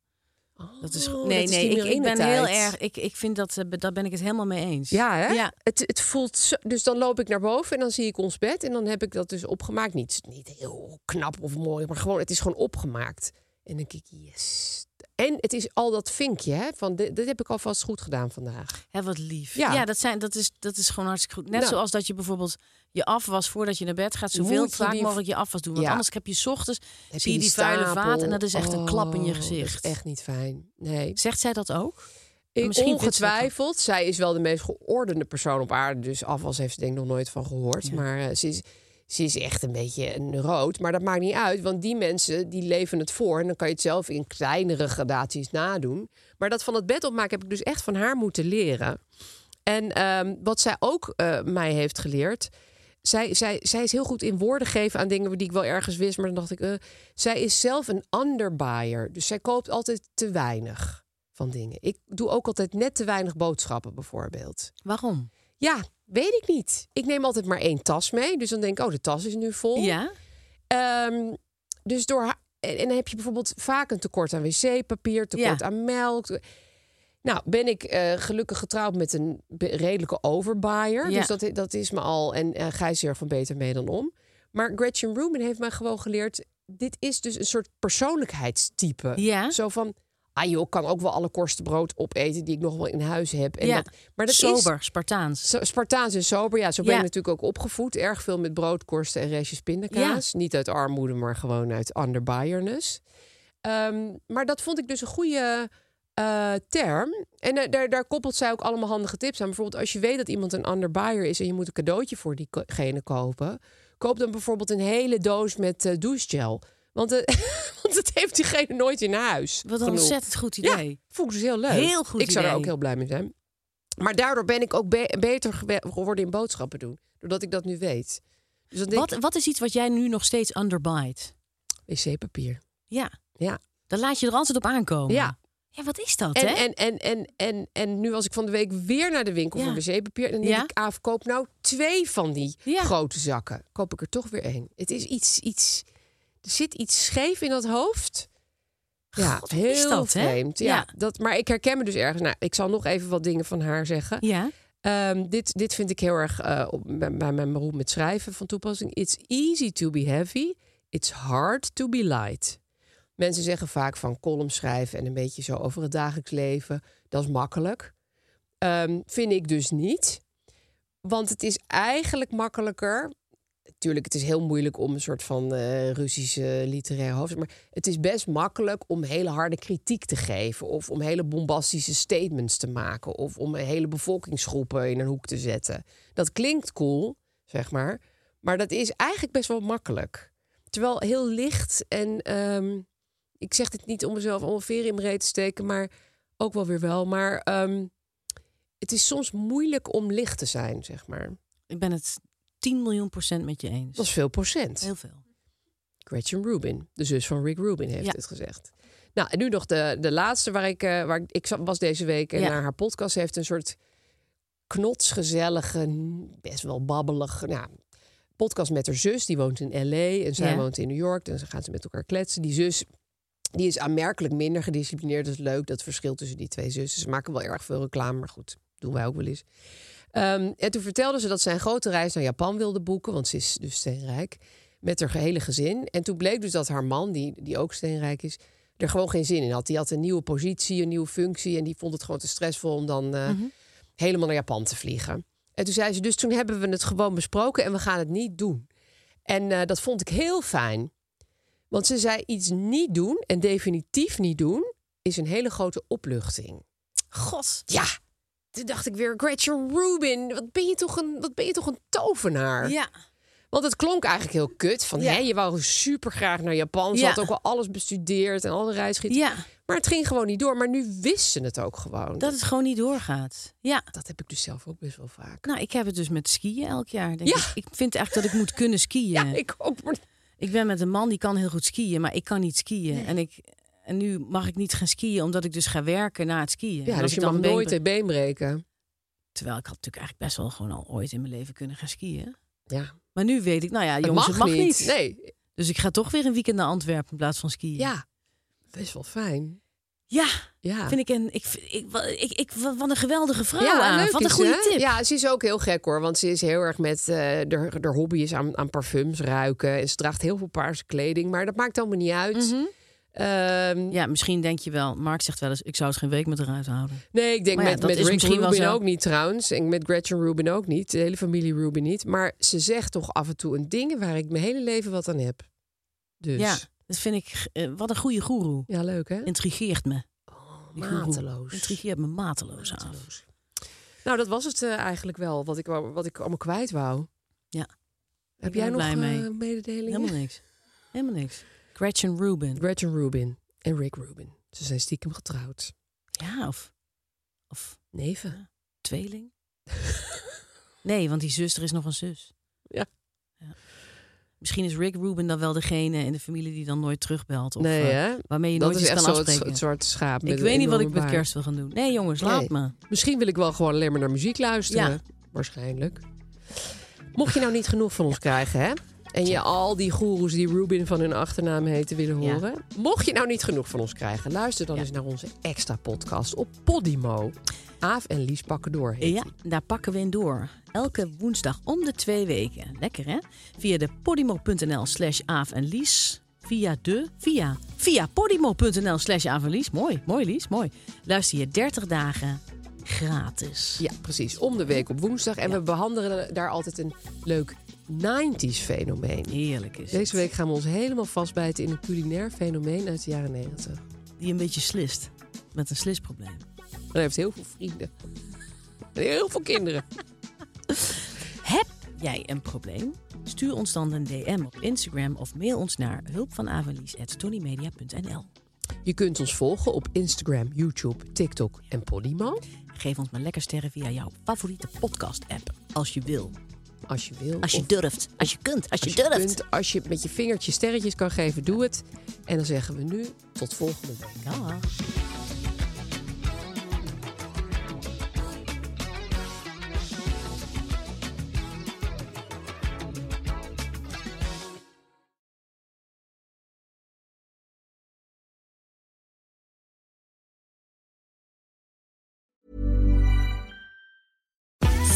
Speaker 1: Dat is.
Speaker 2: Oh,
Speaker 1: nee,
Speaker 2: dat is
Speaker 1: nee,
Speaker 2: die
Speaker 1: ik, ik ben heel
Speaker 2: marinetijd.
Speaker 1: erg. Ik, ik vind dat. eh, be- daar ben ik het helemaal mee eens.
Speaker 2: Ja, hè?
Speaker 1: Ja.
Speaker 2: Het, het voelt zo, dus dan loop ik naar boven en dan zie ik ons bed. En dan heb ik dat dus opgemaakt. Niet, niet heel knap of mooi, maar gewoon, het is gewoon opgemaakt. En dan kijk ik, yes. En het is al dat vinkje, hè? Van, dit, dit heb ik alvast goed gedaan vandaag.
Speaker 1: Hè, wat lief. Ja,
Speaker 2: Ja.
Speaker 1: dat, zijn, dat, is, dat is gewoon hartstikke goed. Net
Speaker 2: Nou.
Speaker 1: zoals dat je bijvoorbeeld je afwas voordat je naar bed gaat. Zoveel
Speaker 2: Moet je
Speaker 1: vaak
Speaker 2: die-
Speaker 1: mogelijk je afwas doen. Want
Speaker 2: Ja.
Speaker 1: anders heb je 's ochtends.
Speaker 2: Heb
Speaker 1: zie je die, vuile
Speaker 2: stapel?
Speaker 1: vaat en dat is echt een klap in je
Speaker 2: Oh,
Speaker 1: gezicht.
Speaker 2: Dat is echt niet fijn. Nee.
Speaker 1: Zegt zij dat ook?
Speaker 2: Ik,
Speaker 1: Misschien vindt ze dat
Speaker 2: ongetwijfeld. Zij is wel de meest geordende persoon op aarde. Dus afwas heeft ze denk ik nog nooit van gehoord. Maar eh, ze, is, ze is echt een beetje een rood. Maar dat maakt niet uit. Want die mensen die leven het voor. En dan kan je het zelf in kleinere gradaties nadoen. Maar dat van het bed opmaken heb ik dus echt van haar moeten leren. En ehm, wat zij ook eh, mij heeft geleerd. Zij, zij, zij is heel goed in woorden geven aan dingen die ik wel ergens wist. Maar dan dacht ik, eh, zij is zelf een underbuyer. Dus zij koopt altijd te weinig van dingen. Ik doe ook altijd net te weinig boodschappen bijvoorbeeld.
Speaker 1: Waarom?
Speaker 2: Ja, weet ik niet. Ik neem altijd maar één tas mee. Dus dan denk ik, oh, de tas is nu vol.
Speaker 1: Ja.
Speaker 2: Ehm, dus door. ha- En en dan heb je bijvoorbeeld vaak een tekort aan wc-papier, tekort
Speaker 1: Ja.
Speaker 2: aan melk. Nou, ben ik eh, gelukkig getrouwd met een be- redelijke overbuyer.
Speaker 1: Ja.
Speaker 2: Dus dat, i- dat is me al. En eh Gijs heel erg van beter mee dan om. Maar Gretchen Rubin heeft mij gewoon geleerd. Dit is dus een soort persoonlijkheidstype.
Speaker 1: Ja.
Speaker 2: Zo van. Ah joh, ik kan ook wel alle korsten brood opeten die ik nog wel in huis heb. En
Speaker 1: Ja.
Speaker 2: dat, maar dat is
Speaker 1: Sober, Spartaans.
Speaker 2: zo- Spartaans en sober, ja, zo ben
Speaker 1: Ja.
Speaker 2: ik natuurlijk ook opgevoed. Erg veel met broodkorsten en restjes pindakaas. Niet uit armoede, maar gewoon uit underbuyerness. Ehm, maar dat vond ik dus een goede eh, term. En daar- daar, daar koppelt zij ook allemaal handige tips aan. Bijvoorbeeld als je weet dat iemand een underbuyer is... en je moet een cadeautje voor diegene kopen... koop dan bijvoorbeeld een hele doos met eh, douchegel. Want, eh, want dat heeft diegene nooit in huis.
Speaker 1: Wat een
Speaker 2: Genoeg.
Speaker 1: ontzettend goed idee.
Speaker 2: Ja, vond ik dus heel leuk.
Speaker 1: Heel goed
Speaker 2: Ik zou er
Speaker 1: idee.
Speaker 2: ook heel blij mee zijn. Maar daardoor ben ik ook be- beter gewe- geworden in boodschappen doen. Doordat ik dat nu weet. Dus dan denk
Speaker 1: Wat, wat is iets wat jij nu nog steeds underbite?
Speaker 2: ik, wc-papier.
Speaker 1: Ja.
Speaker 2: Ja.
Speaker 1: Dan laat je er altijd op aankomen.
Speaker 2: Ja.
Speaker 1: Ja, wat is dat,
Speaker 2: En,
Speaker 1: hè?
Speaker 2: en, en, en, en, en nu was ik van de week weer naar de winkel
Speaker 1: Ja.
Speaker 2: voor wc-papier. En dan denk
Speaker 1: Ja.
Speaker 2: ik, Aaf, koop nou twee van die
Speaker 1: Ja.
Speaker 2: grote zakken. Koop ik er toch weer één. Het is iets, iets... Er zit iets scheef in dat hoofd. Ja,
Speaker 1: God, wat
Speaker 2: heel
Speaker 1: is dat, hè?
Speaker 2: vreemd. Ja,
Speaker 1: Ja.
Speaker 2: Dat, maar ik herken me dus ergens. Nou, ik zal nog even wat dingen van haar zeggen.
Speaker 1: Ja.
Speaker 2: Ehm, dit, dit vind ik heel erg eh, op, bij, bij mijn beroep met schrijven van toepassing. It's easy to be heavy, it's hard to be light. Mensen zeggen vaak van column schrijven en een beetje zo over het dagelijks leven. Dat is makkelijk. Ehm, vind ik dus niet. Want het is eigenlijk makkelijker. Natuurlijk, het is heel moeilijk om een soort van eh, Russische literaire hoofd. Maar het is best makkelijk om hele harde kritiek te geven. Of om hele bombastische statements te maken. Of om hele bevolkingsgroepen in een hoek te zetten. Dat klinkt cool, zeg maar. Maar dat is eigenlijk best wel makkelijk. Terwijl heel licht en ehm, ik zeg dit niet om mezelf allemaal veren in mijn reet te steken, maar ook wel weer wel. Maar ehm, het is soms moeilijk om licht te zijn, zeg maar.
Speaker 1: Ik ben het 10 miljoen procent met je eens.
Speaker 2: Dat is veel procent.
Speaker 1: heel veel.
Speaker 2: Gretchen Rubin, de zus van Rick Rubin, heeft
Speaker 1: Ja.
Speaker 2: het gezegd. Nou, en nu nog de, de laatste waar ik, eh, waar ik, ik zat- was deze week en
Speaker 1: Ja.
Speaker 2: naar haar podcast. Ze heeft een soort knotsgezellige, best wel babbelig, nou, podcast met haar zus. Die woont in L.A. en zij
Speaker 1: Ja.
Speaker 2: woont in New York. En ze gaan ze met elkaar kletsen. Die zus die is aanmerkelijk minder gedisciplineerd. Dat is leuk, dat verschil tussen die twee zussen. Ze maken wel erg veel reclame, maar goed, doen wij ook wel eens. Ehm, en toen vertelde ze dat zij een grote reis naar Japan wilde boeken, want ze is dus steenrijk, met haar gehele gezin. En toen bleek dus dat haar man, die, die ook steenrijk is, er gewoon geen zin in had. Die had een nieuwe positie, een nieuwe functie en die vond het gewoon te stressvol om dan eh, helemaal naar Japan te vliegen. En toen zei ze, dus toen hebben we het gewoon besproken en we gaan het niet doen. En eh, dat vond ik heel fijn. Want ze zei iets niet doen en definitief niet doen is een hele grote opluchting.
Speaker 1: God.
Speaker 2: Ja, toen dacht ik weer Gretchen Rubin, wat ben je toch een, wat ben je toch een tovenaar?
Speaker 1: Ja.
Speaker 2: Want het klonk eigenlijk heel kut van hè, je wou super graag naar Japan, ze
Speaker 1: Ja.
Speaker 2: had ook al alles bestudeerd en alle reisgids.
Speaker 1: Ja.
Speaker 2: Maar het ging gewoon niet door, maar nu wist ze het ook gewoon.
Speaker 1: Dat het gewoon niet doorgaat. Ja.
Speaker 2: dat heb ik dus zelf ook best wel vaak.
Speaker 1: Nou, ik heb het dus met skiën elk jaar. Denk
Speaker 2: Ja.
Speaker 1: ik. ik vind echt dat ik moet kunnen skiën.
Speaker 2: Ja, ik ook. maar-
Speaker 1: Ik ben met een man die kan heel goed skiën, maar ik kan niet skiën. En, ik, en nu mag ik niet gaan skiën, omdat ik dus ga werken na het skiën. En
Speaker 2: Ja,
Speaker 1: als
Speaker 2: dus
Speaker 1: ik
Speaker 2: je
Speaker 1: dan
Speaker 2: mag
Speaker 1: een been
Speaker 2: nooit
Speaker 1: breek-
Speaker 2: een been breken.
Speaker 1: Terwijl ik had natuurlijk eigenlijk best wel gewoon al ooit in mijn leven kunnen gaan skiën.
Speaker 2: Ja,
Speaker 1: Maar nu weet ik, nou ja, jongens,
Speaker 2: het
Speaker 1: het mag niet.
Speaker 2: Nee,
Speaker 1: Dus ik ga toch weer een weekend naar Antwerpen in plaats van skiën.
Speaker 2: ja, best wel fijn.
Speaker 1: Ja,
Speaker 2: Ja.
Speaker 1: vind ik een... Ik, ik, ik, ik- wat een geweldige vrouw
Speaker 2: Ja,
Speaker 1: aan.
Speaker 2: leuk
Speaker 1: wat een
Speaker 2: is,
Speaker 1: goede
Speaker 2: hè?
Speaker 1: tip.
Speaker 2: Ja, ze is ook heel gek hoor. Want ze is heel erg met. eh haar, haar hobby is aan, aan parfums ruiken. En ze draagt heel veel paarse kleding. Maar dat maakt allemaal niet uit. Ehm,
Speaker 1: Mhm. Ja, misschien denk je wel, Mark zegt wel eens, ik zou het geen week met eruit houden.
Speaker 2: Nee, ik denk
Speaker 1: Maar ja,
Speaker 2: met,
Speaker 1: dat
Speaker 2: met
Speaker 1: is
Speaker 2: Rick
Speaker 1: misschien wel
Speaker 2: Rubin
Speaker 1: zo.
Speaker 2: ook niet trouwens. En met Gretchen Rubin ook niet. De hele familie Rubin niet. Maar ze zegt toch af en toe een ding waar ik mijn hele leven wat aan heb. Dus
Speaker 1: Ja,
Speaker 2: ja,
Speaker 1: dat vind ik, eh, wat een goede goeroe.
Speaker 2: leuk hè?
Speaker 1: Intrigeert me. Die goeroe.
Speaker 2: Oh, Mateloos.
Speaker 1: Intrigeert me mateloos, af.
Speaker 2: Mateloos. Nou, dat was het eh, eigenlijk wel. Wat ik, wou- wat ik allemaal kwijt wou.
Speaker 1: Ja.
Speaker 2: Heb
Speaker 1: ben
Speaker 2: jij
Speaker 1: er
Speaker 2: nog
Speaker 1: blij
Speaker 2: eh,
Speaker 1: mee.
Speaker 2: mededelingen?
Speaker 1: Helemaal niks. Helemaal niks. Gretchen Rubin.
Speaker 2: Gretchen Rubin en Rick Rubin. Ze zijn stiekem getrouwd.
Speaker 1: Ja, of, of
Speaker 2: Neven.
Speaker 1: tweeling? Nee, want die zuster is nog een zus.
Speaker 2: Ja.
Speaker 1: Ja. Misschien is Rick Rubin dan wel degene in de familie die dan nooit terugbelt. Of,
Speaker 2: nee,
Speaker 1: eh,
Speaker 2: hè?
Speaker 1: waarmee je
Speaker 2: Dat
Speaker 1: nooit
Speaker 2: is
Speaker 1: iets
Speaker 2: echt
Speaker 1: kan
Speaker 2: zo het,
Speaker 1: afspreken.
Speaker 2: het zwarte schaap. met
Speaker 1: ik
Speaker 2: een
Speaker 1: weet niet wat ik
Speaker 2: enorme
Speaker 1: met
Speaker 2: baard.
Speaker 1: kerst wil gaan doen. Nee, jongens, laat
Speaker 2: Nee.
Speaker 1: me.
Speaker 2: Misschien wil ik wel gewoon alleen maar naar muziek luisteren.
Speaker 1: Ja.
Speaker 2: Waarschijnlijk. Mocht je nou niet genoeg van ons krijgen, hè? En je al die goeroes die Rubin van hun achternaam heten willen
Speaker 1: Ja.
Speaker 2: horen. Mocht je nou niet genoeg van ons krijgen, luister dan eens naar onze extra podcast op Podimo. Aaf en Lies pakken door. heet
Speaker 1: Ja, daar pakken we in door. Elke woensdag om de twee weken. Lekker hè? Via de podimo.nl slash Aaf en Lies. Via de, via, via podimo.nl slash Aaf en Lies. Mooi, mooi Lies, mooi. Luister je 30 dagen gratis.
Speaker 2: Ja, precies. Om de week op woensdag. En we behandelen daar altijd een leuk 90s fenomeen.
Speaker 1: Heerlijk is het.
Speaker 2: Deze week gaan we ons helemaal vastbijten in een culinair fenomeen uit de jaren 90.
Speaker 1: Die een beetje slist. Met een slisprobleem.
Speaker 2: En hij heeft heel veel vrienden. En heel veel kinderen.
Speaker 1: Heb jij een probleem? Stuur ons dan een DM op Instagram of mail ons naar hulpvanavelies.tonymedia.nl
Speaker 2: Je kunt ons volgen op Instagram, YouTube, TikTok en Podimo.
Speaker 1: Geef ons maar lekker sterren via jouw favoriete podcast-app. Als je wil.
Speaker 2: Als je wil.
Speaker 1: Als je
Speaker 2: Of
Speaker 1: durft. Als je kunt. Als je,
Speaker 2: als je
Speaker 1: durft.
Speaker 2: kunt, als je met je vingertje sterretjes kan geven, doe het. En dan zeggen we nu tot volgende week.
Speaker 1: Ja.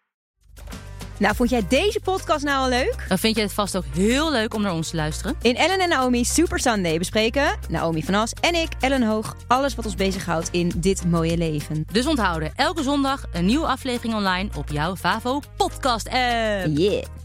Speaker 5: Nou, vond jij deze podcast nou al leuk?
Speaker 6: Dan vind je het vast ook heel leuk om naar ons te luisteren.
Speaker 5: In Ellen en Naomi Super Sunday bespreken Naomi van As en ik, Ellen Hoog, alles wat ons bezighoudt in dit mooie leven.
Speaker 6: Dus onthouden, elke zondag een nieuwe aflevering online op jouw Favo podcast app.
Speaker 5: Yeah.